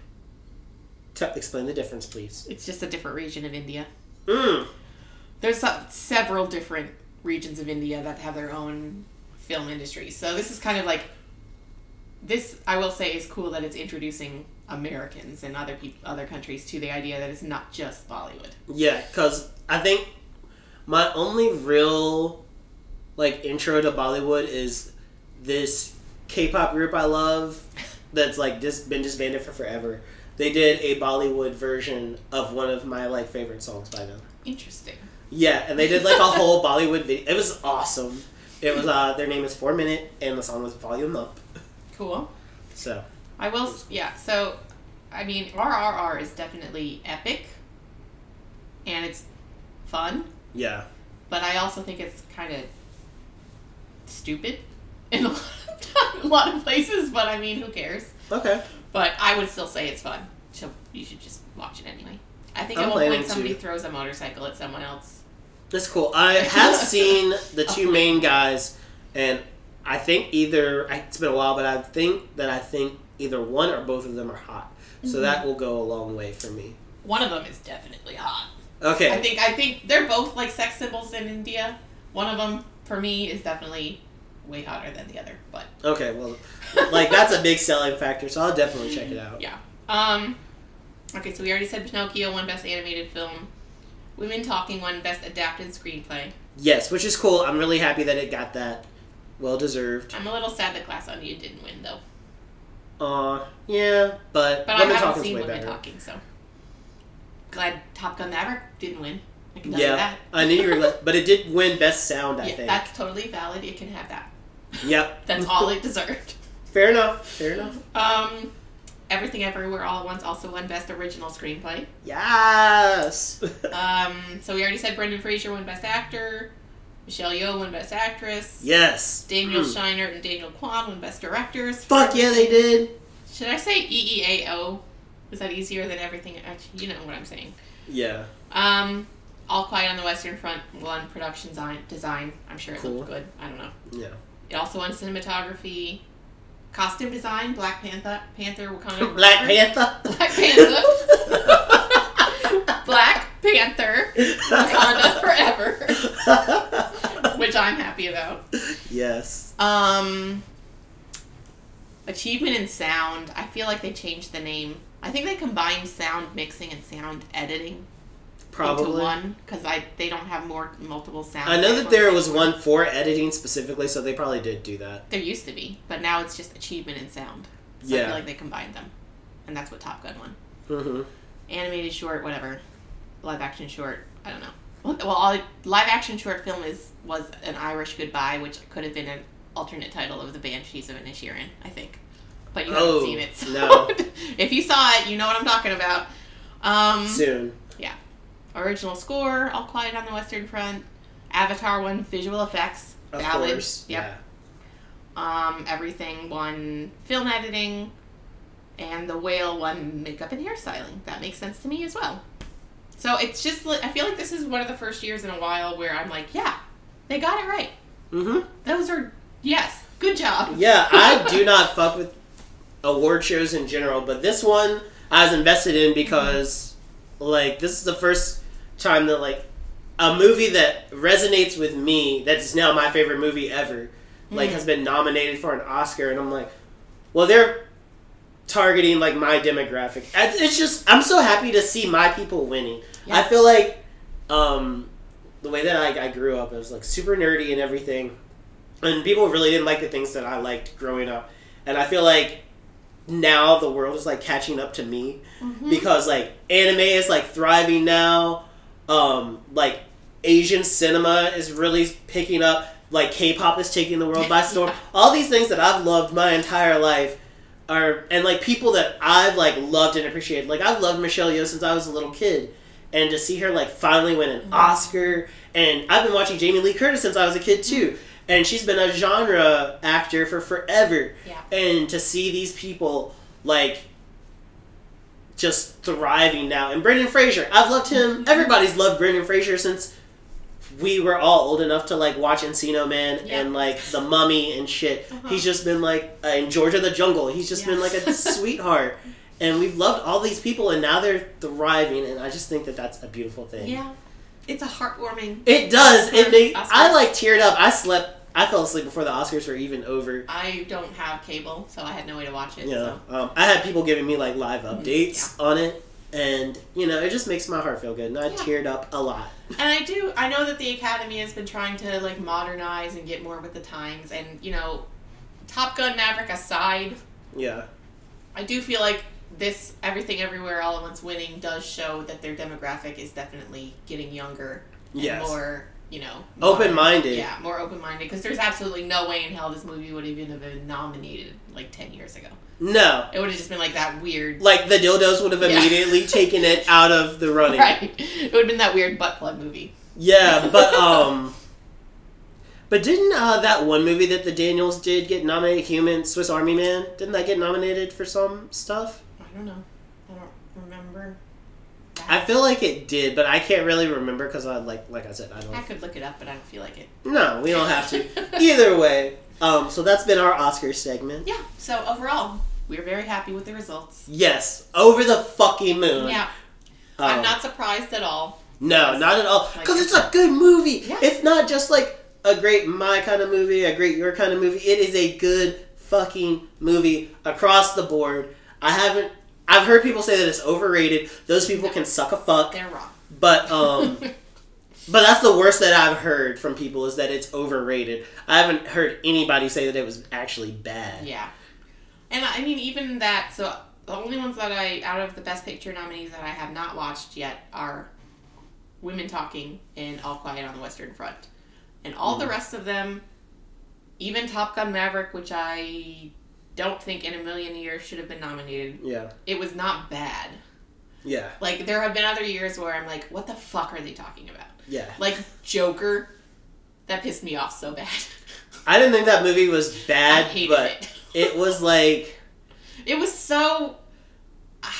A: T- explain the difference please
B: It's just a different region of India.
A: mm.
B: There's uh, several different regions of India that have their own film industry. So this is kind of like this I will say is cool that it's introducing Americans and other peop other countries to the idea that it's not just Bollywood.
A: Yeah, because I think my only real like intro to Bollywood is this K-pop group I love that's like just been disbanded for forever. They did a Bollywood version of one of my like favorite songs by them.
B: Interesting.
A: Yeah, and they did like a whole Bollywood video. It was awesome. It was uh their name is Four Minute and the song was Volume Up.
B: Cool.
A: So
B: I will s- yeah, so I mean RRR is definitely epic and it's fun,
A: yeah,
B: but I also think it's kind of stupid in (laughs) a lot of, a lot of places, but I mean, who cares?
A: okay.
B: But I would still say it's fun. So you should just watch it anyway. I think
A: I'm
B: at one
A: planning
B: point somebody
A: to.
B: throws a motorcycle at someone else.
A: That's cool. I
B: (laughs)
A: have seen the two main guys, and I think either I- it's been a while, but I think that I think either one or both of them are hot. So
B: Mm-hmm.
A: that will go a long way for me.
B: One of them is definitely hot. I
A: Okay.
B: think I think they're both like sex symbols in India. One of them for me is definitely way hotter than the other, but
A: Okay. Well, (laughs) like that's a big selling factor, so I'll definitely check it out.
B: (laughs) yeah. Um okay, so we already said Pinocchio won best animated film. Women Talking won best adapted screenplay.
A: Yes, which is cool. I'm really happy that it got that. Well deserved.
B: I'm a little sad that Glass Onion didn't win though.
A: Uh, yeah, but,
B: But
A: Women
B: I haven't
A: Talking's
B: seen
A: way
B: Women
A: better.
B: Talking, so glad Top Gun Maverick didn't win. I can tell you
A: Yeah,
B: that.
A: I knew you were, like- but it did win Best Sound. I
B: yeah,
A: think.
B: that's totally valid. It can have that.
A: Yep.
B: (laughs) That's
A: (laughs)
B: all it deserved.
A: Fair enough. Fair
B: (laughs)
A: enough.
B: Um, Everything Everywhere All at Once also won Best Original Screenplay.
A: Yes.
B: Um, so we already said Brendan Fraser won Best Actor, Michelle Yeoh won Best Actress,
A: Yes.
B: Daniel
A: Mm.
B: Shiner and Daniel Kwan won Best Directors.
A: Fuck yeah, they did.
B: Should I say E EEAO? Is that easier than everything? Actually, you know what I'm saying.
A: Yeah.
B: Um, All Quiet on the Western Front won production design. design. I'm sure it looked
A: Cool.
B: good. I don't know.
A: Yeah.
B: It also won cinematography, costume design, Black Panther, Panther
A: (laughs)
B: Wakanda
A: Black
B: Forever.
A: Panther.
B: Black
A: (laughs)
B: Panther. (laughs) Black Panther, Wakanda
A: (laughs)
B: Forever, which I'm happy about.
A: yes.
B: Um, achievement in sound. I feel like they changed the name. I think they combined sound mixing and sound editing into
A: Probably.
B: one because I they don't have more multiple sound.
A: I know that
B: samples.
A: there was one for editing specifically, so they probably did do that.
B: There used to be, but now it's just achievement and sound. So I
A: Yeah.
B: feel like they combined them, and that's what Top Gun won.
A: hmm
B: Mm-hmm. Animated short, whatever, live action short. I don't know. Well, well, all live action short film is was an Irish goodbye, which could have been an alternate title of the Banshees of Inisherin, I think. But you haven't
A: Oh,
B: seen it, so
A: no.
B: (laughs) if you saw it, you know what I'm talking about. Um,
A: Soon.
B: original score, All Quiet on the Western Front, Avatar one visual effects,
A: Of
B: Valid.
A: course.
B: Yep. Um, everything won film editing, and the whale won makeup and hairstyling. That makes sense to me as well. So it's just li- I feel like this is one of the first years in a while where I'm like, yeah, they got it right.
A: Yeah. Mm-hmm.
B: Those are yes, good job.
A: Yeah, I do not fuck with award shows in general, but this one I was invested in because, like, this is the first time that, like, a movie that resonates with me, that's now my favorite movie ever, like,
B: Mhm.
A: has been nominated for an Oscar, and I'm like, well, they're targeting, like, my demographic. I- It's just, I'm so happy to see my people winning.
B: Yeah.
A: I feel like, um, the way that I, I grew up, it was, like, super nerdy and everything and people really didn't like the things that I liked growing up. And I feel like now the world is like catching up to me
B: Mhm.
A: because like anime is like thriving now. Um, like Asian cinema is really picking up. Like K-pop is taking the world by storm. All these things that I've loved my entire life are and like people that I've like loved and appreciated. Like I've loved Michelle Yeoh since I was a little kid, and to see her like finally win an Oscar. And I've been watching Jamie Lee Curtis since I was a kid too, and she's been a genre actor for forever.
B: Yeah.
A: And to see these people like just thriving now. And Brendan Fraser, I've loved him. Everybody's loved Brendan Fraser since we were all old enough to like watch Encino Man
B: Yeah.
A: and like The Mummy and shit.
B: Uh-huh.
A: He's just been like uh, in Georgia the Jungle. He's just been
B: Yeah.
A: like a
B: (laughs)
A: sweetheart. And we've loved all these people, and now they're thriving. And I just think that that's a beautiful thing.
B: Yeah, it's a heartwarming.
A: It does. It
B: Oscars-
A: make, I
B: Oscars.
A: like teared up. I slept. I fell asleep before the Oscars were even over.
B: I don't have cable, so I had no way to watch it.
A: You know,
B: So Mm,
A: um, I had people giving me like live updates on it, and you know, it just makes my heart feel good. And I
B: Yeah.
A: teared up a lot.
B: And I do. I know that the Academy has been trying to like modernize and get more with the times. And you know, Top Gun Maverick aside,
A: Yeah,
B: I do feel like this Everything Everywhere All at Once winning does show that their demographic is definitely getting younger and
A: yes,
B: more. You know, modern.
A: open-minded.
B: Yeah, more open minded because there's absolutely no way in hell this movie would even have been nominated like ten years ago.
A: No,
B: It would have just been like
A: (laughs)
B: that weird.
A: like the dildos would have
B: Yeah. (laughs)
A: immediately taken it out of the running.
B: Right. It would have been that weird butt plug movie.
A: Yeah, but um, but didn't uh, that one movie that the Daniels did get nominated? Human Swiss Army Man didn't that get nominated for some stuff?
B: I don't know. I don't remember. that.
A: I feel like it did, but I can't really remember because I like like I said I
B: I
A: don't.
B: could look it up, but I don't feel like it.
A: (laughs) No, we don't have to.
B: (laughs)
A: Either way, um, so that's been our Oscar segment.
B: yeah. So overall, we're very happy with the results.
A: Yes, over the fucking moon.
B: Yeah,
A: Um,
B: I'm not surprised at all.
A: No, not at all. Because it's a good movie.
B: Yeah.
A: It's not just like a great my kind of movie, a great your kind of movie. It is a good fucking movie across the board. I haven't. I've heard people say that it's overrated. Those people can suck a fuck.
B: They're wrong.
A: But
B: (laughs)
A: um, but that's the worst that I've heard from people is that it's overrated. I haven't heard anybody say that it was actually bad.
B: yeah, and I mean even that. So the only ones that I out of the best picture nominees that I have not watched yet are Women Talking and All Quiet on the Western Front, and all the rest of them, even Top Gun Maverick, which I don't think in a million years should have been nominated.
A: Yeah.
B: It was not bad.
A: Yeah.
B: Like there have been other years where I'm like, what the fuck are they talking about?
A: Yeah.
B: Like Joker, that pissed me off so bad. (laughs)
A: I didn't think that movie was
B: I
A: bad,
B: hated
A: but
B: it. (laughs)
A: it was like
B: It was so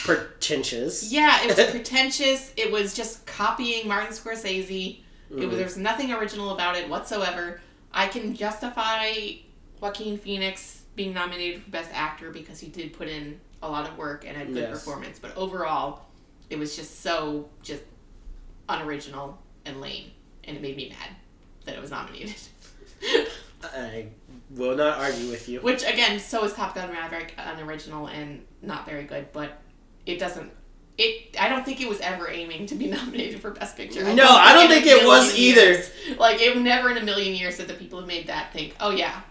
A: pretentious.
B: yeah, it was pretentious. It was just copying Martin Scorsese. It was
A: Mhm.
B: there's nothing original about it whatsoever. I can justify Joaquin Phoenix being nominated for Best Actor because he did put in a lot of work and a good
A: Yes.
B: performance, but overall, it was just so just unoriginal and lame, and it made me mad that it was nominated. (laughs)
A: I will not argue with you.
B: Which again, so is Top Gun Maverick, unoriginal and not very good, but it doesn't. It. I don't think it was ever aiming to be (laughs) nominated for Best Picture.
A: No, I don't
B: in a
A: think it was
B: million
A: either.
B: years- Like it never in a million years that the people who made that think, oh yeah,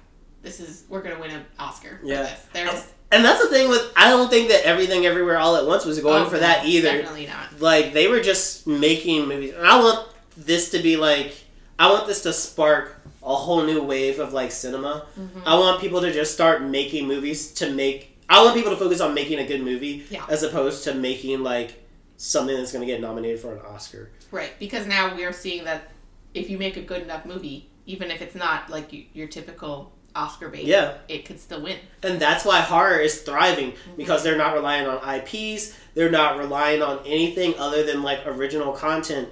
B: this is we're gonna win an Oscar. For
A: Yeah.
B: this. They're just
A: And that's the thing with I don't think that everything everywhere all at once was going
B: oh,
A: for that either.
B: Definitely not.
A: Like they were just making movies. And I want this to be like I want this to spark a whole new wave of like cinema. I want people to just start making movies to make I want people to focus on making a good movie
B: Yeah.
A: as opposed to making like something that's going to get nominated for an Oscar.
B: Right, because now we are seeing that if you make a good enough movie, even if it's not like y- your typical Oscar bait.
A: Yeah.
B: It could still win.
A: And that's why horror is thriving
B: Mm-hmm.
A: because they're not relying on IPs, they're not relying on anything other than like original content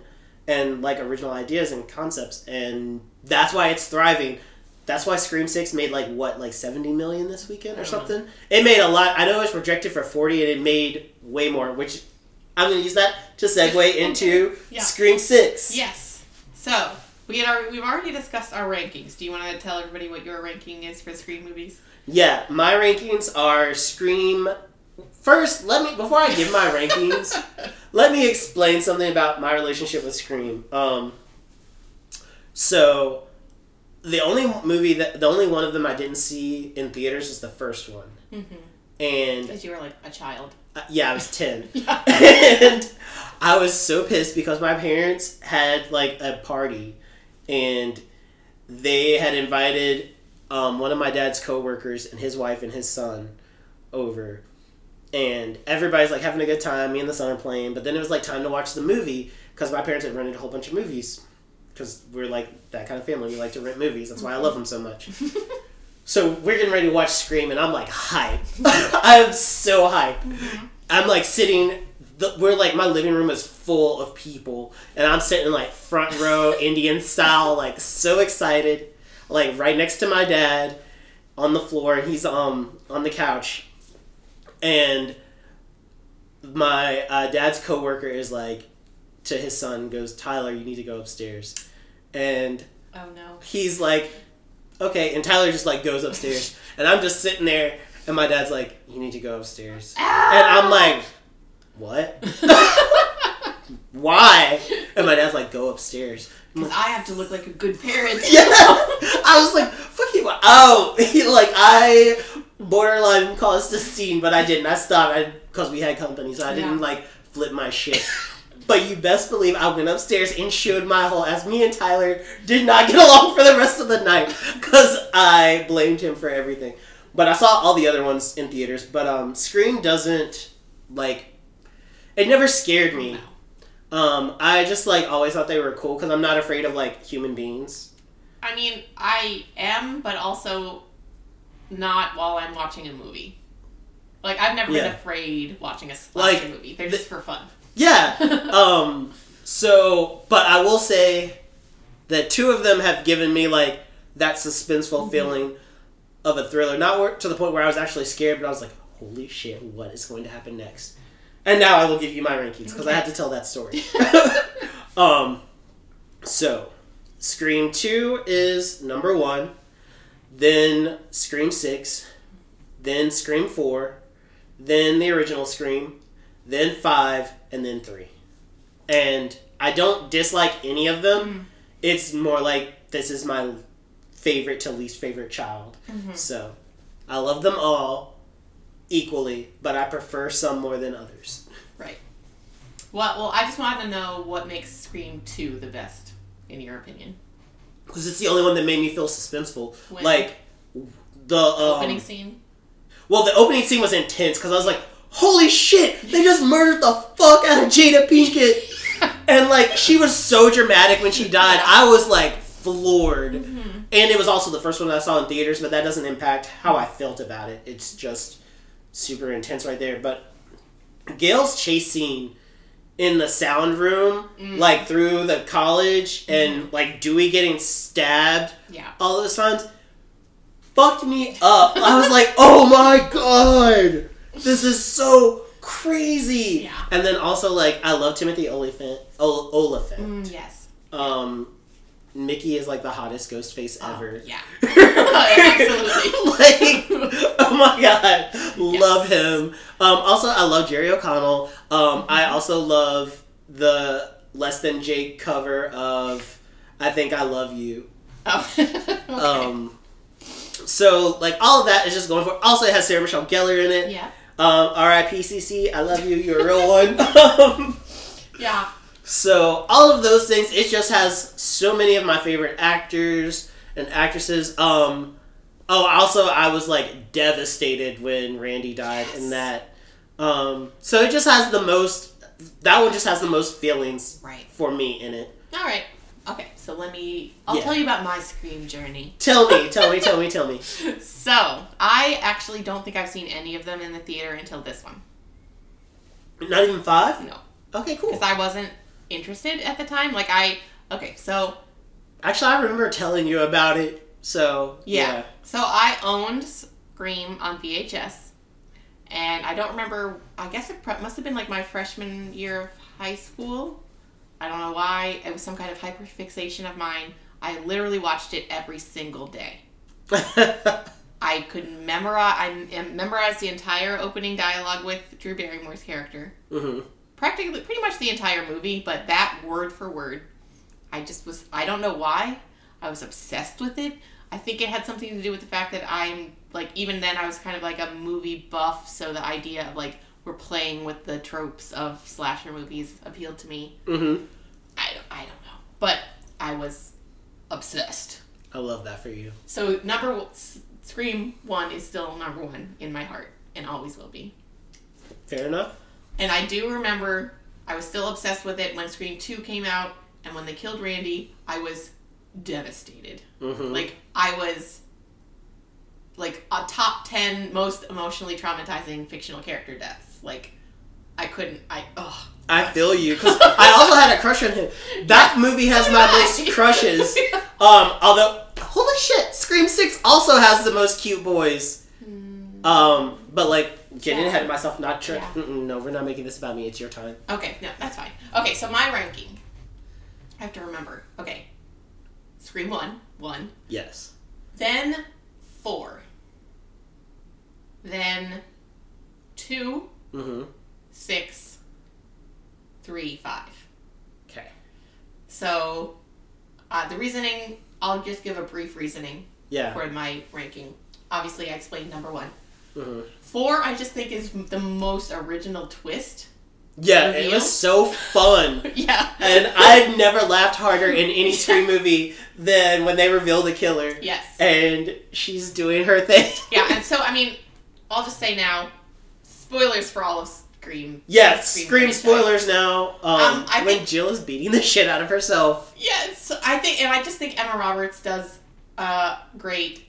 A: and like original ideas and concepts and that's why it's thriving. That's why Scream 6 made like what like 70 million this weekend or
B: I don't know.
A: something. It made a lot. I know it was projected for 40 and it made way more, which I'm going to use that to
B: (laughs)
A: segue into
B: Yeah.
A: Scream 6.
B: Yes. So we had our, we've already discussed our rankings. Do you want to tell everybody what your ranking is for Scream movies?
A: Yeah, my rankings are Scream. First, let me before I (laughs) give my
B: (laughs)
A: rankings, let me explain something about my relationship with Scream. Um, so, the only movie that the only one of them I didn't see in theaters was the first one, and
B: Mm-hmm. Because you were like a (laughs) child.
A: uh, yeah, I was ten,
B: (laughs) Yeah.
A: and I was so pissed because my parents had like a party, and they had invited um, one of my dad's coworkers and his wife and his son over, and everybody's like having a good time. Me and the son are playing, but then it was like time to watch the movie because my parents had rented a whole bunch of movies because we're like that kind of family. We like to rent movies. That's why I love them so much. So we're getting ready to watch Scream, and I'm like hype. (laughs) I'm so hype. I'm like sitting. The, we're like my living room is full of people, and I'm sitting like front row Indian style, like so excited, like right next to my dad on the floor, and he's um on the couch, and my uh, dad's coworker is like to his son goes Tyler, you need to go upstairs, and
B: oh no.
A: he's like, okay, and Tyler just like goes upstairs, and I'm just sitting there, and my dad's like, you need to go upstairs, and (laughs) I'm
B: (laughs)
A: like, what? Why? And my dad's like, go upstairs.
B: Because I have to look like a good parent.
A: (laughs) Yeah,
B: (laughs)
A: I was like, fucking what? Oh, he, like I borderline caused a scene, but I didn't. I stopped because we had company, so I didn't
B: Yeah.
A: like flip my shit. But you best believe I went upstairs and showed my whole ass. Me and Tyler did not get along for the rest of the night because I blamed him for everything. But I saw all the other ones in theaters. But um, Scream doesn't like it. Never scared me.
B: No.
A: Um, I just like always thought they were cool because I'm not afraid of like human beings.
B: I mean, I am, but also not while I'm watching a movie. Like I've never
A: Yeah.
B: been afraid watching a slasher
A: Like,
B: movie. They're
A: the-
B: just for fun.
A: Yeah.
B: (laughs)
A: um so but i will say that two of them have given me like that suspenseful feeling of a thriller not where, to the point where i was actually scared but i was like holy shit what is going to happen next and now i will give you my rankings because i had to tell that story (laughs) um so scream 2 is number one then scream 6 then scream 4 then the original scream then five, and then three. And I don't dislike any of them. It's more like this is my favorite to least favorite child. So I love them all equally, but I prefer some more than others.
B: right. Well, well, I just wanted to know what makes Scream Two the best, in your opinion.
A: Because it's the only one that made me feel suspenseful.
B: When?
A: Like the um,
B: Opening scene. (laughs)
A: Well, the opening scene was intense because I was like, "Holy shit! They just murdered the fuck out of Jada Pinkett," and like she was so dramatic when
B: (laughs)
A: she died. I was like floored,
B: Mm-hmm.
A: and it was also the first one I saw in theaters. But that doesn't impact how I felt about it. It's just super intense right there. But Gail's chase scene in the sound room,
B: Mm.
A: like through the college,
B: Mm-hmm.
A: and like Dewey getting stabbed
B: Yeah.
A: all those times fucked me up. I was like, oh my god, this is so crazy.
B: Yeah.
A: And then also like, I love Timothy Oliphant. Ol- Oliphant.
B: Mm, yes.
A: Um, Mickey is like the hottest ghost face ever. (laughs)
B: Oh, Yeah. Absolutely.
A: like, oh my god, love him. Um, also, I love Jerry O'Connell. Um, I
B: Mm-hmm.
A: also love the Less Than Jake cover of "I Think I Love You."
B: Oh. (laughs) okay.
A: Um, so like all of that is just going for. Also, it has Sarah Michelle Gellar in it.
B: yeah.
A: Um, R.I.P.C.C. I love you. You're a real one. (laughs) um,
B: Yeah.
A: so all of those things. It just has so many of my favorite actors and actresses. Um, oh, also I was like devastated when Randy died in
B: Yes.
A: that. Um, so it just has the most. That one just has the most feelings
B: Right.
A: for me in it.
B: All right. Okay. So So let me. I'll
A: Yeah.
B: tell you about my Scream journey.
A: Tell me, tell me, tell me, tell me.
B: So I actually don't think I've seen any of them in the theater until this one.
A: Not even five?
B: No,
A: Okay, cool.
B: because I wasn't interested at the time. Like I. Okay, so
A: Actually, I remember telling you about it. So
B: Yeah.
A: yeah.
B: So I owned Scream on VHS, and I don't remember. I guess it pro- must have been like my freshman year of high school. I don't know why. It was some kind of hyperfixation of mine. I literally watched it every single day.
A: (laughs)
B: I could memorize. I m- memorized the entire opening dialogue with Drew Barrymore's character.
A: hmm
B: Practically, pretty much the entire movie, but that word for word, I just was. I don't know why. I was obsessed with it. I think it had something to do with the fact that I'm like even then I was kind of like a movie buff, so the idea of like we're playing with the tropes of slasher movies appealed to me.
A: hmm
B: I don't, I don't know, but I was obsessed.
A: I love that for you.
B: So number one, S- Scream one is still number one in my heart and always will be.
A: Fair enough.
B: And I do remember I was still obsessed with it when Scream two came out, and when they killed Randy, I was devastated.
A: hmm
B: Like I was like a top 10 most emotionally traumatizing fictional character deaths. Like I couldn't I oh
A: I feel you 'cause I also had a crush on him. That movie has
B: So
A: my
B: did
A: most
B: I.
A: crushes.
B: (laughs)
A: Um, although, holy shit, Scream Six also has the most cute boys. Um, but like, getting
B: Mm. Yeah.
A: ahead of myself, not sure.
B: Yeah.
A: Mm-mm, No, we're not making this about me. It's your time.
B: Okay, no, that's fine. Okay, so my ranking. I have to remember. Okay. Scream 1, 1.
A: Yes.
B: Then 4. Then 2,
A: Mm-hmm.
B: 6, 3, 5.
A: Okay.
B: So, uh, the reasoning, I'll just give a brief reasoning
A: Yeah.
B: for my ranking. Obviously, I explained number one.
A: Mm-hmm.
B: Four, I just think is the most original twist. (laughs)
A: Yeah, it
B: Reveal?
A: was so
B: (laughs)
A: fun.
B: yeah.
A: And I've never laughed harder in any Scream movie than when they reveal the killer.
B: Yes.
A: And she's doing her thing.
B: Yeah, and so, I mean, I'll just say now spoilers for all of Scream.
A: (laughs) Yes,
B: Scream
A: Scream
B: franchise.
A: spoilers now. Um,
B: Um, I
A: when
B: think-
A: Jill is beating the shit out of herself.
B: Yes, I think, and I just think Emma Roberts does a great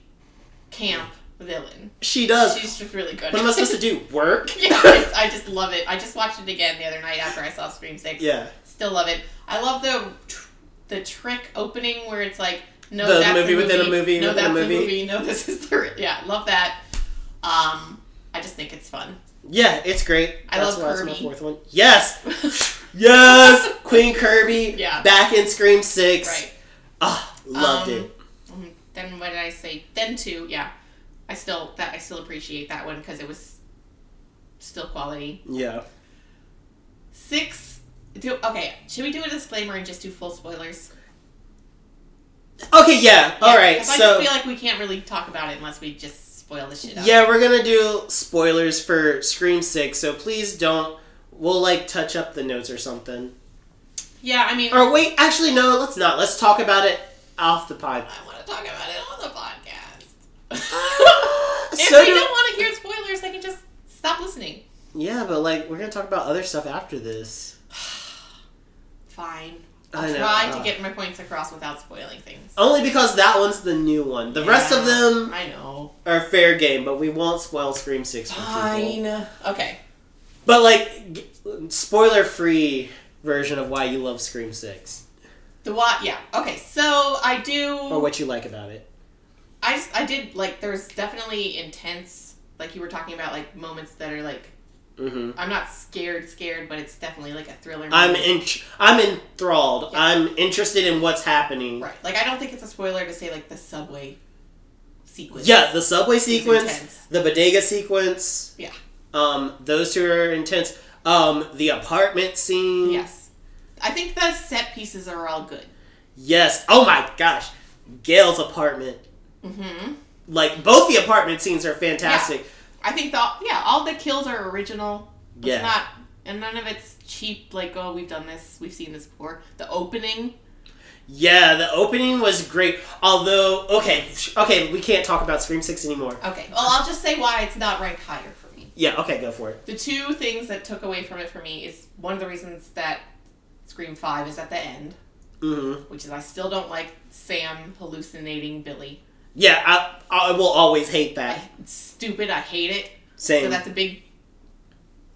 B: camp villain.
A: She does.
B: She's just really good.
A: what am I
B: (laughs)
A: supposed to do? Work?
B: yes, I just love it. I just watched it again the other night after I saw Scream 6.
A: Yeah.
B: Still love it. I love the tr- the trick opening where it's like no
A: The
B: that's
A: movie
B: the
A: within a movie
B: no
A: within a
B: that's the
A: movie.
B: no this is the re- yeah love that. Um, I just think it's fun. (laughs)
A: Yeah, it's great.
B: I
A: That's
B: love
A: why it's my
B: Kirby.
A: fourth one. Yes!
B: (laughs)
A: Yes! Queen Kirby
B: Yeah.
A: back in Scream 6.
B: right.
A: Ah, loved
B: Um,
A: it.
B: Mm, Then what did I say? Then two. Yeah, I still that I still appreciate that one because it was still quality.
A: Yeah.
B: Six. Do okay. Should we do a disclaimer and just do full spoilers?
A: Okay, yeah. All right.
B: 'cause I
A: so.
B: just feel like we can't really talk about it unless we just spoil the shit out.
A: Yeah, we're gonna do spoilers for Scream Six, so please don't. We'll like touch up the notes or something.
B: Yeah. I mean,
A: Or wait, actually no, let's not. Let's talk about it off the pod. (laughs)
B: I want to talk about it on the podcast. (laughs) if
A: So
B: they
A: do-
B: don't want to hear spoilers, they can just stop listening.
A: Yeah, but like we're gonna talk about other stuff after this.
B: Fine.
A: I
B: I'll
A: know,
B: try
A: uh,
B: to get my points across without spoiling things.
A: Only because that one's the new one. Uh, The rest of
B: Yeah,
A: them
B: I know.
A: are fair game, but we won't spoil Scream Six for people.
B: Fine. Okay.
A: But like, g- spoiler-free version of why you love Scream Six
B: The what? Yeah. Okay. So I do.
A: or what you like about it.
B: I just I did like. There's definitely intense. Like you were talking about, like moments that are like
A: Mm-hmm.
B: I'm not scared, scared, but it's definitely like a thriller.
A: I'm
B: moment.
A: in, I'm enthralled.
B: Yeah.
A: I'm interested in what's happening.
B: right. Like I don't think it's a spoiler to say like the subway sequence.
A: Yeah, the subway
B: is
A: sequence,
B: intense.
A: the bodega sequence.
B: Yeah.
A: Um, those two are intense. Um, the apartment scene.
B: Yes. I think the set pieces are all good.
A: Yes. Oh my gosh, Gail's apartment.
B: Mm-hmm.
A: Like both the apartment scenes are fantastic.
B: I think the yeah, all the kills are original. It's
A: Yeah.
B: not and none of it's cheap, like, oh we've done this, we've seen this before. The opening.
A: Yeah, the opening was great. Although, okay, sh- okay, we can't talk about Scream Six anymore.
B: Okay. Well I'll just say why it's not ranked higher for me.
A: Yeah. Okay, go for it.
B: The two things that took away from it for me is one of the reasons that Scream Five is at the end.
A: Mm-hmm.
B: which is I still don't like Sam hallucinating Billy.
A: Yeah, I, I will always hate
B: I,
A: that.
B: it's stupid. I hate it.
A: Same.
B: So that's a big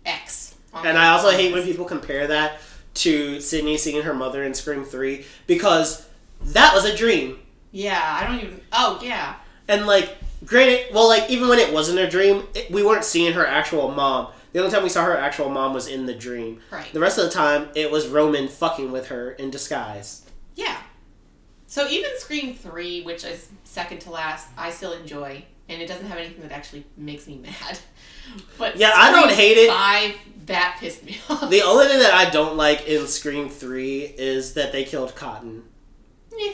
B: X. on
A: And
B: my-
A: I also hate when people compare that to Sydney seeing her mother in Scream 3 because that was a dream.
B: Yeah, I don't even. Oh yeah,
A: And like, granted, well, like, even when it wasn't a dream, it, we weren't seeing her actual mom. The only time we saw her actual mom was in the dream.
B: right.
A: The rest of the time, it was Roman fucking with her in disguise.
B: Yeah. So even Scream Three, which is second to last, I still enjoy, and it doesn't have anything that actually makes me (laughs) mad. But
A: Yeah, I don't
B: Scream
A: hate it.
B: Five that pissed me (laughs) off.
A: The only thing that I don't like in Scream 3 is that they killed Cotton.
B: Eh,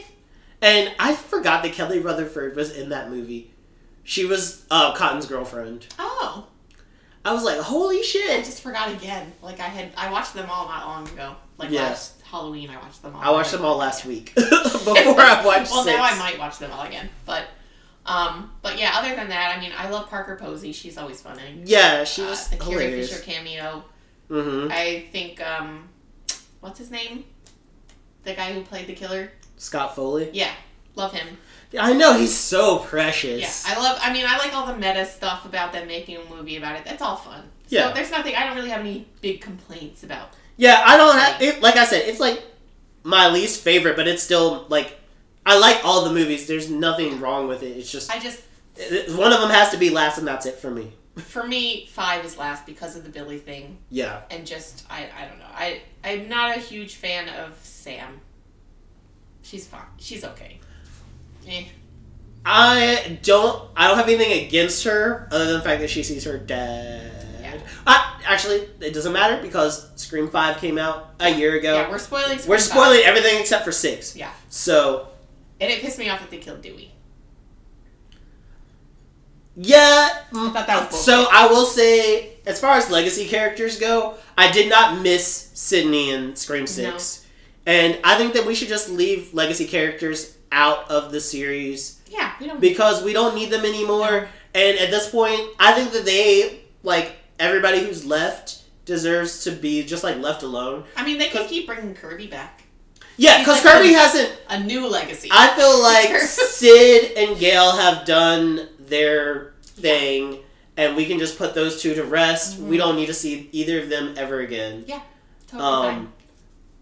A: And I forgot that Kelly Rutherford was in that movie. She was uh, Cotton's girlfriend.
B: oh,
A: I was like, holy
B: I
A: shit!
B: just forgot again. Like I had, I watched them all not long ago. Like
A: Yeah.
B: last Halloween, I watched them all.
A: I watched them all last week (laughs) before I watched
B: well,
A: six.
B: now I might watch them all again, but. Um, but yeah, other than that, I mean, I love Parker Posey. She's always funny.
A: Yeah, she
B: Uh,
A: was
B: the Carrie
A: hilarious.
B: Fisher cameo.
A: Mm-hmm.
B: I think um, what's his name? The guy who played the killer.
A: Scott Foley.
B: Yeah, love him.
A: I know he's so precious.
B: Yeah, I love. I mean, I like all the meta stuff about them making a movie about it. That's all fun.
A: Yeah.
B: So there's nothing. I don't really have any big complaints about.
A: Yeah, I don't have it. Like I said, it's like my least favorite, but it's still like I like all the movies. There's nothing wrong with it. It's just
B: I just,
A: it- it- one of them has to be last, and that's it for me.
B: for me, five is last because of the Billy thing,
A: Yeah,
B: and just I, I don't know. I, I'm not a huge fan of Sam. She's fine. She's okay. Eh.
A: I don't. I don't have anything against her other than the fact that she sees her dad.
B: Yeah.
A: I, actually, it doesn't matter because Scream Five came out a year ago.
B: Yeah, we're spoiling.
A: We're
B: Scream five.
A: spoiling everything except for six.
B: Yeah,
A: So
B: and it pissed me off that they killed Dewey.
A: yeah, mm,
B: thought that was
A: so
B: bullshit.
A: I will say, as far as legacy characters go, I did not miss Sydney in Scream Six, and I think that we should just leave legacy characters out of the series
B: Yeah, we don't.
A: because we don't need them anymore. And at this point, I think that they like everybody who's left deserves to be just like left alone.
B: I mean, they can
A: 'Cause-
B: keep bringing Kirby back.
A: Yeah,
B: He's
A: because
B: like-
A: Kirby hasn't
B: A new legacy.
A: I
B: (laughs)
A: feel like
B: Sure.
A: Sid and Gail have done their thing, and we can just put those two to rest.
B: Mm-hmm.
A: We don't need to see either of them ever again.
B: Totally
A: Um,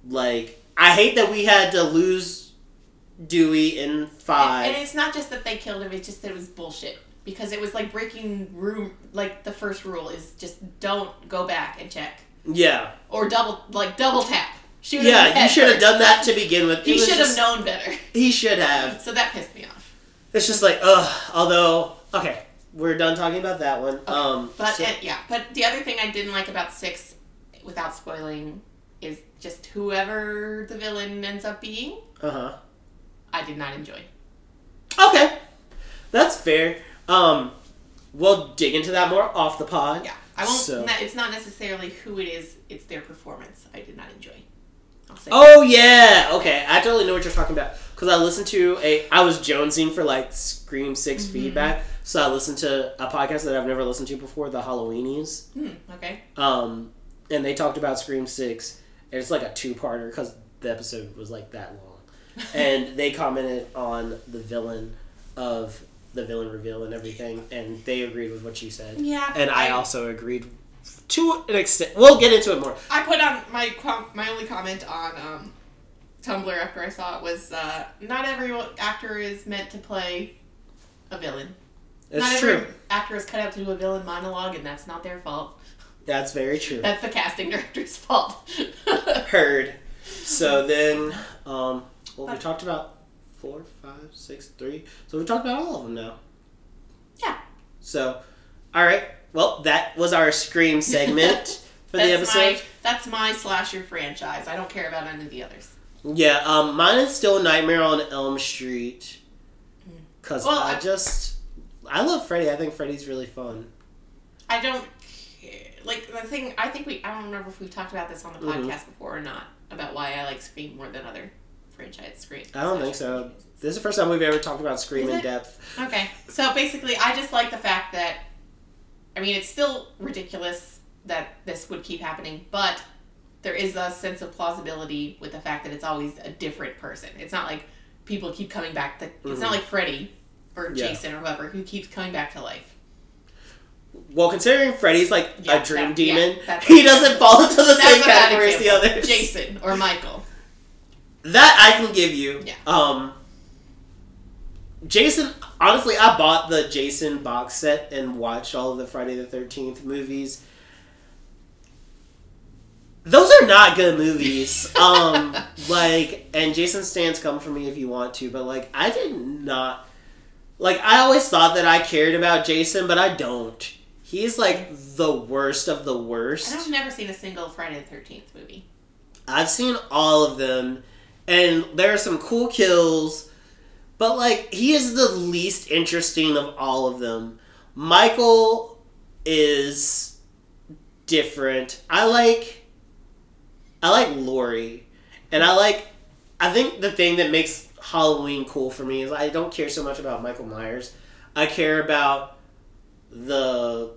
A: like I hate that we had to lose Dewey in
B: fine.
A: five.
B: And, and it's not just that they killed him; it's just that it was bullshit because it was like breaking room. Like the first rule is just don't go back and check
A: yeah,
B: or double, like double tap. Shoot him in the
A: yeah, you
B: head
A: should have
B: first.
A: done that to begin with. It
B: He
A: was
B: should have
A: just-
B: known better. (laughs)
A: He should have.
B: So that pissed me off.
A: It's just like ugh. Although, okay, we're done talking about that one. Um,
B: But
A: so-
B: and, yeah, but the other thing I didn't like about six, without spoiling, is just whoever the villain ends up being,
A: uh-huh.
B: I did not enjoy.
A: Okay, that's fair. Um, we'll dig into that more off the pod.
B: Yeah, I won't.
A: So-
B: na- it's not necessarily who it is; it's their performance. I did not enjoy. I'll say.
A: Oh yeah. Okay, I totally know what you're talking about because I listened to a. I was jonesing for like Scream 6 feedback, so I listened to a podcast that I've never listened to before, the Halloweenies.
B: Hmm, okay.
A: Um, and they talked about Scream Six, and it's like a two-parter because the episode was like that long. and they commented on the villain of the villain reveal and everything, and they agreed with what you said.
B: Yeah.
A: and I also agreed to an extent. We'll get into it more.
B: I put on my com- my only comment on um, Tumblr after I saw it was uh, not every actor is meant to play a villain.
A: It's
B: not
A: true.
B: every actor is cut out to do a villain monologue, and that's not their fault.
A: That's very true.
B: That's the casting (laughs) director's fault.
A: Heard. So then, um, well, we talked about four, five, six, three. So we talked about all of them now.
B: Yeah.
A: So, all right. Well, that was our Scream
B: (laughs)
A: segment for the
B: that's
A: episode.
B: my that's my slasher franchise. I don't care about any of the others.
A: Yeah, um, mine is still Nightmare on Elm Street. Because
B: Mm. Well,
A: I
B: I-
A: just. I love Freddy. I think Freddy's really fun.
B: I don't care. Like the thing, I think we I don't remember if we talked about this on the
A: Mhm.
B: podcast before or not about why I like Scream more than other franchise Scream.
A: I don't think so. This is the first time we've ever talked about Scream
B: Is
A: in
B: it?
A: depth.
B: Okay, so basically, I just like the fact that I mean it's still ridiculous that this would keep happening, but there is a sense of plausibility with the fact that it's always a different person. It's not like people keep coming back. To, it's not like Freddy or
A: Mm-hmm. Yeah.
B: Jason or whoever who keeps coming back to life.
A: Well, considering Freddy's like
B: Yeah,
A: a dream
B: that- yeah,
A: demon,
B: that's-
A: he doesn't fall into the
B: That's
A: same
B: a bad
A: category as the
B: example.
A: others.
B: Jason
A: (laughs)
B: or Michael.
A: That I can give you.
B: Yeah.
A: Um. Jason, honestly, I bought the Jason box set and watched all of the Friday the Thirteenth movies. Those are not good movies. Um, like, and Jason stands come for me if you want to, but like, I did not. Like, I always thought that I cared about Jason, but I don't. He's like the worst of the worst.
B: I've never seen a single Friday the Thirteenth movie.
A: I've seen all of them, and there are some cool kills, but like he is the least interesting of all of them. Michael is different. I like I like Lori, and I like I think the thing that makes Halloween cool for me is I don't care so much about Michael Myers. I care about the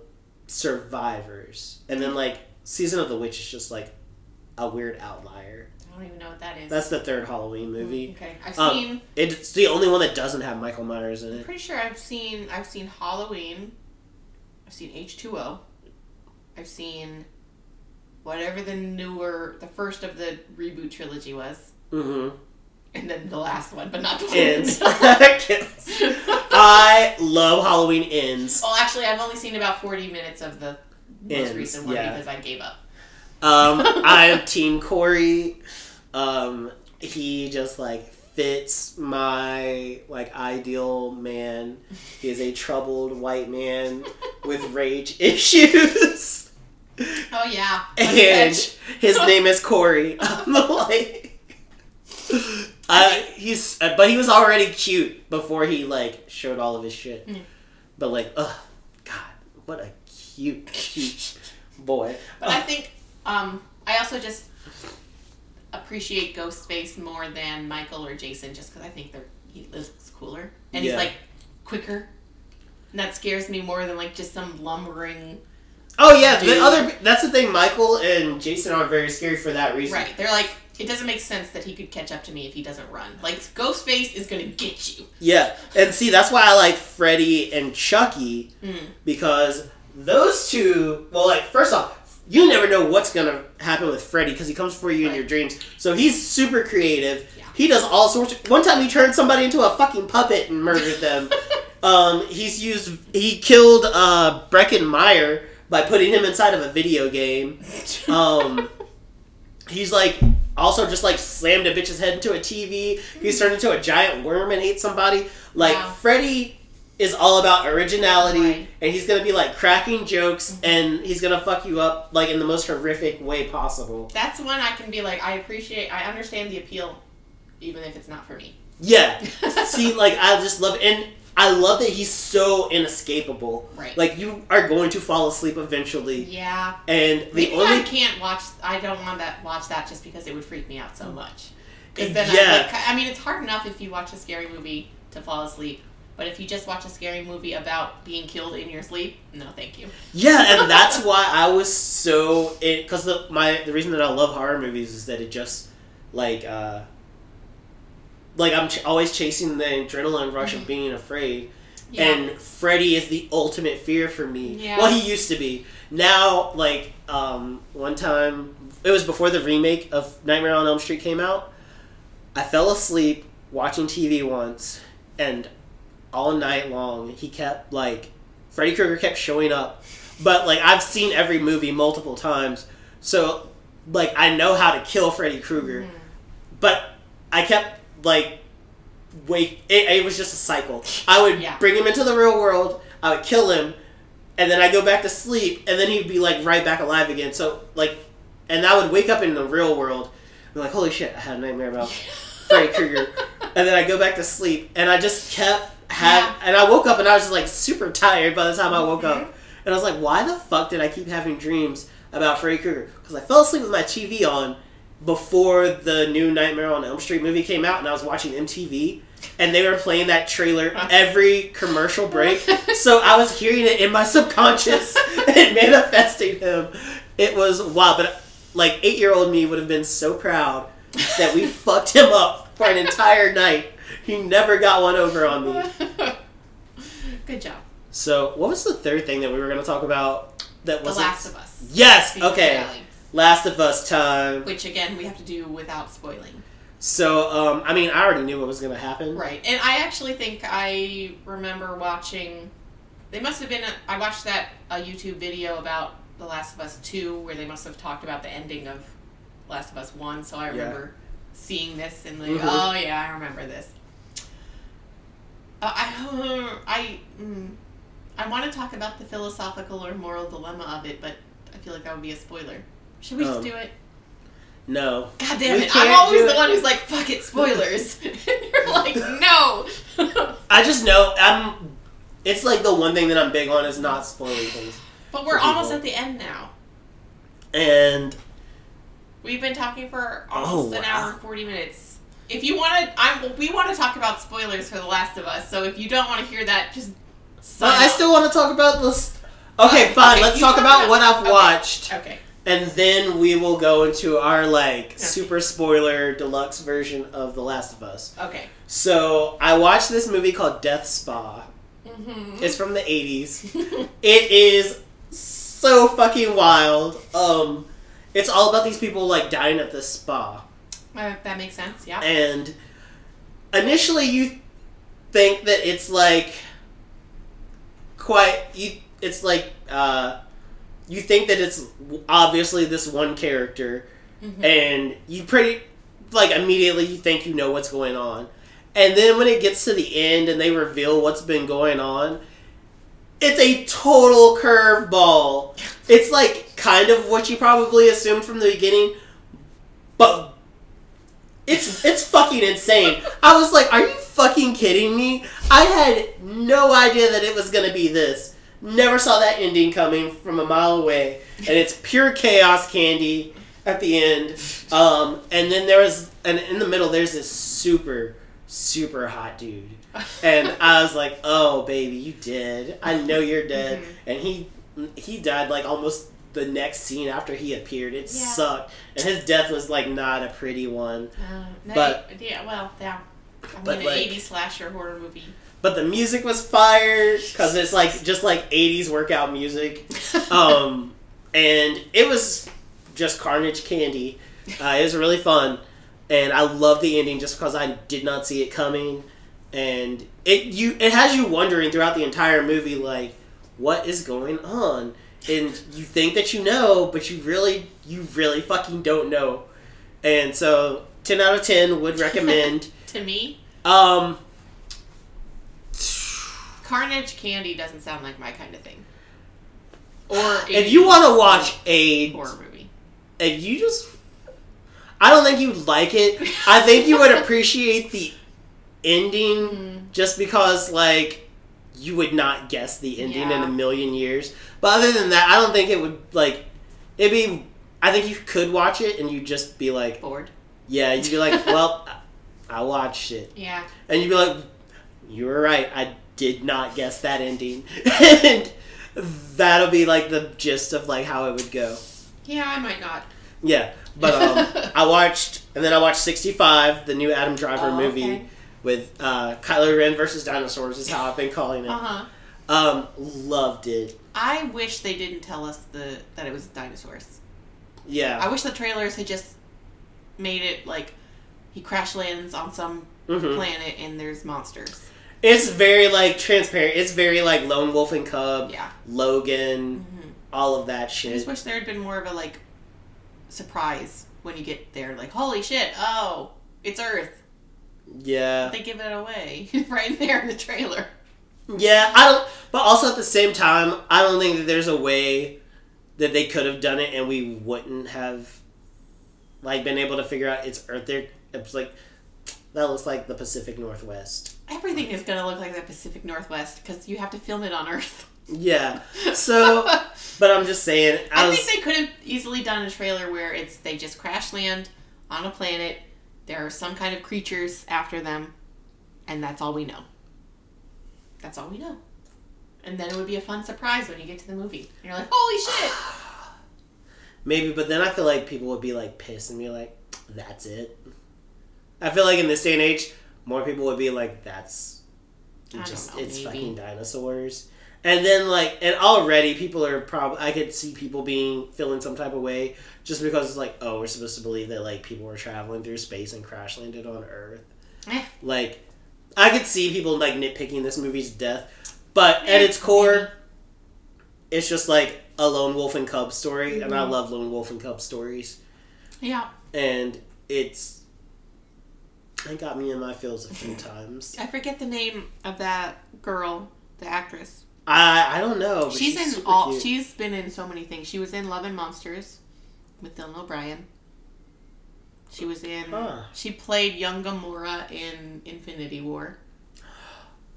A: survivors, and then like season of the witch is just like a weird outlier.
B: I don't even know what that is.
A: That's the third Halloween movie.
B: okay. I've
A: Um,
B: seen.
A: It's the only one that doesn't have Michael Myers in
B: I'm
A: it.
B: pretty sure I've seen. I've seen Halloween. I've seen H two O. I've seen whatever the newer, the first of the reboot trilogy was,
A: Mm-hmm.
B: and then the last one, but not the one. in
A: Ends. (laughs)
B: (laughs)
A: Uh,
B: the
A: Kids.
B: middle.
A: I love Halloween ends.
B: well, actually, I've only seen about forty minutes of the most
A: Ends,
B: recent one
A: yeah.
B: because I gave up. (laughs)
A: Um, I'm Team Corey. Um, he just like fits my like ideal man. He is a troubled white man with rage (laughs) issues.
B: Oh yeah.
A: (laughs) and his name is
B: (laughs)
A: Corey. I'm like, uh, he's uh, but he was already cute before he like showed all of his shit.
B: Mm.
A: But like, ugh, God, what a cute,
B: (laughs)
A: cute boy.
B: But I think um, I also just appreciate Ghostface more than Michael or Jason, just because I think they're he looks cooler and
A: Yeah.
B: he's like quicker. And that scares me more than like just some lumbering.
A: oh yeah, the
B: Dude.
A: other that's the thing. Michael and Jason aren't very scary for that reason.
B: Right? They're like it doesn't make sense that he could catch up to me if he doesn't run. Like Ghostface is gonna get you.
A: Yeah, and see that's why I like Freddy and Chucky
B: Mm.
A: because those two. Well, like first off, you never know what's gonna happen with Freddy because he comes for you in
B: Right.
A: your dreams. So he's super creative.
B: Yeah.
A: He does all sorts. Of, one time he turned somebody into a fucking puppet and murdered them.
B: (laughs)
A: um, he's used. He killed uh, Brecken Meyer by putting him inside of a video game. Um, he's like also just like slammed a bitch's head into a TV. He's turned into a giant worm and ate somebody. Like
B: Wow.
A: Freddy is all about originality,
B: Right. Mm-hmm.
A: and he's gonna be like cracking jokes, and he's gonna fuck you up like in the most horrific way possible.
B: That's one I can be like I appreciate. I understand the appeal, even if it's not for me.
A: Yeah. (laughs) See, like I just love and I love that he's so inescapable.
B: (laughs) right.
A: Like you are going to fall asleep eventually,
B: yeah.
A: and the
B: Maybe
A: only
B: I can't watch. I don't want that. Watch that just because it would freak me out so much. Because then,
A: Mm. Yeah.
B: I, like, I mean, it's hard enough if you watch a scary movie to fall asleep, but if you just watch a scary movie about being killed in your sleep, no, thank you.
A: Yeah, and that's why I was so it because the my the reason that I love horror movies is that it just like uh like I'm ch- always chasing the adrenaline rush of being afraid,
B: Yeah.
A: and Freddy is the ultimate fear for me.
B: Yeah.
A: Well, he used to be. Now, like um one time, it was before the remake of Nightmare on Elm Street came out. I fell asleep watching TV once, and all night long he kept like Freddy Krueger kept showing up, but like I've seen every movie multiple times, so like I know how to kill Freddy Krueger, but I kept like wake. It, it was just a cycle. I would
B: Yeah.
A: bring him into the real world. I would kill him, and then I go back to sleep, and then he'd be like right back alive again. So like, and I would wake up in the real world, and be like holy shit, I had a nightmare about Freddy Krueger. And then I go back to sleep, and I just kept had,
B: Yeah.
A: and I woke up and I was just like super tired by the time I woke up, and I was like, why the fuck did I keep having dreams about Freddy Krueger? Because I fell asleep with my TV on before the new Nightmare on Elm Street movie came out, and I was watching MTV, and they were playing that trailer every commercial break, so I was (laughs) hearing it in my subconscious and manifesting him. It was wild, but like eight year old me would have been so proud that we fucked him up for an entire (laughs) night. He never got one over on me.
B: (laughs) Good job.
A: So, what was the third thing that we were going to talk about? That
B: The
A: was
B: Last of Us.
A: Yes.
B: Speaking of
A: Okay.
B: finale,
A: Last of Us time.
B: Which again, we have to do without spoiling.
A: So, um, I mean, I already knew what was going to happen.
B: Right. And I actually think I remember watching. They must have been. I watched that a YouTube video about The Last of Us Two, where they must have talked about the ending of Last of Us One. So I remember seeing this and like,
A: Mhm.
B: oh yeah, I remember this. Uh, I (laughs) I mm, I want to talk about the philosophical or moral dilemma of it, but I feel like that would be a spoiler. Should we
A: Um,
B: just do it?
A: No.
B: God damn
A: We
B: it!
A: can't
B: I'm always
A: do
B: the
A: it.
B: one who's like, "Fuck it, spoilers."
A: (laughs)
B: (laughs) and you're like, "No." but
A: I just know I'm. It's like the one thing that I'm big on is not spoiling things.
B: we're
A: For
B: almost
A: people.
B: at the end now.
A: And
B: We've been talking for almost
A: Oh,
B: an
A: wow.
B: hour and forty minutes. If you want to, I'm. We want to talk about spoilers for The Last of Us. So if you don't want to hear that, just.
A: but
B: sign
A: I
B: off.
A: still want to talk about this. Okay,
B: Okay,
A: fine.
B: okay,
A: let's
B: you
A: talk
B: talk
A: about
B: about-
A: what I've
B: okay.
A: watched,
B: Okay.
A: and then we will go into our like super spoiler deluxe version of The Last of Us.
B: Okay.
A: So I watched this movie called Death Spa. (laughs)
B: Mm-hmm.
A: It's from the '80s. It is so fucking wild. Um, it's all about these people like dying at this spa.
B: Uh, that makes sense. Yeah.
A: and initially you think that it's like quite you it's like uh you think that it's obviously this one character
B: Mhm.
A: and you pretty like immediately you think you know what's going on and then when it gets to the end and they reveal what's been going on it's a total curveball it's like kind of what you probably assumed from the beginning but it's it's fucking insane. I was like, are you fucking kidding me? I had no idea that it was gonna be this. Never saw that ending coming from a mile away, and it's pure chaos candy at the end. Um, and then there was, and in the middle, there's this super, super hot dude,
B: (laughs)
A: and I was like, oh baby, you dead. I know you're dead.
B: Mhm.
A: And he he died like almost the next scene after he appeared. It
B: Yeah.
A: sucked, and his death was like not a pretty one.
B: Uh, no,
A: but-
B: yeah. Well, yeah. I mean,
A: but,
B: an
A: like-
B: 80s slasher horror movie.
A: but the music was fire because it's like just like 80s workout music um and it was just carnage candy uh, it was really fun and i love the ending just because i did not see it coming and it you it has you wondering throughout the entire movie like what is going on and you think that you know but you really you really fucking don't know and so 10 out of 10 would recommend
B: (laughs) to me,
A: um
B: Carnage Candy doesn't sound like my kind of thing. Or
A: (sighs) If you want to
B: 80s
A: watch a,
B: horror movie,
A: if you just, I don't think you'd like it. I think you would appreciate the ending
B: Mm,
A: just because, like, you would not guess the ending in
B: Yeah.
A: a million years. But other than that, I don't think it would like. It'd be. I think you could watch it and you'd just be like,
B: bored.
A: yeah, you'd be like,
B: (laughs)
A: well, I- I watched it,
B: Yeah.
A: and you'd be like, you were right. I did not guess that ending, (laughs) and that'll be like the gist of like how it would go.
B: Yeah, I might not.
A: Yeah, but
B: (laughs)
A: um, I watched, and then I watched 65, the new Adam Driver
B: Oh,
A: movie
B: okay.
A: with uh, Kylo Ren versus dinosaurs, is how I've been calling it.
B: Uh huh.
A: Um, loved it.
B: I wish they didn't tell us the that it was dinosaurs.
A: Yeah.
B: I wish the trailers had just made it like he crash lands on some
A: Mhm.
B: planet and there's monsters.
A: It's very, like, transparent. It's very, like, Lone Wolf and Cub,
B: Yeah.
A: Logan,
B: hmm
A: all of that
B: I just
A: shit.
B: wish there had been more of a like surprise when you get there. Like, holy shit! Oh, it's Earth.
A: Yeah.
B: They give it away (laughs) right there in the trailer.
A: Yeah, I don't, but also at the same time, I don't think that there's a way that they could have done it and we wouldn't have, like, been able to figure out it's Earth there. It's like, that looks like the Pacific Northwest.
B: Everything is gonna look like the Pacific Northwest because you have to film it on Earth. (laughs)
A: Yeah. So, but I'm just saying, I,
B: I
A: was,
B: think they could have easily done a trailer where it's they just crash land on a planet. There are some kind of creatures after them, and that's all we know. That's all we know. And then it would be a fun surprise when you get to the movie. And you're like, holy shit!
A: Maybe, but then I feel like people would be like pissed and be like, "That's it." I feel like in this day and age, more people would be like, "That's
B: I don't
A: just
B: know,
A: it's
B: maybe.
A: fucking dinosaurs." And then like, and already people are probably I could see people being feeling some type of way just because it's like, oh, we're supposed to believe that like people were traveling through space and crash landed on Earth.
B: Eh.
A: Like, I could see people like nitpicking this movie to death, but at
B: Eh,
A: its core,
B: maybe.
A: it's just like a lone wolf and cub story, and
B: Mm-hmm.
A: I love lone wolf and cub stories,
B: Yeah,
A: and it's it got me in my feels a
B: (laughs)
A: few times.
B: I forget the name of that girl, the actress.
A: I I don't know. But
B: she's,
A: she's,
B: in
A: super
B: all.
A: cute.
B: She's been in so many things. She was in Love and Monsters with Dylan O'Brien. She was in.
A: Huh.
B: She played young Gamora in Infinity War.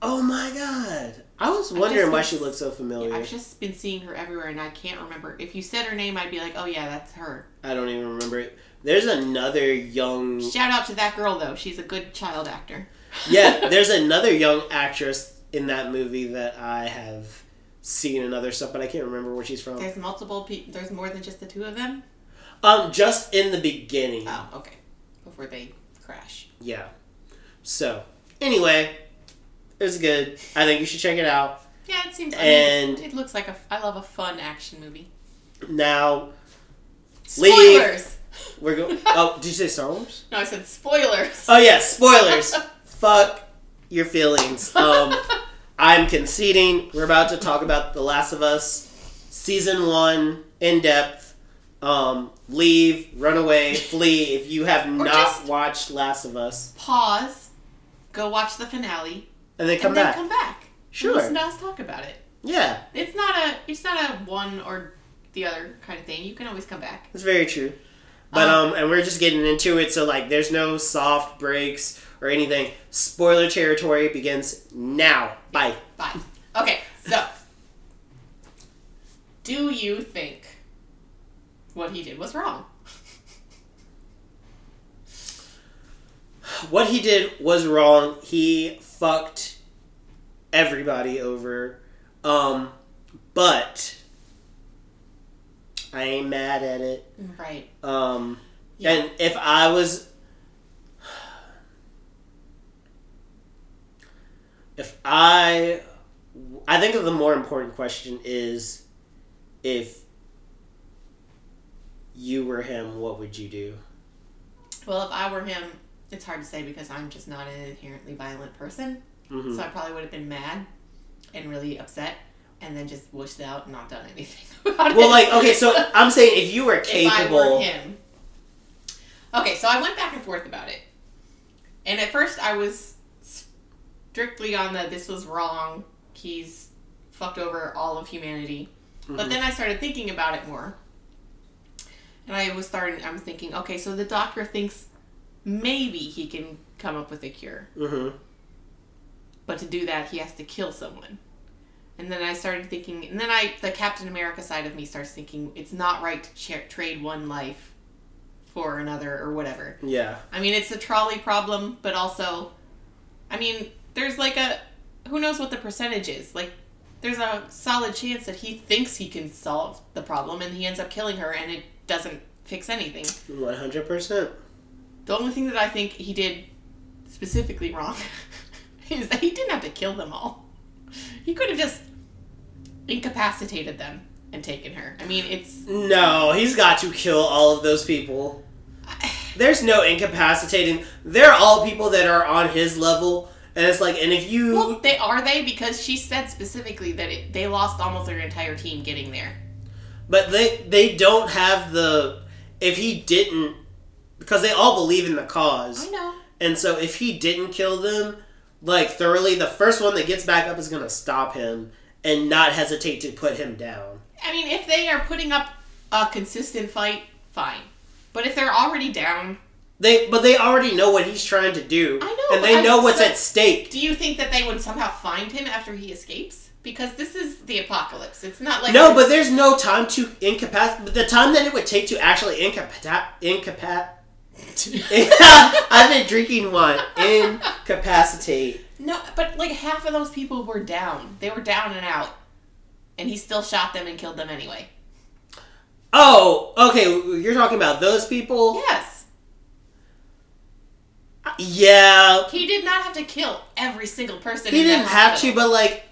A: Oh my god! I was
B: I
A: wondering
B: just
A: why
B: was-
A: she looked so familiar.
B: I've just been seeing her everywhere, and I can't remember. If you said her name, I'd be like, "Oh yeah, that's her."
A: I don't even remember it. There's another young
B: Shout out to that girl though. She's a good child actor.
A: yeah, (laughs) there's another young actress in that movie that I have seen in other stuff, but I can't remember where she's from.
B: (laughs) There's multiple people. There's more than just the two of them.
A: Um, just in the beginning.
B: Oh, okay. Before they crash.
A: Yeah. So anyway, it was good. I think you should check it out.
B: Yeah, it seems. I
A: And-
B: mean, it looks like a. I love a fun action movie.
A: Now Leave.
B: Spoilers.
A: we're going. Oh, did you say Star Wars?
B: No, I said spoilers.
A: Oh yeah, spoilers. Fuck your feelings. Um, I'm conceding. We're about to talk about The Last of Us, season one in depth. Um, leave, run away, flee if you have not
B: just-
A: watched Last of Us,
B: (laughs) Pause. Go watch the finale
A: and then come
B: and then
A: back.
B: come back.
A: Sure.
B: And listen to us talk about it.
A: yeah,
B: It's not a. It's not a one or the other kind of thing. You can always come back.
A: That's very true. But
B: Um,
A: um, and we're just getting into it, so like, there's no soft breaks or anything. Spoiler territory begins now. Bye.
B: Bye. Okay, so. Do you think what he did was wrong?
A: What he did was wrong. He fucked everybody over. Um, but I ain't mad at it.
B: Right.
A: Um,
B: Yeah.
A: and if I was, if I, I think the more important question is, if you were him, what would you do?
B: Well, if I were him, it's hard to say because I'm just not an inherently violent person.
A: Mhm.
B: So I probably would have been mad and really upset and then just wished out and not done anything (laughs) about it.
A: Well, like, okay, so I'm saying if you were
B: if I were
A: capable,
B: him. Okay, so I went back and forth about it. And at first I was strictly on the this was wrong. He's fucked over all of humanity. But
A: Mhm.
B: then I started thinking about it more. And I was starting I'm thinking, okay, so the doctor thinks maybe he can come up with a cure.
A: hmm
B: But to do that, he has to kill someone. And then I started thinking, and then I, the Captain America side of me starts thinking, it's not right to cha- trade one life for another or whatever.
A: yeah,
B: I mean, it's a trolley problem, but also, I mean, there's like a, who knows what the percentage is? Like, there's a solid chance that he thinks he can solve the problem and he ends up killing her and it doesn't fix anything.
A: one hundred percent.
B: The only thing that I think he did specifically wrong (laughs) is that he didn't have to kill them all. He could have just incapacitated them and taken her. I mean, it's
A: No, he's got to kill all of those people. There's no incapacitating. They're all people that are on his level, and it's like, and if you,
B: well, they are they because she said specifically that it, they lost almost their entire team getting there.
A: but they they don't have the. If he didn't, because they all believe in the cause,
B: know.
A: and so if he didn't kill them, like thoroughly, the first one that gets back up is gonna stop him and not hesitate to put him down.
B: I mean, if they are putting up a consistent fight, fine. But if they're already down,
A: They, but they already know what he's trying to do,
B: I know,
A: and
B: but
A: they
B: I
A: know
B: was
A: what's
B: so-
A: at stake.
B: do you think that they would somehow find him after he escapes? Because this is the apocalypse. It's not like
A: No, but there's no time to incapacitate. But the time that it would take to actually incapacitate. Incapac- (laughs) I've been drinking wine. Incapacitate.
B: No, but like half of those people were down. They were down and out. And he still shot them and killed them anyway.
A: Oh, okay. You're talking about those people.
B: Yes.
A: Yeah,
B: He did not have to kill every single person.
A: he
B: in that
A: didn't have to,
B: hospital.
A: but like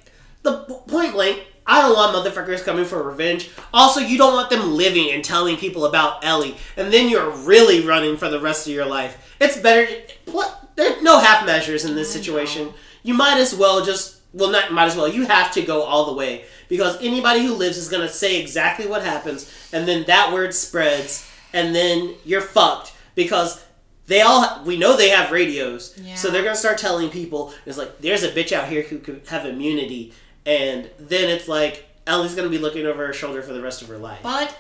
A: the p- point blank. I don't want motherfuckers coming for revenge. Also, you don't want them living and telling people about Ellie, and then you're really running for the rest of your life. It's better. What? There's no half measures in this situation. You might as well just. Well, not might as well. You have to go all the way because anybody who lives is gonna say exactly what happens, and then that word spreads, and then you're fucked because they all we know they have radios, so
B: Yeah.
A: they're gonna start telling people it's like there's a bitch out here who could have immunity, and then it's like Ellie's gonna be looking over her shoulder for the rest of her life.
B: But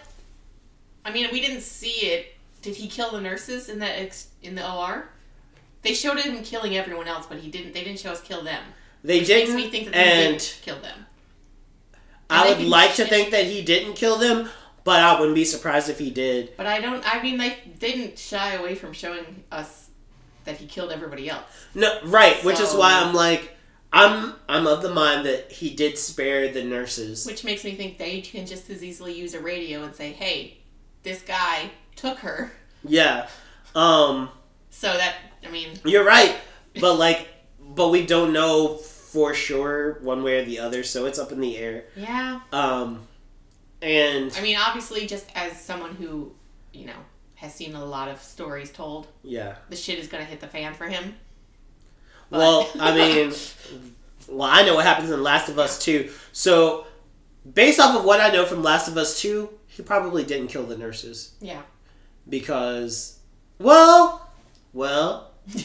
B: I mean, we didn't see it. Did he kill the nurses in that ex- in the OR? They showed him killing everyone else, but he didn't. They didn't show us kill them.
A: They
B: Which
A: didn't,
B: makes me think that they
A: and
B: didn't kill them.
A: I
B: they
A: would
B: can
A: like to
B: shit.
A: think that he didn't kill them, but I wouldn't be surprised if he did.
B: But I don't. I mean, they didn't shy away from showing us that he killed everybody else.
A: No, right, which is
B: So-
A: why I'm like, I'm I'm of the mind that he did spare the nurses.
B: Which makes me think they can just as easily use a radio and say, "Hey, this guy took her."
A: Yeah, um,
B: So that I mean,
A: you're right, but like, but we don't know for sure one way or the other, so it's up in the air.
B: yeah.
A: Um, and
B: I mean, obviously, just as someone who you know has seen a lot of stories told,
A: yeah,
B: the shit is gonna hit the fan for him. But-
A: well, I mean, well, I know what happens in Last of Us Two, so based off of what I know from Last of Us Two, he probably didn't kill the nurses.
B: yeah.
A: because well well
B: (laughs)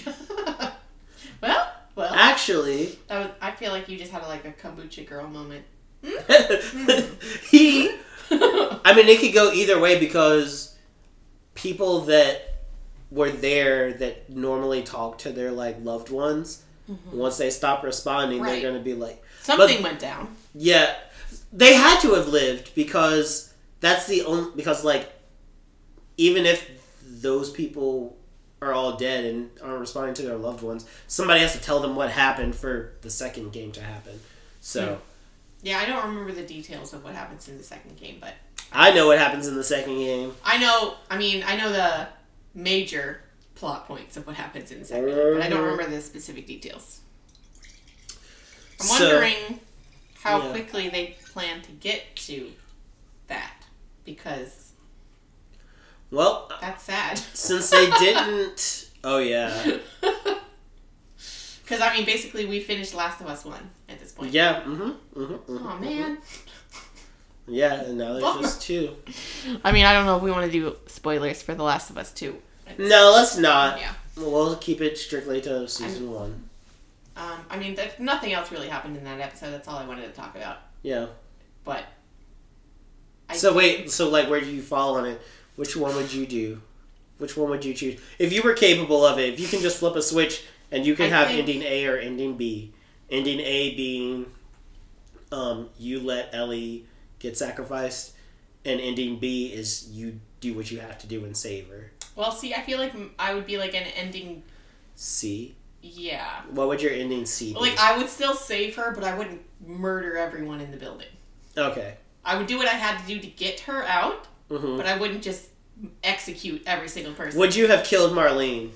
B: well, well, I,
A: actually (laughs)
B: that was, I feel like you just had like a kombucha girl (laughs) moment.
A: he i mean it could go either way because people that were there that normally talk to their like loved ones once they stop responding
B: Mm-hmm. Right.
A: they're gonna be like
B: Something went down.
A: yeah they had to have lived because that's the only because like even if those people are all dead and aren't responding to their loved ones somebody has to tell them what happened for the second game to happen so
B: Yeah, I don't remember the details of what happens in the second game, but
A: i know what happens in the second game
B: I know. I mean, I know the major plot points of what happens in the second, game, but I don't remember the specific details. I'm
A: So-
B: wondering how
A: Yeah.
B: quickly they plan to get to that because
A: well
B: that's sad. (laughs)
A: since they didn't oh yeah
B: Because I mean, basically, we finished Last of Us one at this point.
A: yeah mm-hmm, mm-hmm,
B: Oh man.
A: yeah and now there's just two
B: I mean, I don't know if we want to do spoilers for The Last of Us two.
A: no let's not
B: Yeah.
A: we'll keep it strictly to season one
B: Um, I mean, th- nothing else really happened in that episode. That's all I wanted to talk about.
A: yeah
B: But I-
A: So wait, so like, where do you fall on it? Which one would you do? Which one would you choose? If you were capable of it, if you can just flip a switch and you can
B: I
A: have
B: think-
A: ending A or ending B. Ending A being, um, you let Ellie get sacrificed, and ending B is you do what you have to do and save her.
B: well, see, I feel like m- I would be like an ending.
A: C.
B: Yeah,
A: What would your ending C be?
B: like I would still save her, but I wouldn't murder everyone in the building.
A: okay.
B: I would do what I had to do to get her out,
A: hmm
B: but I wouldn't just execute every single person.
A: Would you have killed Marlene?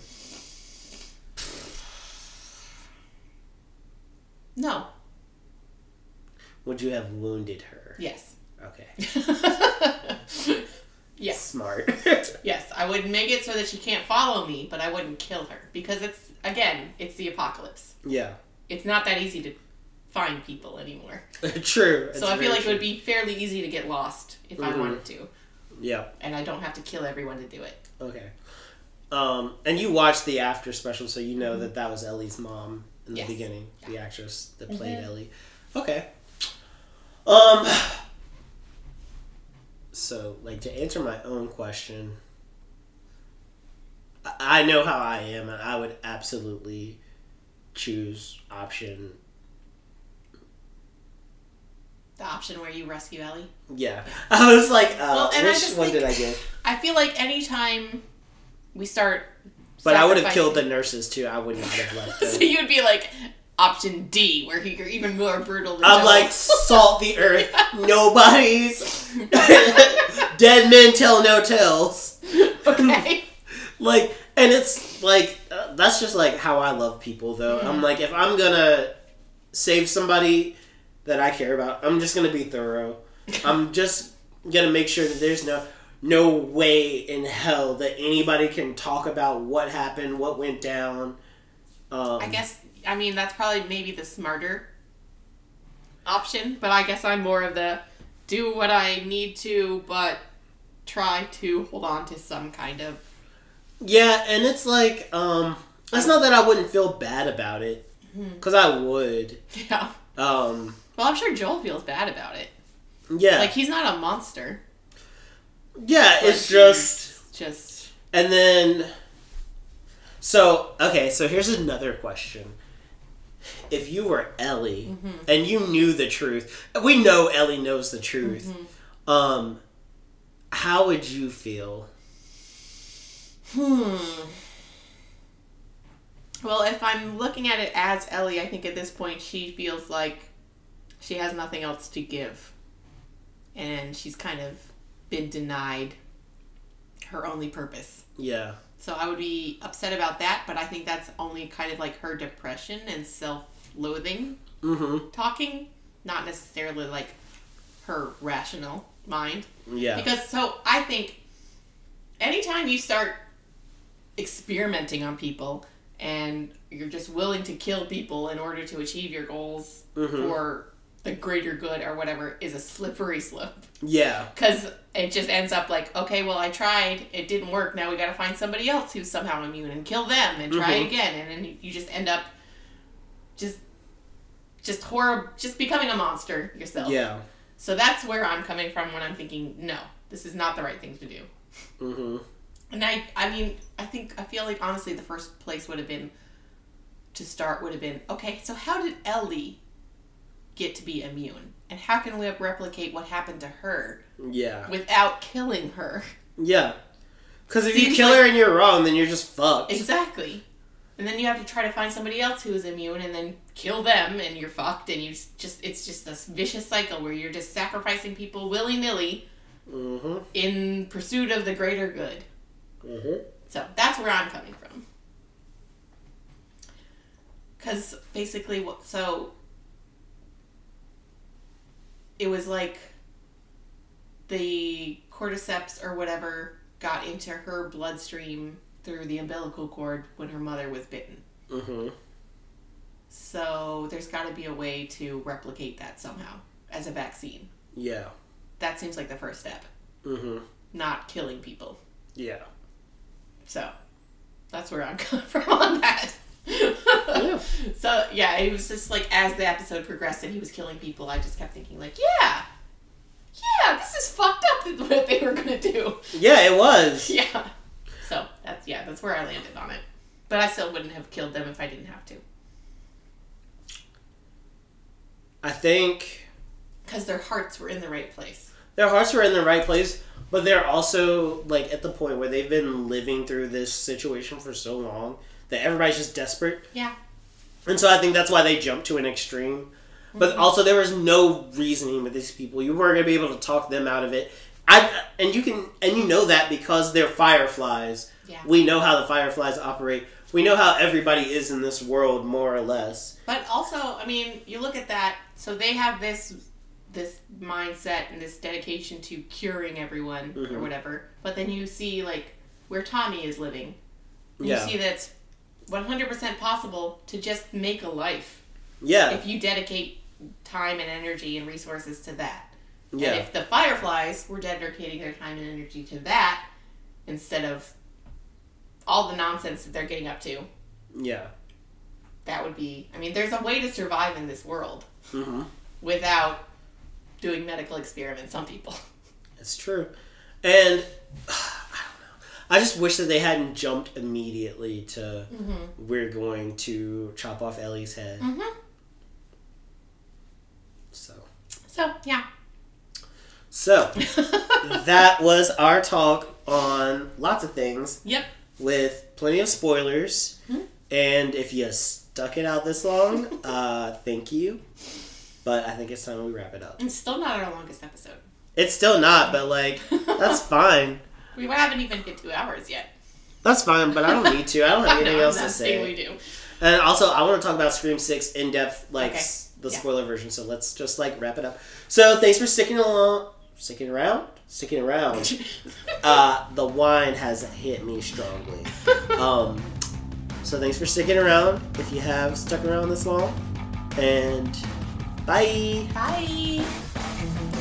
B: no.
A: Would you have wounded her?
B: Yes. (laughs)
A: Okay.
B: yes.
A: Smart. (laughs)
B: Yes, I would make it so that she can't follow me, but I wouldn't kill her because it's again, it's the apocalypse.
A: yeah.
B: It's not that easy to find people anymore.
A: True. It's
B: so I
A: very
B: feel like
A: true.
B: it would be fairly easy to get lost if
A: Mhm.
B: I wanted to,
A: Yeah.
B: and I don't have to kill everyone to do it.
A: Okay. Um, and you watched the after special, so you know that that was Ellie's mom in the
B: Yes.
A: beginning, the actress that played
B: Mhm.
A: Ellie. Okay. Um. So, like, to answer my own question, I I know how I am, and I would absolutely choose option.
B: The option where you rescue Ellie.
A: Yeah, (laughs) I was like, uh,
B: Well, and I
A: which
B: just
A: one
B: think-
A: did I get?
B: I feel like anytime we start,
A: But I would have
B: sacrificing-
A: killed the nurses too. I would not have left them.
B: (laughs) so you'd be like option D, where you're even (laughs) more brutal. Than
A: I'm
B: (laughs) Joel.
A: like salt the earth. Nobody's (laughs) Dead men tell no tales.
B: okay.
A: (laughs) Like, and it's like uh, that's just like how I love people though. I'm like if I'm gonna save somebody that I care about, I'm just gonna be
B: (laughs)
A: thorough. I'm just gonna make sure that there's no no way in hell that anybody can talk about what happened, what went down. Um,
B: I guess I mean that's probably maybe the smarter option, but I guess I'm more of the do what I need to, but try to hold on to some kind of (laughs)
A: Yeah, and it's like, um, it's not that I wouldn't feel bad about it,
B: Mm-hmm.
A: because I would.
B: yeah.
A: Um,
B: Well, I'm sure Joel feels bad about it.
A: yeah,
B: Like he's not a monster.
A: yeah,
B: but
A: it's just,
B: he's just
A: and then, so okay, so here's another question: If you were Ellie
B: Mm-hmm.
A: and you knew the truth, we know Ellie knows the truth.
B: Mm-hmm.
A: Um, how would you feel?
B: hmm. Well, if I'm looking at it as Ellie, I think at this point she feels like she has nothing else to give. And she's kind of been denied her only purpose.
A: Yeah,
B: So I would be upset about that, but I think that's only kind of like her depression and self loathing
A: mm-hmm.
B: talking, not necessarily like her rational mind.
A: Yeah,
B: Because so I think anytime you start experimenting on people and you're just willing to kill people in order to achieve your goals
A: Mhm.
B: for the greater good or whatever is a slippery slope.
A: yeah,
B: Because it just ends up like, okay, well, I tried, it didn't work. Now we got to find somebody else who's somehow immune and kill them and try
A: Mhm.
B: again, and then you just end up just just horrible, just becoming a monster yourself.
A: yeah.
B: So that's where I'm coming from when I'm thinking, no, this is not the right thing to do.
A: Mm-hmm.
B: And I, I mean, I think I feel like honestly, the first place would have been to start would have been okay. So how did Ellie get to be immune, and how can we replicate what happened to her?
A: Yeah,
B: without killing her.
A: yeah. Because if you
B: Seems
A: kill
B: like-
A: her and you're wrong, then you're just fucked.
B: Exactly. And then you have to try to find somebody else who is immune and then kill them and you're fucked and you s- just it's just this vicious cycle where you're just sacrificing people willy-nilly
A: Mm-hmm.
B: in pursuit of the greater good.
A: Mm-hmm.
B: So that's where I'm coming from. Cuz basically what so it was like the cordyceps or whatever got into her bloodstream through the umbilical cord when her mother was bitten.
A: Mm-hmm.
B: So there's got to be a way to replicate that somehow as a vaccine.
A: Yeah.
B: That seems like the first step,
A: Mm-hmm.
B: not killing people.
A: Yeah.
B: So that's where I'm (laughs) coming from on that. (laughs) So yeah, it was just like as the episode progressed and he was killing people, I just kept thinking like, yeah, yeah, this is fucked up that- what they were gonna do. (laughs)
A: Yeah, it was.
B: Yeah. So that's yeah, that's where I landed on it. But I still wouldn't have killed them if I didn't have to,
A: I think
B: because their hearts were in the right place.
A: their hearts were in the right place, but they're also like at the point where they've been living through this situation for so long that everybody's just desperate.
B: Yeah.
A: And so I think that's why they jumped to an extreme. But
B: Mm-hmm.
A: also there was no reasoning with these people. You weren't gonna be able to talk them out of it. I and you can and you know that because they're fireflies.
B: Yeah.
A: We know how the fireflies operate. We know how everybody is in this world more or less.
B: But also, I mean, you look at that. So they have this this mindset and this dedication to curing everyone or
A: Mhm.
B: whatever. But then you see like where Tommy is living. You
A: Yeah.
B: see that's 100% possible to just make a life
A: Yeah.
B: if you dedicate time and energy and resources to that. And
A: Yeah.
B: if the fireflies were dedicating their time and energy to that instead of all the nonsense that they're getting up to,
A: Yeah.
B: that would be. I mean, there's a way to survive in this world.
A: hmm
B: without doing medical experiments on people. (laughs)
A: It's true. And (sighs) I don't know. I just wish that they hadn't jumped immediately to we're going to chop off Ellie's head.
B: Mm-hmm.
A: So
B: So yeah, (laughs)
A: So that was our talk on lots of things
B: yep.
A: with plenty of spoilers.
B: Hmm?
A: And if you stuck it out this long, uh, thank you. But I think it's time we wrap it up.
B: It's still not our longest episode.
A: It's still not, but like
B: (laughs)
A: that's fine.
B: We haven't even hit two hours yet.
A: That's fine, but I don't need to. I
B: (laughs)
A: don't have anything
B: No,
A: else
B: I'm
A: to
B: not saying We
A: say.
B: do.
A: And also, I want to talk about Scream Six in depth, like
B: Okay.
A: s- the
B: Yeah.
A: spoiler version. So let's just like wrap it up. So thanks for sticking along, sticking around, sticking around.
B: (laughs)
A: uh, the wine has hit me strongly. Um, so thanks for sticking around. If you have stuck around this long, and bye.
B: Bye.